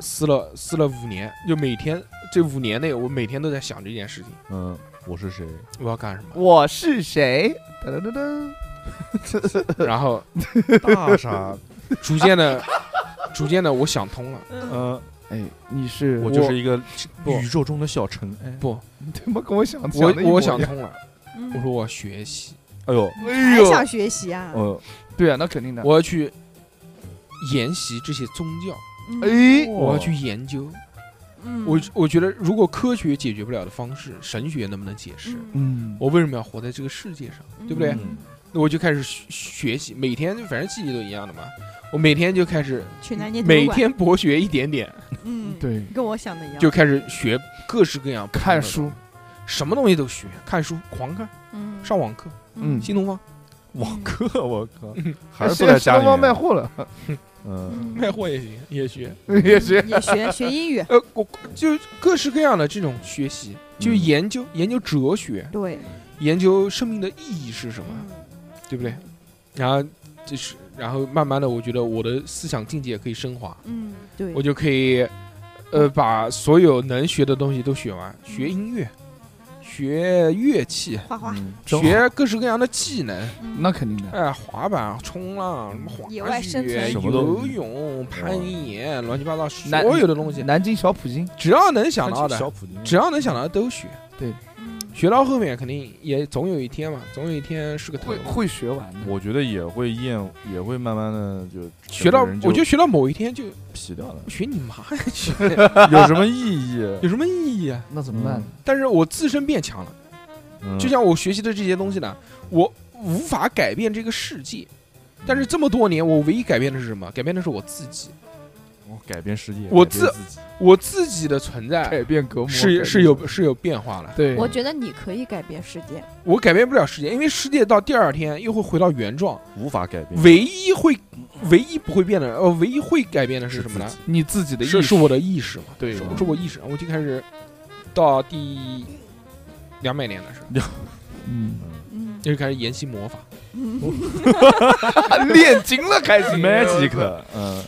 B: 思了思了五年，就每天这五年内，我每天都在想这件事情，
D: 嗯，我是谁？
B: 我要干什么，
C: 我是谁？噔噔 噔
B: 然后
D: 大傻，
B: 逐渐的， 逐渐的，我想通了，
G: 嗯
D: 呃，
C: 哎，你是
D: 我就是一个
B: 不
D: 宇宙中的小尘埃。
B: 不，
C: 你他妈跟我想
B: 我
C: 的一模
B: 我
C: 一样
B: 想，通了，
G: 嗯
B: 我说哦我要学习，
D: 哎呦，
C: 哎
G: 还
C: 呦，
G: 想学习啊？
B: 哎
D: 呃，
C: 对啊，那肯定的。
B: 我要去研习这些宗教，
G: 嗯
D: 呃
C: 哎，
D: 哦
B: 我要去研究，
G: 嗯
B: 我我觉得如果科学解决不了的方式，神学能不能解释？
G: 嗯
C: 嗯，
B: 我为什么要活在这个世界上，对不对？
D: 嗯
B: 那我就开始学学习，每天反正记忆都一样的嘛。我每天就开始，
G: 去南京图书
B: 嗯每
G: 馆，
B: 天博学一点点，
G: 嗯，
C: 对，
G: 跟我想的一样，
B: 就开始学各式各样不同的
C: 看
B: 东西，
C: 书，
B: 什么东西都学，看书狂看，
F: 嗯，
B: 上网课，
C: 嗯，
B: 新东方
D: 网课，我靠
B: 嗯，
D: 还是
C: 现
D: 坐
C: 在
D: 在
C: 新
D: 家
C: 东
D: 里
C: 方
D: 面
C: 卖货了，
D: 嗯，
B: 卖货也行，也学。
C: 也是
G: 也学学英 语，
B: 呃，我就各式各样的这种学习，就
D: 嗯
B: 研究、研究哲学，
G: 对，
B: 研究生命的意义是什么，
G: 嗯
B: 对不对？然后就是，然后慢慢的，我觉得我的思想境界可以升华，
G: 嗯，对
B: 我，就可以，呃，把所有能学的东西都学完，
G: 嗯
B: 学音乐，学乐器，
G: 画画，
D: 嗯真好
B: 学各式各样的技能，
G: 嗯
C: 那肯定 的。
B: 哎，滑板、冲浪、什么滑
G: 野外生
B: 雪、
G: 存
D: 什么都
B: 游泳、攀岩，乱七八糟
C: 南
B: 所有的东西，
C: 南京小普京，
B: 只要能想到的，
D: 小普京，
B: 只要能想到的都学。
G: 嗯
B: 学到后面肯定也总有一天嘛，总有一天是个头
C: 会。会学完的。
D: 我觉得也会厌恶，也会慢慢的就
B: 学到，我觉
D: 就
B: 得学到某一天就，
D: 皮掉了
B: 学你妈呀， 学
D: 有什么意义？
B: 有什么意义啊？
C: 那怎么办？
B: 但是我自身变强了，
D: 嗯
B: 就像我学习的这些东西呢，我无法改变这个世界，但是这么多年，我唯一改变的是什么？改变的是我自己，
D: 我改变世界，
B: 我
D: 改变
B: 自
D: 自己，
B: 我自己的存在
C: 改变隔膜
B: 是
C: 改
B: 是
C: 变
B: 有是有变化了。
C: 对，
F: 我觉得你可以改变世界，
B: 我改变不了世界，因为世界到第二天又会回到原状。
D: 无法改变，
B: 唯一会，唯一不会变的，呃，唯一会改变的是
D: 是
B: 什么呢
D: 自？己
C: 你自己的意
B: 是
C: 识
B: 是我的意识嘛？
C: 对嗯
B: 是我是我意识，我就开始到第两百年的时候，
C: 嗯，
G: 嗯
B: 就开始研习魔 法。
G: 嗯，
C: 练精了开始
D: magic，嗯，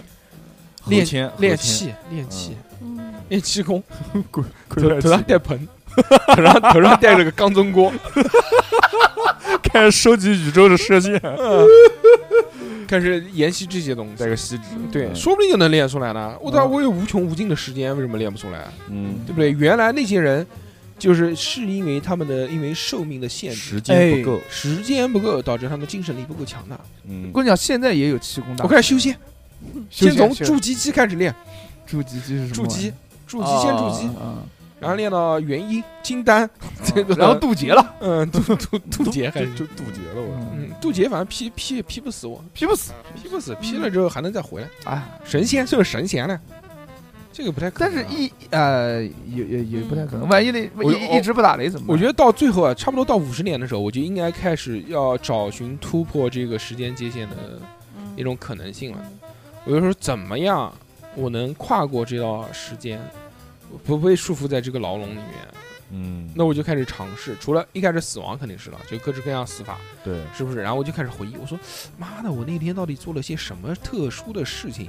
B: 练
D: 签
B: 练，气，练气，
G: 嗯
B: 练气功，
D: 头
B: 头头上戴盆， 头上头上戴着个钢针锅，
D: 开始收集宇宙的射线，
B: 开始研习这些东
D: 带
B: 西。
D: 个锡纸，
B: 对，
D: 嗯
B: 说不定就能练出来呢。我操，
D: 嗯
B: 我有无穷无尽的时间，为什么练不出来？
D: 嗯
B: 对，不对？原来那些人，就是是因为他们的因为寿命的限制，
D: 时间不够，
B: 时间不够，导致他们精神力不够强大。
D: 嗯
C: 我，跟你讲，现在也有气功大
B: 我
C: 师。
B: 开始修仙，
C: 修
B: 先从
C: 仙
B: 筑基期开始练，
C: 筑基基是什么
B: 筑
C: 玩意
B: 基
C: 儿？，
B: 筑基先筑基，
C: 啊，
B: 然后练到元婴、金丹，这个
C: 然后渡劫了，
B: 嗯，渡渡 渡劫还是
D: 就渡劫了，我
B: 嗯
C: 嗯，，
B: 渡劫反正劈劈劈不死我，
C: 劈不死，
B: 劈不死，劈了之后还能再回来。
C: 哎，
B: 神仙这个神仙呢，这个不太可
C: 但
B: 能
C: 是
B: 啊。
C: 一呃也也也不太可能，万一那
B: 我
C: 一一直不打雷怎么办？
B: 我觉得到最后啊，差不多到五十年的时候，我就应该开始要找寻突破这个时间界限的
G: 嗯
B: 一种可能性了。我就说，怎么样我能跨过这道时间，不被束缚在这个牢笼里面？
D: 嗯，
B: 那我就开始尝试，除了一开始死亡肯定是了，就各式各样死法，
D: 对，
B: 是不是？然后我就开始回忆，我说，妈的，我那天到底做了些什么特殊的事情，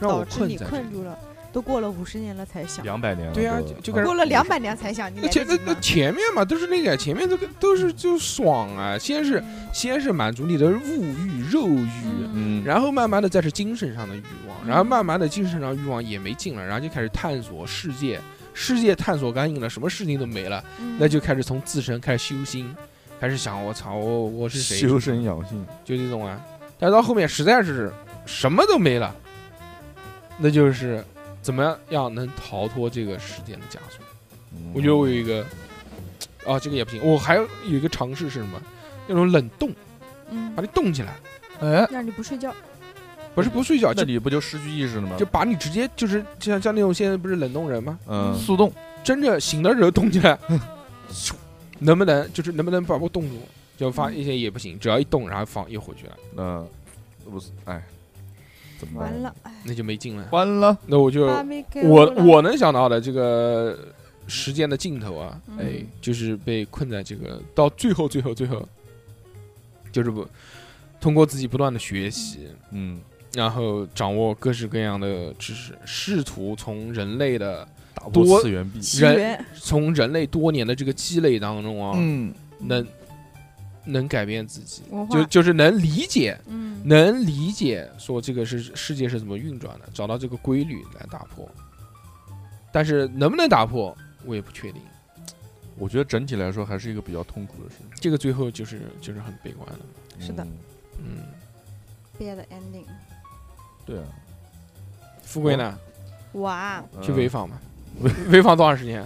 B: 让
G: 导
B: 我
G: 致
B: 困
G: 你
B: 在这
G: 困
B: 里？
G: 住了，都过了五十年了才想，
D: 两百年了都，
B: 对啊就就开始
G: 过了两百年才想，你
B: 那
G: 来
B: 前
G: 得
B: 那
G: 及
B: 那
G: 吗？
B: 前面嘛，都是那个前面这个都是就爽啊，先是先是满足你的物欲、肉欲，
D: 嗯，
B: 然后慢慢的再是精神上的欲望，然后慢慢的精神上欲望也没劲了，然后就开始探索世界，世界探索干净了，什么事情都没了，
G: 嗯
B: 那就开始从自身开始修心，开始想我操我我是谁，
D: 修身养性，
B: 就这种啊。但是到后面实在是什么都没了，那就是怎么样能逃脱这个时间的枷锁。
D: 嗯
B: 我觉得我有一个，啊，这个也不行。我还有一个尝试是什么？那种冷冻，把
G: 嗯，
B: 你冻起来，
C: 哎，
G: 让你不睡觉，
B: 不是不睡觉，
D: 那
B: 就
D: 你不就失去意识了吗？
B: 就把你直接就是像嗯像那种现在不是冷冻人吗？
D: 嗯，
C: 速冻
B: 真的醒的时候冻起来，能不能就是能不能把我冻住？就发现也不行，只要一动，然后放又回去了，
D: 那不是哎，怎么
F: 完
D: 办？
F: 了，哎，
B: 那就没劲了。
C: 完了，
B: 那我就
F: 芭比 Q
B: 我
F: 了
B: 我能想到的这个时间的尽头啊，
F: 嗯
C: 哎，
B: 就是被困在这个到最后最后最后，就是不通过自己不断的学习，
D: 嗯，
B: 然后掌握各式各样的知识，试图从人类的
D: 打
B: 多
D: 破次元壁，
F: 起
B: 人
F: 源
B: 从人类多年的这个积累当中啊，
C: 嗯，
B: 能能改变自己，
H: 文化
B: 就就是能理解，
H: 嗯，
B: 能理解说这个是世界是怎么运转的，找到这个规律来打破。但是能不能打破，我也不确定。
D: 我觉得整体来说还是一个比较痛苦的事情。
B: 这个最后就是就是很悲观的，
F: 是的
D: 嗯，
B: 嗯，
F: bad ending，
D: 对啊，
B: 富贵呢，
F: 哇，
B: 去潍
D: 违
B: 坊吧， 潍坊多长时间？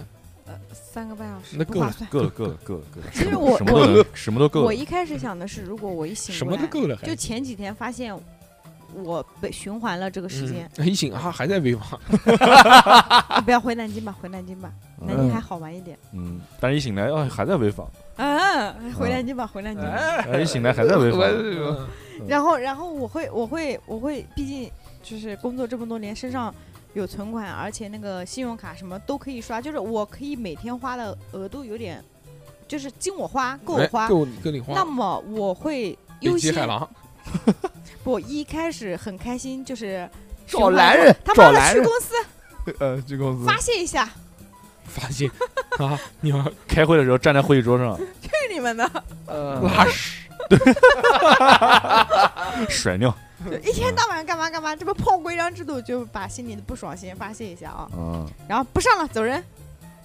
F: 呃，三个半小时
B: 那
F: 不
B: 够
F: 划
B: 了
F: 算。
D: 够了，够了，够了，够了，
F: 其实我
D: 什么都能，什么都够
F: 我
D: 了。
F: 一开始想的是，如果我一醒
B: 什
F: 过
B: 么
F: 来，
B: 都够了，还
F: 就前几天发现我被循环了这个 时间，
B: 嗯、一醒啊还在潍坊，
F: 啊，不要回南京吧，回南京吧，南京还好玩一点。
D: 嗯，但是一醒来，哎，还在潍 坊，
F: 嗯，回南京吧，回南京吧。
D: 哎一醒来还在潍坊，
B: 嗯
F: 然后，然后我会，我会，我会，毕竟就是工作这么多年，身上有存款，而且那个信用卡什么都可以刷，就是我可以每天花的额度有点，就是经我花，够我
B: 哎
F: 花。
B: 够你够你花。
F: 那么我会
B: 北
F: 优
B: 极海
F: 先，
B: 狼，
F: 不一开始很开心，就是
C: 找
F: 循环
C: 男
F: 过
C: 人
F: 他
C: 找
F: 妈的
C: 男
F: 去
C: 人
F: 公司
C: 呃，这公司
F: 发泄一下，
B: 发现啊，你要
D: 开会的时候站在会议桌 上
F: 去你们的！
C: 呃
B: 拉屎，
D: 甩 尿
F: 就一天到晚干嘛干嘛，这不破规章制度，就把心里的不爽先发泄一下啊，
D: 啊，
F: 然后不上了走人。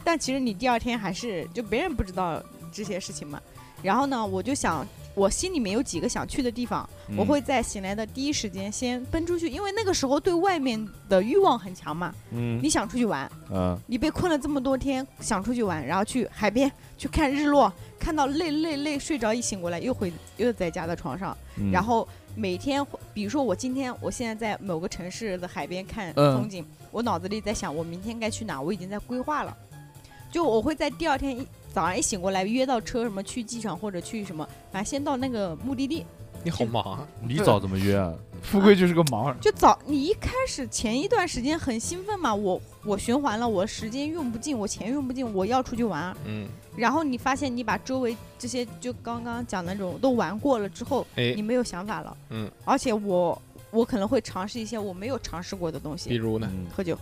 F: 但其实你第二天还是就别人不知道这些事情嘛。然后呢，我就想，我心里面有几个想去的地方，
D: 嗯
F: 我会在醒来的第一时间先奔出去，因为那个时候对外面的欲望很强嘛。
D: 嗯
F: 你想出去玩，
D: 啊，
F: 你被困了这么多天，想出去玩，然后去海边去看日落，看到累累累睡着，一醒过来又回又在家的床上。
D: 嗯
F: 然后每天会，比如说我今天，我现在在某个城市的海边看
C: 嗯
F: 风景，我脑子里在想我明天该去哪，我已经在规划了。就我会在第二天一早上一醒过来，约到车什么去机场或者去什么，反正先到那个目的地。
B: 你好忙啊，
D: 你早怎么约啊？
C: 富贵就是个盲人，
F: 就早你一开始前一段时间很兴奋嘛，我我循环了，我时间用不尽，我钱用不尽，我要出去玩。
B: 嗯，
F: 然后你发现你把周围这些就刚刚讲的那种都玩过了之后，
B: 哎
F: 你，没有想法了。
B: 嗯，
F: 而且我我可能会尝试一些我没有尝试过的东
B: 比
F: 西，
B: 如呢
D: 嗯
F: 喝酒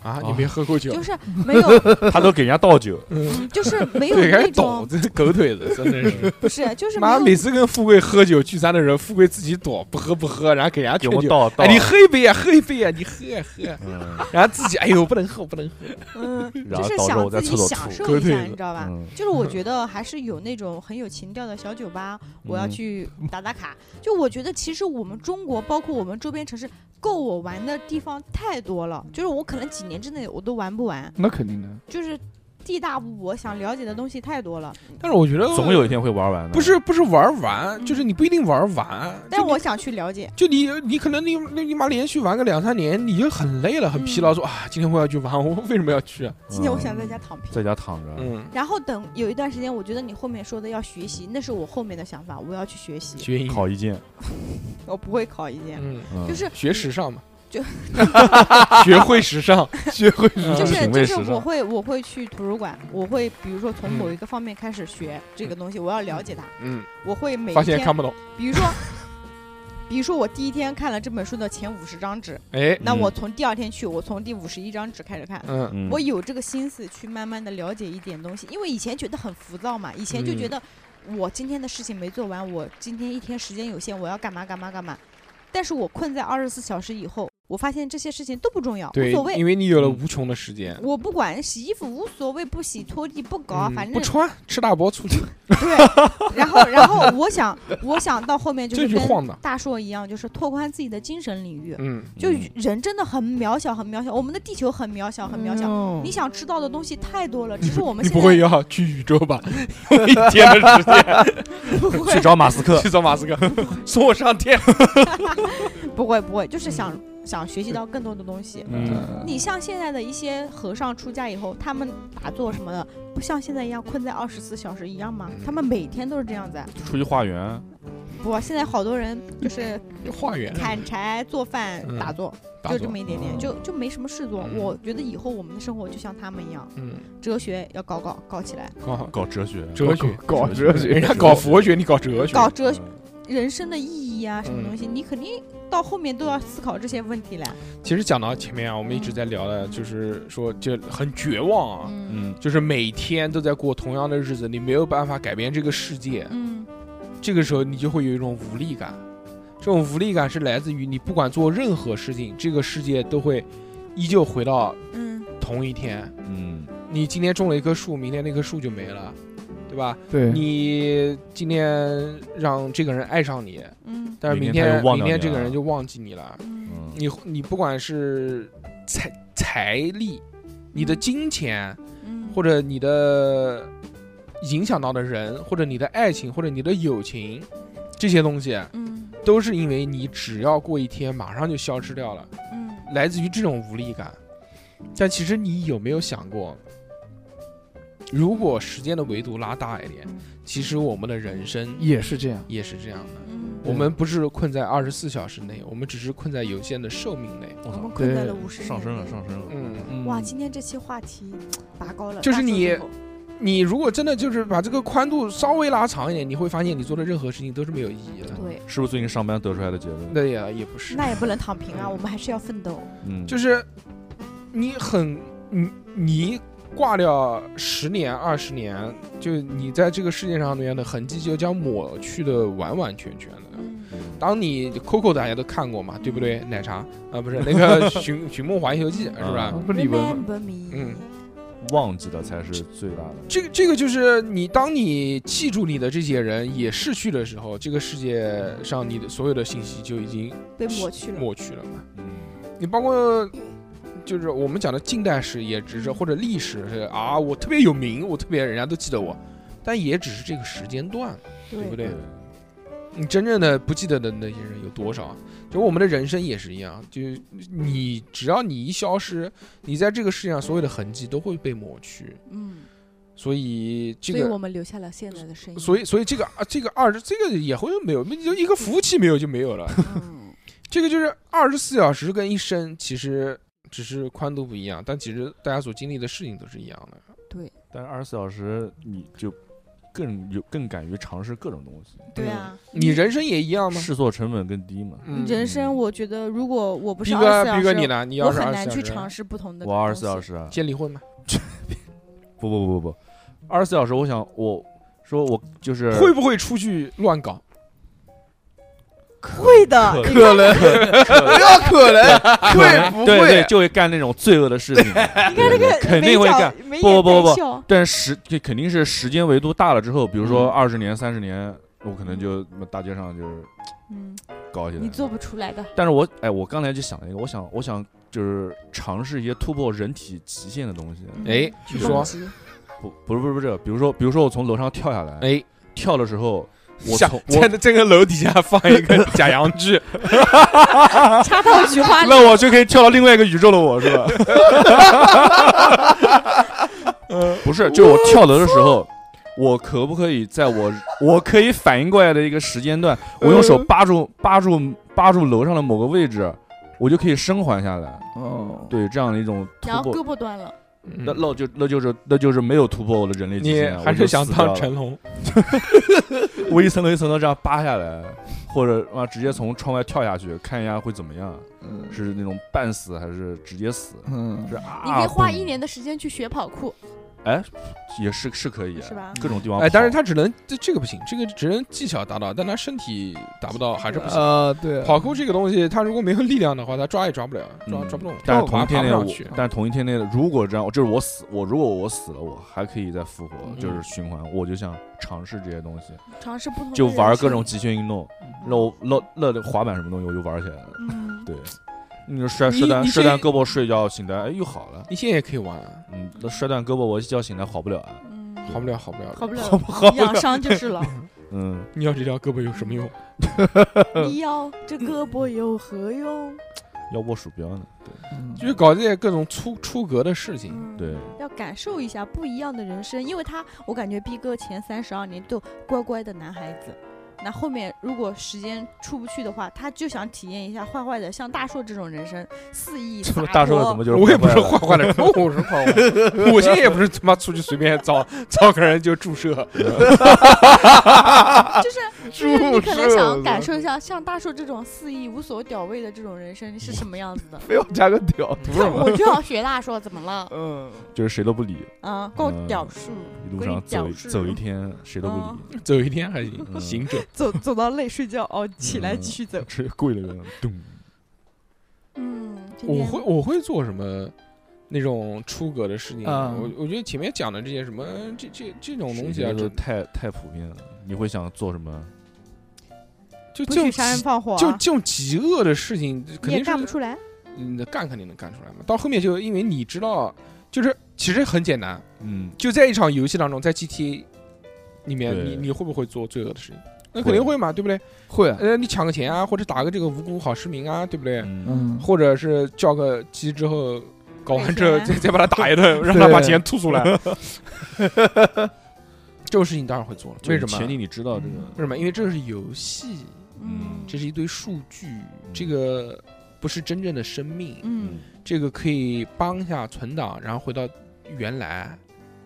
B: 啊，你没喝过酒
F: 就，是没 有，
D: 他都给人家倒 酒，
F: 嗯就是没有
B: 对，开
F: 那
B: 始抖，
F: 种
B: 这狗腿子真的是，
F: 不是，就是没
B: 妈每
F: 有
B: 次跟富贵喝酒聚餐的时候，富贵自己躲，不喝不喝，然后给人家
D: 给
B: 劝
D: 我
B: 酒，
D: 倒倒
B: 哎，，你喝一杯啊，喝一杯啊，你喝啊喝啊，
D: 嗯，
B: 然后自己哎呦不能喝不能喝，
F: 嗯，
D: 然
F: 就
D: 后
F: 是
D: 导致我
F: 想
D: 在
F: 自
D: 厕
F: 己
D: 所
F: 享
D: 吐，
F: 受
B: 割
F: 一下，
B: 腿子
F: 你知道吧？
D: 嗯
F: 就是我觉得还是有那种很有情调的小酒吧，我要
D: 嗯
F: 去打打卡。就我觉得其实我们中国，包括我们周边城市，够我玩的地方太多了。就是我可能几年之内我都玩不完，
C: 那肯定的。
F: 就是地大物博，想了解的东西太多了。
B: 但是我觉得
D: 总有一天会玩完的。
B: 不是不是玩完，就是你不一定玩完，
F: 但
B: 就
F: 我想去了解，
B: 就你你可能你你你妈连续玩个两三年，你就很累
F: 嗯
B: 了，很疲劳，说啊今天我要去玩， 我为什么要去啊？
F: 今天我想
D: 嗯
F: 在家躺平。
D: 在家躺着，
B: 嗯，
F: 然后等有一段时间，我觉得你后面说的要学习，那是我后面的想法，我要去学习，
B: 学英语，
D: 考一剑，
F: 我不会考一件，
B: 嗯，
D: 嗯
F: 就是
B: 学时尚嘛，
F: 就
B: 学会时 尚，
C: 学会
B: 嗯
F: 就
D: 品
F: 是
D: 味
F: 就是
D: 时尚
F: 我会我会去图书馆，我会比如说从某
B: 嗯
F: 一个方面开始学这个东西，我要了解它，
B: 嗯，
F: 我会每
B: 发
F: 一
B: 现
F: 天
B: 看，不懂，
F: 比如说。比如说，我第一天看了这本书的前五十张纸，
B: 哎，
F: 那
D: 嗯
F: 我从第二天去，我从第五十一张纸开始看，
B: 嗯
D: 嗯
F: 我有这个心思去慢慢的了解一点东西，因为以前觉得很浮躁嘛，以前就觉
B: 嗯
F: 得我今天的事情没做完，我今天一天时间有限，我要干嘛干嘛干嘛。但是我困在二十四小时以后，我发现这些事情都不重要，无
B: 对
F: 所，谓
B: 因。为你有了无穷的时间，
F: 我不管洗衣服无所谓，不洗拖地不搞啊，
B: 嗯
F: 反
B: 不
F: 正
B: 穿，吃大包出去，
F: 对。然后，然后我想， 我想到后面就
B: 这
F: 是
B: 句
F: 跟
B: 晃荡，
F: 大硕一样，就是拓宽自己的精神领域。
B: 嗯，
F: 就
D: 嗯
F: 人真的很渺小，很渺小，我们的地球很渺小，很渺小。
C: 小
F: 你想知道的东西太多了，只是我
B: 嗯
F: 们
B: 你
F: 现在
B: 不会要去宇宙吧？一天的时 间
F: 不会
D: 去找马斯克
B: 去，找马斯克，送我上天。
F: 不会不会，就是想
G: 想学习到更多的东西。
B: 嗯，
C: 嗯
G: 你像现在的一些和尚出家以后，他们打坐什么的，不像现在一样困在二十四小时一样
B: 嗯
G: 吗？他们每天都是这样子。
D: 出去化缘，
G: 不，现在好多人就是
B: 嗯化缘
G: 砍柴、做饭
B: 嗯、
G: 打坐，
B: 打
G: 就
B: 坐
G: 这么一点点，就就没什么事做。
B: 嗯
G: 我觉得以后我们的生活就像他们一样，
B: 嗯，
G: 哲学要搞搞搞起来，
B: 搞
D: 搞哲学，
B: 哲学，
C: 搞哲学
B: 人家搞佛学，你搞哲学，
G: 搞哲
D: 哲
G: 学、人生的意义啊，什么
B: 嗯
G: 东西，你肯定到后面都要思考这些问题来。
B: 其实讲到前面啊，我们一直在聊的，就是说就很绝望啊，
F: 嗯
D: 嗯，
B: 就是每天都在过同样的日子，你没有办法改变这个世界，
F: 嗯
B: 这个时候你就会有一种无力感。这种无力感是来自于你不管做任何事情，这个世界都会依旧回到
F: 嗯
B: 同一天。
D: 嗯，
B: 你今天种了一棵树，明天那棵树就没了，对吧？
C: 对，
B: 你今天让这个人爱上你，
G: 嗯
B: 但是明
D: 明天他
B: 天
D: 就忘掉
B: 天
D: 你
B: 这个
D: 了
B: 人就忘记你了。
F: 嗯
D: 嗯
B: 你你不管是财财力、你的金钱，
F: 嗯，
B: 或者你的影响到的人，或者你的爱情，或者你的友情，这些东西啊
F: 嗯
B: 都是因为你只要过一天，马上就消失掉了，
F: 嗯
B: 来自于这种无力感。但其实你有没有想过，如果时间的维度拉大一点，其实我们的人生
C: 也是这样。
B: 也是这样的。
F: 嗯
B: 我们不是困在二十四小时内，我们只是困在有限的寿命内。
G: 我
D: 我
G: 们
D: 操，
G: 困在
C: 对
G: 了五十
D: 嗯上升了，上升了，
B: 嗯，
C: 嗯
G: 哇，今天这期话题拔高了，
B: 就是
G: 大树
B: 你
G: 之后
B: 你如果真的就是把这个宽度稍微拉长一点，你会发现你做的任何事情都是没有意义的。
F: 对，
D: 是不是最近上班得出来的结论？
B: 那也也不是，
G: 那也不能躺平
B: 嗯
G: 啊，我们还是要奋斗。
D: 嗯，
B: 就是你很你你挂掉十年二十年，就你在这个世界上面的痕迹就将抹去的完完全全的。当你 Coco 大家都看过嘛，对不对？奶茶啊、不是那个 《寻寻梦环游记》是吧？
C: 不理文嘛，
F: Remember me，
B: 嗯，
D: 忘记了才是最大的。
B: 这个这个就是你，当你记住你的这些人也逝去的时候，这个世界上你的所有的信息就已经
G: 被抹去了，
B: 抹去了嘛。
D: 嗯，
B: 你包括就是我们讲的近代史也只是或者历史是啊，我特别有名，我特别人家都记得我，但也只是这个时间段，对不对？你真正的不记得的那些人有多少？啊就我们的人生也是一样，就你只要你一消失，你在这个世界上所有的痕迹都会被抹去。
F: 嗯，
B: 所以这
F: 所
B: 个
F: 以我们留下了现在的声音，
B: 所
F: 以
B: 以，所以这个啊，这个二十，这个也会没有，就一个服务器没有就没有了。
G: 嗯
B: 这个就是二十四小时跟一生，其实只是宽度不一样，但其实大家所经历的事情都是一样的。
D: 但是二十四小时你就更有更敢于尝试各种东西，
G: 对啊，
B: 你人生也一样吗？
D: 试错成本更低嘛。
B: 嗯，
G: 人生我觉得如果我不是
B: 逼
G: 二
B: 哥啊
G: 十四，小
B: 逼哥
G: 时，
B: 你呢？你
F: 我
B: 要是
F: 很
B: 二
F: 难去
B: 十四小
F: 尝
B: 时，
F: 试不同的
B: 嗯
F: 东
D: 我
F: 西。
D: 二十四小时啊，
B: 先离婚吗？
D: 不不不不不，二十四小时，我想我说我就是
B: 会不会出去乱搞？
G: 会的，
D: 可
C: 可能不要可能，会不
D: 哎对对，
C: 会？
D: 就会干那种罪恶的事情。你 看
G: 你看这个
D: 肯定会干，
G: 眉眼
D: 不不不不
G: 带笑
D: 但是时这肯定是时间维度大了之后，比如说
B: 嗯
D: 二十年、三十年，我可能就大街上就是
F: 嗯，
D: 搞起来。
F: 你做不出来的，
D: 但是我哎，我刚才就想了一个，我想我想就是尝试一些突破人体极限的东西。
G: 嗯
B: 哎，你
F: 攻
B: 说，
F: 击
D: 不不是不是不是，比如说比如说我从楼上跳下来，
B: 哎，
D: 跳的时候我
B: 下
D: 从
B: 在
D: 我
B: 这个楼底下放一 个假洋芋，
F: 插到 菊花里，
D: 那我就可以跳到另外一个宇宙的我是吧？不是，就是我跳楼的时候。我可不可以在我我可以反应过来的一个时间段，我用手
F: 嗯
D: 扒住扒住扒住楼上的某个位置，我就可以生还下来。
C: 哦，
D: 对，这样的一种突
F: 然后
D: 破
F: 胳，膊断了，
D: 嗯那那就那就是那就是没有突破我的人类极
B: 你
D: 限，啊
B: 还
D: 我就是
B: 想
D: 死掉
B: 当
D: 了
B: 成龙？
D: 我一层楼一层楼这样扒下来，或者啊直接从窗外跳下去，看一下会怎么样，
C: 嗯
D: 是那种半死还是直接死？
C: 嗯
D: 是啊，
F: 你可以花一
D: 嘣，
F: 年的时间去学跑酷，
D: 也是是可以，
F: 是吧？
D: 各种地方跑。
B: 哎，但是他只能这这个不行，这个只能技巧达到，但他身体达不到，还是不行。
C: 啊，对，
B: 跑酷这个东西，他如果没有力量的话，他抓也抓不了，抓
D: 嗯
B: 抓不动，
D: 但
B: 爬
D: 是同一天内
B: 爬不
D: 我
B: 上去，。
D: 但是同一天内的，如果这样，就是我死，我如果我死了，我还可以再复活，
B: 嗯
D: 就是循环。我就想尝试这些东西，
F: 尝试不同的
D: 就
F: 人
D: 玩
F: 生
D: 各种极限运动，
B: 嗯
D: 那我那那那滑板什么东西我就玩起来了。
G: 嗯，
D: 对，你说摔
B: 你
D: 摔断
B: 你
D: 摔
B: 这
D: 断胳膊睡觉醒来，哎又好了。
B: 你现在也可以玩啊，
D: 嗯，那摔断胳膊我一觉醒来好不了啊。
F: 嗯，
B: 好不了，好不了。
F: 好不了，
D: 好不好不
F: 养伤就是 了。
D: 嗯，
B: 你要这条胳膊有什么用？
D: 嗯
G: 你要这胳膊有何用？
D: 要握鼠标呢。对
C: 嗯
B: 就是搞这些各种出出格的事情。
E: 嗯，
D: 对，
E: 要感受一下不一样的人生，因为他，我感觉逼哥前三十二年都乖乖的男孩子，那后面如果时间出不去的话，他就想体验一下坏坏的，像大硕这种人生，肆 意
D: 这
E: 洒
D: 不
E: 脱。
D: 大说了怎么就是
B: 我也不
D: 坏
B: 是
D: 坏
B: 坏坏的人，我是坏坏的 人，我现在也不是他妈出去随便找找个人就注射，
F: 就是就是你可能想要感
C: 受，。
F: 受一下，像大树这种肆意无所屌味的这种人生是什么样子的
C: 非要加个屌，
B: 不是
F: 我就要学大硕，怎么了？
C: 嗯，
D: 就是谁都不理，
F: 啊，够屌数，
D: 一路
F: 闺
D: 上
F: 女屌
D: 走
F: 数
D: 走一天谁都不理，
B: 走一天还行，
D: 嗯
B: 行者
G: 走走到累睡觉哦，起来
D: 嗯
G: 继续走。
D: 直接跪了个咚。
E: 嗯，今
B: 我
E: 天
B: 会我会做什么那种出格的事情？
C: 嗯
B: 我我觉得前面讲的这些什么这这这种东西啊，
D: 这
B: 就
D: 都太太普遍了。你会想做什么？
B: 就
G: 不
B: 这种
G: 许杀人
B: 极
G: 放火啊，
B: 就这种极恶的事情，肯
E: 你也
B: 定是
E: 干不出来，
B: 嗯干肯定能干出来嘛。到后面就因为你知道，就是其实很简单，
D: 嗯，
B: 就在一场游戏当中，在 GTA 里面，
D: 对
B: 你你会不会做罪恶的事情？那肯定会嘛，对不对？
C: 会，
B: 呃，你抢个钱啊，或者打个这个无辜好市民啊，对不对？
D: 嗯，
C: 嗯，
B: 或者是叫个鸡之后，搞完之后
G: 给
B: 再
G: 钱
B: 再把他打一 顿，让他把钱吐出来。这种事情当然会做了，为什么？啊
D: 前提
B: 为
D: 你知道这个，
B: 什么？因为这是游戏，
D: 嗯
B: 这是一堆数据，这个不是真正的生命，
G: 嗯
B: 这个可以帮一下存档，然后回到原来。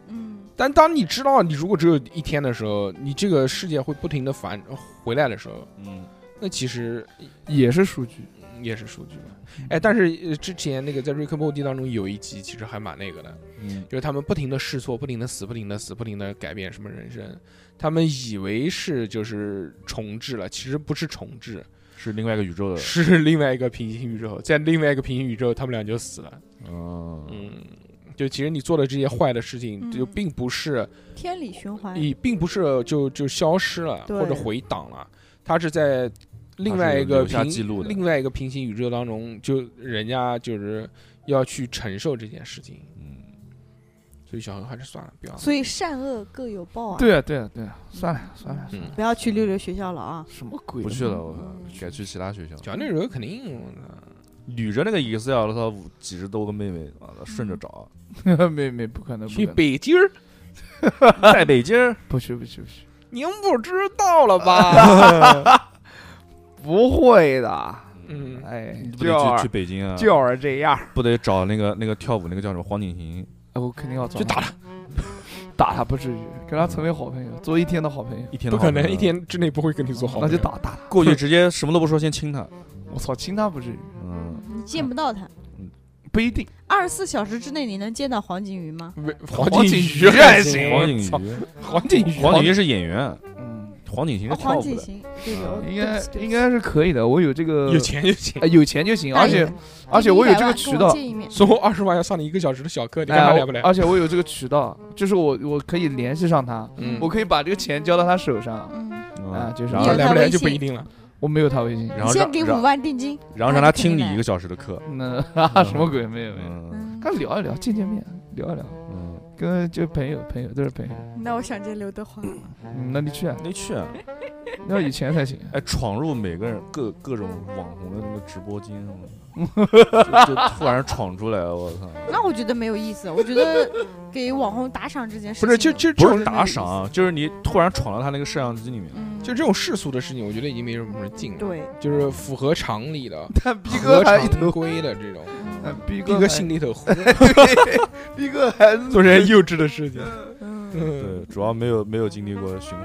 E: 嗯，
B: 但当你知道你如果只有一天的时候，你这个世界会不停的反回来的时候，
D: 嗯，
B: 那其实
C: 也是数据，
B: 也是数据嘛。哎，但是呃之前那个在《瑞克莫蒂》当中有一集其实还蛮那个的，
D: 嗯，
B: 就是他们不停的试错，不停的死，不停的死，不停的改变什么人生。他们以为是就是重置了，其实不是重置，
D: 是另外一个宇宙的，
B: 是另外一个平行宇宙，在另外一个平行宇宙，他们俩就死了。
D: 嗯，
B: 嗯，就其实你做的这些坏的事情，
E: 嗯
B: 就并不是
E: 天理循
F: 哎
E: 环。
B: 你并不是就就消失了
G: 对
B: 或者回档了，它是在另
D: 它
B: 外
D: 是
B: 一个
D: 留下
B: 平
D: 记录的
B: 另外一个平行宇宙当中，就人家就是要去承受这件事情，
D: 嗯，
B: 所以小何还是算了，不要了。
E: 所以善恶各有报啊。
C: 对啊，对啊，对啊，算了算了，
B: 嗯，
G: 不要去溜溜学校了啊！
C: 什么鬼？
D: 不去了，我改去其他学校。
B: 讲那时候肯定，我操
D: 捋着那个 Excel，我操，五几十多个妹妹，妈的顺着找，
C: 没没不可能，不
B: 去
C: 可能，
B: 北京儿，
D: 在北京儿
C: 不去不去不去，
B: 您不知道了吧？
C: 不会的，
B: 嗯，
C: 哎
D: 你，不
C: 就
D: 得去
C: 儿
D: 去北京啊？
C: 就儿这样，
D: 不得找那个那个跳舞那个叫什么黄景行？
C: 哎，我肯定要找
B: 就打
C: 他， 打他不至于，跟他成为好朋友，做一天的好朋友，
D: 一天
B: 不
D: 都
B: 可能一天之内不会跟你做好
C: 那
B: 朋友，
C: 就打打他，
D: 过去直接什么都不说，先亲他。
C: 我操，亲他不至于，
D: 嗯，
E: 你见不到他，
C: 不一定，
E: 二十四小时之内你能见到黄景瑜吗？
B: 喂。黄啊
C: 黄
B: 景
C: 景
B: 瑜
C: 瑜
B: 还
C: 还
B: 行，
C: 行
D: 黄景
B: 景 黄景
D: 瑜，
B: 瑜，
D: 黄景瑜是演员，
C: 嗯，
D: 黄景行
E: 哦，
D: 是跳
E: 黄
D: 舞
E: 景
D: 的。
E: 行，对不起
D: 嗯
E: 我对
C: 应
E: 不
C: 该
E: 起对不起
C: 应该是可以的，我有这个
B: 有钱就行
C: 哎，有钱就行，而且而且我有这个渠道，
F: 见一面，
B: 收二十万要上你一个小时的小课，你干
C: 哎
B: 嘛
C: 我
B: 来不来？
C: 而且我有这个渠道，就是我我可以联系上他，
B: 嗯
C: 我可以把这个钱交到他手上，
E: 嗯，
C: 啊，
D: 嗯，
C: 就是
D: 然
E: 你
D: 后
E: 有
B: 来不
E: 他
B: 来
E: 微
B: 就不
E: 信
B: 一定了。
C: 我没有他微信，
D: 然后
E: 先
D: 让
E: 给
D: 让
E: 五万定金，
D: 然后让他听你一个小时的课。
C: 那 什么鬼没有没有，
D: 嗯
E: 嗯，
C: 跟他聊一聊，见见面，聊一聊，
D: 嗯，
C: 跟就朋友朋友都是朋友，
G: 那我想见刘德 华，
C: 嗯那你 去啊，
D: 没去啊。
C: 要有钱才行，啊
D: 哎，闯入每个人各各种网红的那个直播间什么的，就就突然闯出来，我操！
E: 那我觉得没有意思，我觉得给网红打赏这件事
B: 不是，就就这
D: 不
B: 种
D: 是打赏啊，就是你突然闯到他那个摄像机里面，
F: 嗯
B: 就这种世俗的事情，我觉得已经没什么劲了。，
G: 对，
B: 就是符合常理 的、
C: 但 逼
B: 合常规的这种，
C: 嗯逼
B: 逼哥
C: 还
B: 心里头糊，
C: 逼哥还
B: 做这些幼稚的事情。
G: 嗯，
B: 嗯，
D: 对，主要没有没有经历过循环，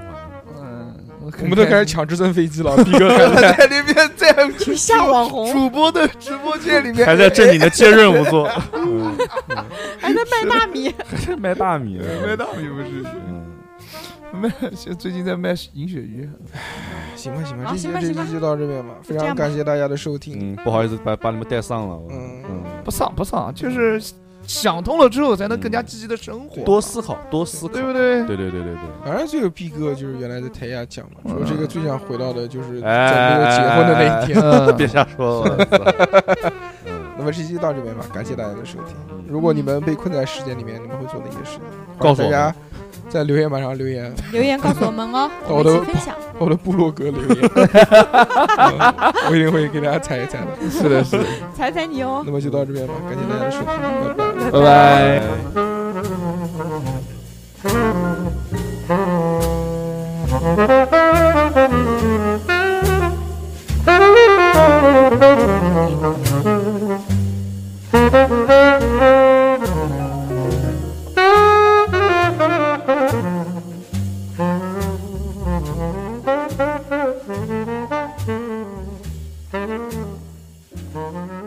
C: 嗯，我
B: 我们都开始抢直升飞 机了，逼哥还在。
C: 在那边在
G: 去吓网 红，
C: 主播的直播间里面
D: 还在正经的接任务做，嗯
G: 还在卖大米，
D: 还在卖大米呢，
C: 卖大米不是
D: 嗯，
C: 卖，现在最近在卖银鳕鱼，
B: 行吧，行吧，
G: 好
B: 这期
G: 行吧
B: 这
G: 行吧
B: 期就到这边吧。非
G: 这
B: 常
G: 样吧
B: 感谢大家的收听。
D: 嗯，不好意思把把你们带丧了，我
B: 嗯
D: 嗯，
C: 不上不上，就是想通了之后才能更加积极的生活，
D: 多思考，多思考，
C: 对不对？
D: 对对对对对，
B: 反正最后逼哥就是原来在台下讲嘛，说这个最想回到的就是在
D: 哎
B: 哎 没有结婚的那一天。
C: 嗯
D: 别瞎说，我操嗯
B: 那们这期就到这边吧，感谢大家的收听。如果你们被困在时间里面，你们会做哪些事情？
C: 告诉我
B: 大家在留言板上留言，
F: 留言告诉我们哦，
B: 我
F: 我
B: 都
F: 们一起分享。
B: 我的部落格留言，嗯我一定会给大家踩一踩的。
C: 是的，是的，
I: 踩踩你哦。
B: 那么就到这边吧，感谢大家的收听，拜拜。
C: 拜拜。
D: 哎 Thank you.